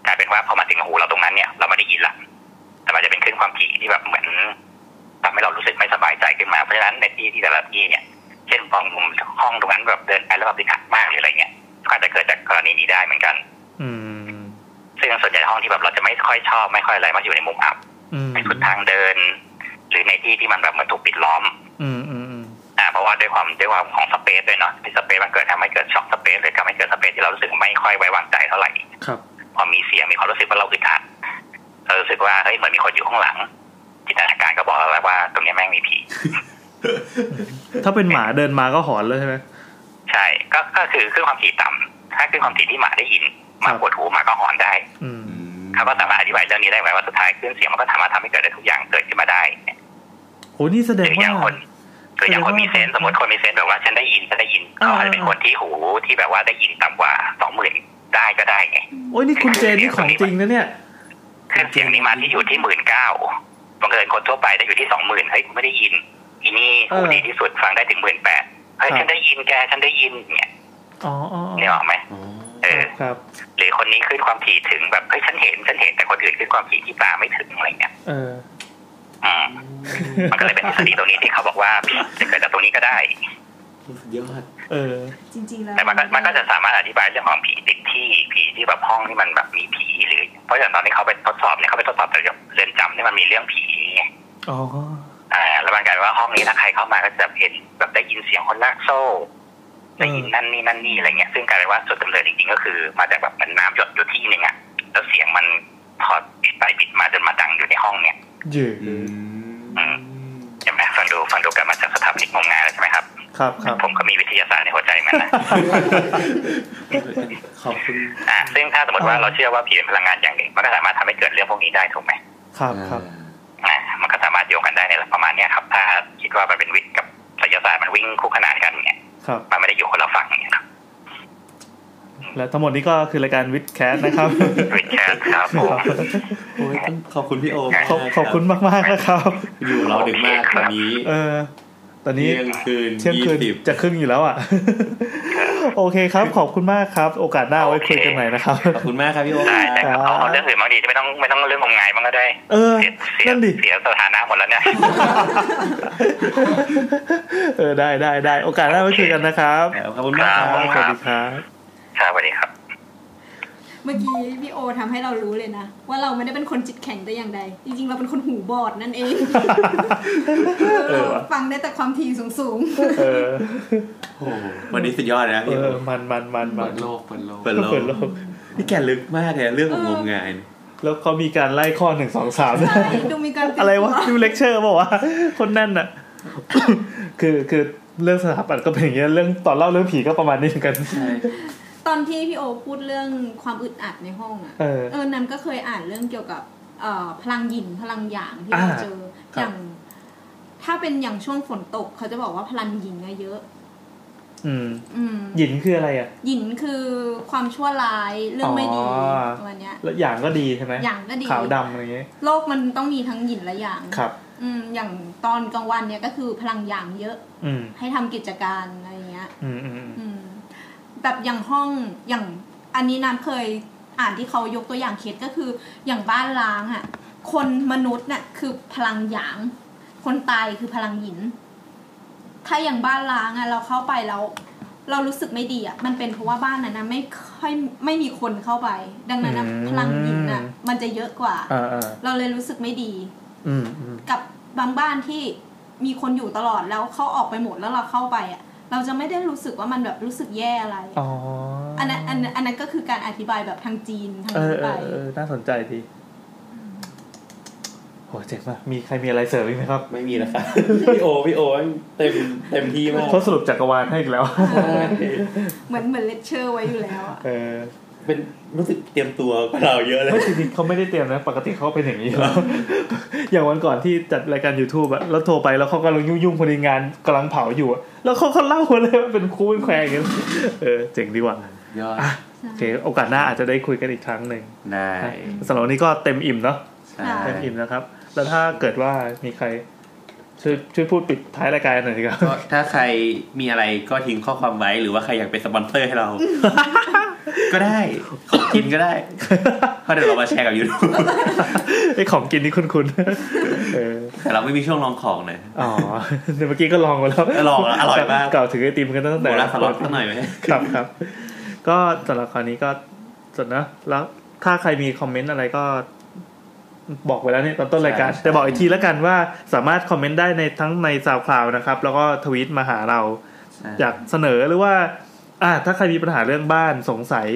Speaker 7: กลายเป็นว่าพอมาถึงหูเราตรงนั้นเนี่ยเราไม่ได้ยินละแต่มันจะเป็นคลื่นความถี่ที่แบบเหมือนทำให้เรารู้สึกไม่สบายใจขึ้นมาเพราะฉะนั้นในที่ที่แต่ละที่เนี่ย เช่นบางมุมห้องตรงนั้นแบบเดินไปแล้วแบบติดขัดมากหรืออะไรเงี้ยก็อาจจะเกิดจากกรณีนี้ได้เหมือนกัน
Speaker 2: อืม
Speaker 7: ซึ่งส่วนใหญ่ห้องที่แบบเราจะไม่ค่อยชอบไม่ค่อยอะไรมันอยู่ในมุมอับ
Speaker 2: อืม
Speaker 7: ในสุดทางเดิน หรือในที่ที่มันแบบเหมือนถูกปิดล้อม
Speaker 2: อืมอืมอืม
Speaker 7: อ่าเพราะว่าด้วยความด้วยความของสเปซด้วยเนาะที่สเปซมันเกิดทำให้เกิดช็อกสเปซหรือทำให้เกิดสเปซที่เรารู้สึกไม่ค่อยไว้วางใจเท่าไหร่
Speaker 2: ครับ
Speaker 7: พอมีเสียงมีความรู้สึกว่าเราอึดอัดเรารู้สึกว่าเฮ้ยเหมือนมีคนอยู่ข้างหลัง จินตนาการก็บอกเราแล้วว่าตรงเนี้ยแม่งมีผี
Speaker 2: ถ้าเป็นหมาเดินมาก็หอนแล้วใช่ไหม
Speaker 7: ใช่ก็ก็คือขึ้นความถี่ต่ำถ้าขึ้นความถี่ที่หมาได้ยินหมา
Speaker 2: ครับ
Speaker 7: ปวดหูหมาก็หอนได้
Speaker 2: อืม
Speaker 7: เขาก็สามารถอธิบายเรื่องนี้ได้ไหมว่าสุดท้ายขึ้นเสียงมันก็สามารถทำให้เกิดได้ทุกอย่างเกิดขึ้นมาได้
Speaker 2: โหนี่แสด
Speaker 7: คื
Speaker 2: ง
Speaker 7: ออ
Speaker 2: ว่า
Speaker 7: ย่างคนคืออย่างคนมีเซนส์สมมติคนมีเซนส์แบบว่าฉันได้ยินฉันได้ยิน
Speaker 2: อ่า
Speaker 7: เขาอาจจะเป็นคนที่หูที่แบบว่าได้ยินต่ำกว่าสองหมื่นได้ก็ได้ไง
Speaker 2: โอ้ยนี่คุณเจนนี่ของจริงนะเนี่ย
Speaker 7: เครื่องเสียงนี้มาที่อยู่ที่หมื่นเก้าบังเอิญคนทั่วไปได้อยู่ที่สองหมื่นเฮ้ยกูไม่ได้ยินอีนี่
Speaker 2: เออ
Speaker 7: หูดีที่สุดฟังได้ถึงหมื่นแปดเฮ้ย
Speaker 2: ครับ
Speaker 7: ฉันได้ยินแกฉันได้ยินเนี่ย
Speaker 2: อ๋ออ๋อ
Speaker 7: นี่ออกไหมเออ
Speaker 2: ครับ
Speaker 7: หรือคนนี้ขึ้นความถี่ถึงแบบเฮ้ยฉันเห็นฉันเห็นแต่คนอื่นขึ้นความถี่ที่ตาไม่ถึงอะไรเงี้ย
Speaker 2: เออ
Speaker 7: อื มมันก็เลยเป็นทฤษฎีตรงนี้ที่เขาบอกว่าผีจะเกิดจากตรงนี้ก็ได้
Speaker 5: สุดยอด
Speaker 2: เออ
Speaker 8: จริงๆแล้ว
Speaker 7: แต่มันก็มันก็จะสามารถอธิบายเรื่องของผีติดที่ผีที่แบบห้องที่มันแบบมีผีหรือ เพราะอย่างตอนที่เขาไปทดสอบเนี่ยเขาไปทดสอบแต่เรือนจำที่มันมีเรื่องผีไง
Speaker 2: อ๋อ
Speaker 7: อ่าแล้วมันกลายเป็นว่าห้องนี้ถ้าใครเข้ามาก็จะเห็นแบบได้ยินเสียงคนลากโซ่ได้ยินนั่นนี่นั่นนี่อะไรเงี้ยซึ่งกลายเป็นว่าจุดกำเนิดจริงๆก็คือมาจากแบบเหมันน้ำหยดอยู่ที่หนึ่งอะแล้วเสียงมันพอดปิดไปปิดมาจนมาดังอยู่ในห้องเนี่ย
Speaker 2: เย่
Speaker 7: อืมใช่ไหมฟังดูฟังดูกลันมาจากสถาปนิกงมงายแล้วใช่ไหมครับ
Speaker 2: ครับครับ
Speaker 7: ผมก็มีวิทยาศาสตร์ในหัวใจเหมอนกัน นะ
Speaker 2: ขอบคุณ
Speaker 7: อ่าซึ่งถ้าสมมติว่า
Speaker 2: อ่า
Speaker 7: เราเชื่อว่าผีเป็นพลังงานอย่างหนึ่งมันก็สามารถทำให้เกิดเรื่องพวกนี้ได้ถูกไหม
Speaker 2: ครับครับ
Speaker 7: อ่ามันก็สามารถโยงกันได้ในประมาณเนี้ยครับ ถ้าคิดว่ามันเป็นวิทย์กับศิลศาสตร์มันวิ่งคู่ขนานกันเนี่ย
Speaker 2: ครับ
Speaker 7: มันไม่ได้อยู่คนละฝั่งเนี่ยครับ
Speaker 2: และทั้งหมดนี้ก็คือรายการวิดแคสนะครับ
Speaker 7: วิทย์แคสครับผม
Speaker 4: โอ้ยต้องขอบคุณพี่โอม
Speaker 2: ขอบขอบคุณมากมากๆนะครับ
Speaker 4: อยู่เราดึกมากวันนี้
Speaker 2: เออ ตอนนี้
Speaker 4: เที่ยงคืน
Speaker 2: เที่ยงคืน
Speaker 4: ยี่สิบ
Speaker 2: จะครึ่งอยู่แล้ว อ่ะ โอเคครับ ขอบคุณมากครับ โอกาสหน้าไว้คุยกันใหม่นะครับ
Speaker 4: ขอบคุณมากครับพี่โอ๊ค
Speaker 7: ได้ได้ครับเอา
Speaker 2: ครับ
Speaker 7: เอาเรื่องอื่นบางดีที่ไม่ต้องไม่ต้องเรื่องงมงายบ้างก็ได้
Speaker 2: เออ
Speaker 7: เสียเสีย
Speaker 2: นั่นดิ
Speaker 7: เสียสถานะหมดแล้วเนี่ย
Speaker 2: เออ ได้ได้ได้ โอกาสหน้าไว้คุยกันนะครับ
Speaker 4: ขอบคุณมากครับ
Speaker 2: สวัสดีครับ
Speaker 7: ครับสวัสดีครับ
Speaker 3: เมื่อกี้พี่โอทำให้เรารู้เลยนะ ว่าเราไม่ได้เป็นคนจิตแข็งแต่อย่างใด จริงๆ เราเป็นคนหูบอดนั่นเอง
Speaker 2: เออว่ะ
Speaker 3: ฟังได้แต่ความถี่สูง
Speaker 2: เออ
Speaker 4: โอ้โหวันนี้สุดยอดนะ
Speaker 2: เอ
Speaker 4: พี่
Speaker 2: อ มันมันมันมั
Speaker 6: เปิ
Speaker 2: น
Speaker 6: ดโลกเปิดโลก
Speaker 4: เปิด
Speaker 2: เปิดโล
Speaker 4: โล
Speaker 2: ก
Speaker 4: กนี่แกลึกมากเลยเรื่องของงมงาย
Speaker 2: แล้วเขามีการไล่ข้อหนึ่งสองสาม
Speaker 3: ๆใช่ดูมีการเปลี่ยน
Speaker 2: อะไรวะ
Speaker 3: ตั
Speaker 2: ดูเลคเชอร์บอกว่าคนแน่นอ่ะ คือคือเรื่องสถาปัตย์ก็เป็นอย่างเงี้ยเรื่องตอนเล่าเรื่องผีก็ประมาณนี้เหมือนกัน
Speaker 3: ตอนที่พี่โอพูดเรื่องความอึดอัดในห้องอะ
Speaker 2: เออ
Speaker 3: เออ นั้นก็เคยอ่านเรื่องเกี่ยวกับเอ่อพลังหยินพลังหยางที่เรา
Speaker 2: อ่า
Speaker 3: เจอ
Speaker 2: ครับ
Speaker 3: อย่าง ถ้าเป็นอย่างช่วงฝนตก เขาจะบอกว่าพลังหยินอะเยอะ
Speaker 2: อืม
Speaker 3: อืม
Speaker 2: หยินคืออะไรอ่ะ
Speaker 3: หยินคือความชั่วร้ายเรื่องไม่ดี
Speaker 2: อ๋อ
Speaker 3: ประมาณเนี้ย
Speaker 2: แล้วอย่างก็ดีใช่ไหม
Speaker 3: อย่างก็ดี
Speaker 2: ขาวดำอะไรเงี้ย
Speaker 3: โลกมันต้องมีทั้งหยินและหยาง
Speaker 2: ครับ
Speaker 3: อืมอย่างตอนกลางวันเนี่ยก็คือพลังหยางเยอะ
Speaker 2: อืม
Speaker 3: ให้ทำกิจการอะไรอย่างเงี้ย
Speaker 2: อืมอืมอืม
Speaker 3: อืมแบบอย่างห้องอย่างอันนี้น้ำเคยอ่านที่เขายกตัวอย่างเคสก็คืออย่างบ้านล้างอะ่ะ คนมนุษย์น่ะคือพลังหยาง คนตายคือพลังหยิน ถ้าอย่างบ้านล้างอะ่ะ เราเข้าไปแล้ว เรารู้สึกไม่ดีอะ่ะมันเป็นเพราะว่าบ้านนั้นนะไม่ค่อยไม่มีคนเข้าไป ดังนั้นนะพลังหยินอ่ะ มันจะเยอะกว่า
Speaker 2: อ่าอ่า
Speaker 3: เราเลยรู้สึกไม่ดี
Speaker 2: อืมอืม
Speaker 3: กับบางบ้านที่มีคนอยู่ตลอดแล้วเขาออกไปหมดแล้วเราเข้าไปอ่ะ เราจะไม่ได้รู้สึกว่ามันแบบรู้สึกแย่อะไร
Speaker 2: อ๋อ
Speaker 3: อั
Speaker 2: อั
Speaker 3: นนั้นอันนั้นอันนั้นก็คือการอธิบายแบบทางจีนทาง
Speaker 2: เออ
Speaker 3: นี้
Speaker 2: เอ
Speaker 3: ไป
Speaker 2: อเออน่าสนใจดีโหเจ๋งมากมีใครมีอะไรเสริมอีกไหมครับ
Speaker 4: ไม่มีแล้วครับ พี่โอ พี่โอเต็มเต็มที่มาก
Speaker 2: เขาสรุปจักรวาลให้อีกแล้ว
Speaker 3: เหมือนเหมือนเลคเชอร์ไว้อยู่แล้วอะ
Speaker 2: เออ
Speaker 4: เป็นรู้สึกเตรียมตัวกว่าเราเยอะเลย
Speaker 2: ไม่จริงๆเขาไม่ได้เตรียมนะ ปกติเขาเป็นอย่างนี้อยู่แล้ว อย่างวันก่อนที่จัดรายการ YouTube อะแล้วโทรไปแล้วเขากำลังยุ่งๆพอดีงานกำลังเผาอยู่อะแล้วเขาเขาเล่าเลยว่าเป็นครูเป็นแควอย่างเงี้ยเออเจ๋งดีว่ะ
Speaker 4: ยอด
Speaker 2: โอเคโอกาสหน้าอาจจะได้คุยกันอีกครั้งหนึ่ง
Speaker 4: ได้
Speaker 2: สำหรับวันนี้ก็เต็มอิ่มเนาะ
Speaker 4: ใช่
Speaker 2: เต็มอิ่มนะครับ แล้วถ้าเกิดว่ามีใครช่วยช่วยพูดปิดท้ายรายการหน่อยดีกว่า
Speaker 4: ก็ถ้าใครมีอะไรก็ทิ้งข้อความไว้หรือว่าใครอยากเป็นสปอนเซอร์ให้ เรา ก็ได้ขอกินก็ได้เพราะเดี๋ยวเรามาแชร์กับยูทูบ
Speaker 2: ไอของกินนี่คุณคุณเออ
Speaker 4: แต่เราไม่มีช่วงลองของนะ
Speaker 2: อ๋อเดี๋ยวเมื่อกี้ก็ลองมาแล้ว
Speaker 4: ลองแล้วอร่อยมาก
Speaker 2: กล่าวถึงไอติมกันตั้ง
Speaker 4: โบ
Speaker 2: แต่
Speaker 4: ราณสล็อตสักหน่อยไหม
Speaker 2: ครับครับ ก็สำหรับคราวนี้ก็สดนะแล้วถ้าใครมีคอมเมนต์อะไรก็บอกไว้แล้วเนี่ยตอนต้นรายการ
Speaker 4: ใช่
Speaker 2: แต่บอกอีกทีแล้วกันว่าสามารถคอมเมนต์ได้ในทั้งในสาวคลาวนะครับ แล้วก็ทวีตมาหาเรา อยากเสนอหรือว่า อ่า ถ้าใครมีปัญหาเรื่องบ้านสงสัย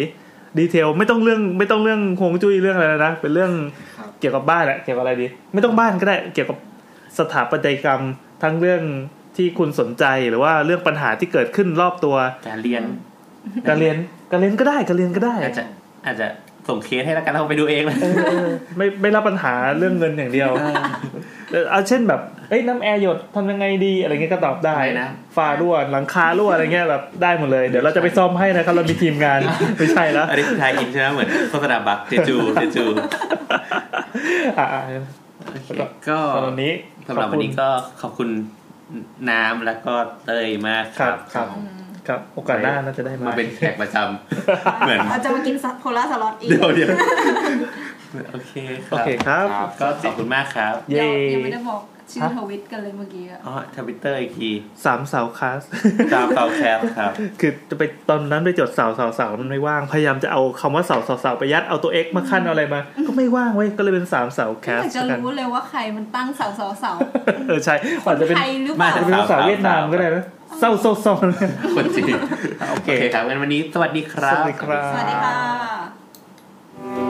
Speaker 2: ดีเทลไม่ต้องเรื่อง ไม่ต้องเรื่องโครงจุ้ยเรื่องอะไรแล้วนะเป็นเรื่อง
Speaker 5: ครับ
Speaker 2: เกี่ยวกับบ้านแหละเกี่ยวกับอะไรดี ไม่ต้องบ้านก็ได้เกี่ยวกับสถาปัตยกรรมทั้งเรื่องที่คุณสนใจหรือว่าเรื่องปัญหาที่เกิดขึ้นรอบตัว
Speaker 4: การเรียน
Speaker 2: การเรียนการเรียนก็ได้การเรียนก็ได้
Speaker 4: อาจจะอาจจะส่งเคสให้แล้วกันเราไปดูเอง เลย
Speaker 2: เออไม่ไม่รับปัญหาเรื่องเงินอย่างเดียวเออเอาเช่นแบบเอ้ยน้ำแอร์หยดทำยังไงดีอะไรเงี้ยก็ตอบได้นะฟ้ารั่วหลังคารั่วอะไรเงี้ยแบบได้หมดเลย เดี๋ยวเราจะไปซ่อมให้นะครับ เรามีทีมงาน ไม่ใช่แล้ว
Speaker 4: อันนี้คือทายอินใช่ไหมเหมือนโฆษณาบักเจจูเจจู
Speaker 2: อ่า
Speaker 4: โอเคก็
Speaker 2: ตอนนี้
Speaker 4: สำหรับวันนี้ก็ขอบคุณน้ำแล้วก็เตยมาก
Speaker 2: ค
Speaker 4: ค
Speaker 2: รั
Speaker 4: รั
Speaker 2: บบ ครับครับโอกาสหน้าน่าจะได้
Speaker 4: มา
Speaker 2: มา
Speaker 4: เป็นแขกประจำเหมือน
Speaker 3: เราจะมากินโพลาสล็อตอีก
Speaker 4: เดี๋ยวเดี๋ยวโอเคค
Speaker 2: โอ
Speaker 4: รับ
Speaker 2: เคครับ
Speaker 6: ครับ
Speaker 4: ก็ขอบคุณมากครับ
Speaker 2: เย่
Speaker 3: ยังไม่ได้บอกชื่อทวิตกันเลยเมื่อกี้อะ
Speaker 4: อ๋อทวิตเตอร์อีกที
Speaker 2: สามเสาคลาส
Speaker 4: ตามเตาแคปครับ
Speaker 2: คือจะไปตอนนั้นไปจดเสาเสาเสามันไม่ว่าง พยายามจะเอาคำว่าเสาเสาเสาไปยัดเอาตัว X มาขั้นเอาอะไรมา ก็ไม่ว่างเว้ย ก็เลยเป็นสามเสาแค
Speaker 3: ไม่อ
Speaker 2: ส
Speaker 3: ยากจะ
Speaker 2: กัน
Speaker 3: รู้เลยว่าใครมันตั้งเสาเสาเสา
Speaker 2: เออใช่อาจจะเป็น
Speaker 3: ใครหรือเปล่า
Speaker 2: อาจจะเป็นภาษาเวียดนามก็ได้นะเศร้าโซโซเลย
Speaker 4: คนจีน
Speaker 2: โอ
Speaker 4: โอ
Speaker 2: เค
Speaker 4: เคครับงั้นวันนี้สวัสดีค
Speaker 2: ส
Speaker 4: รับ
Speaker 2: วัสดีครับ
Speaker 3: สวัสดีค่ะ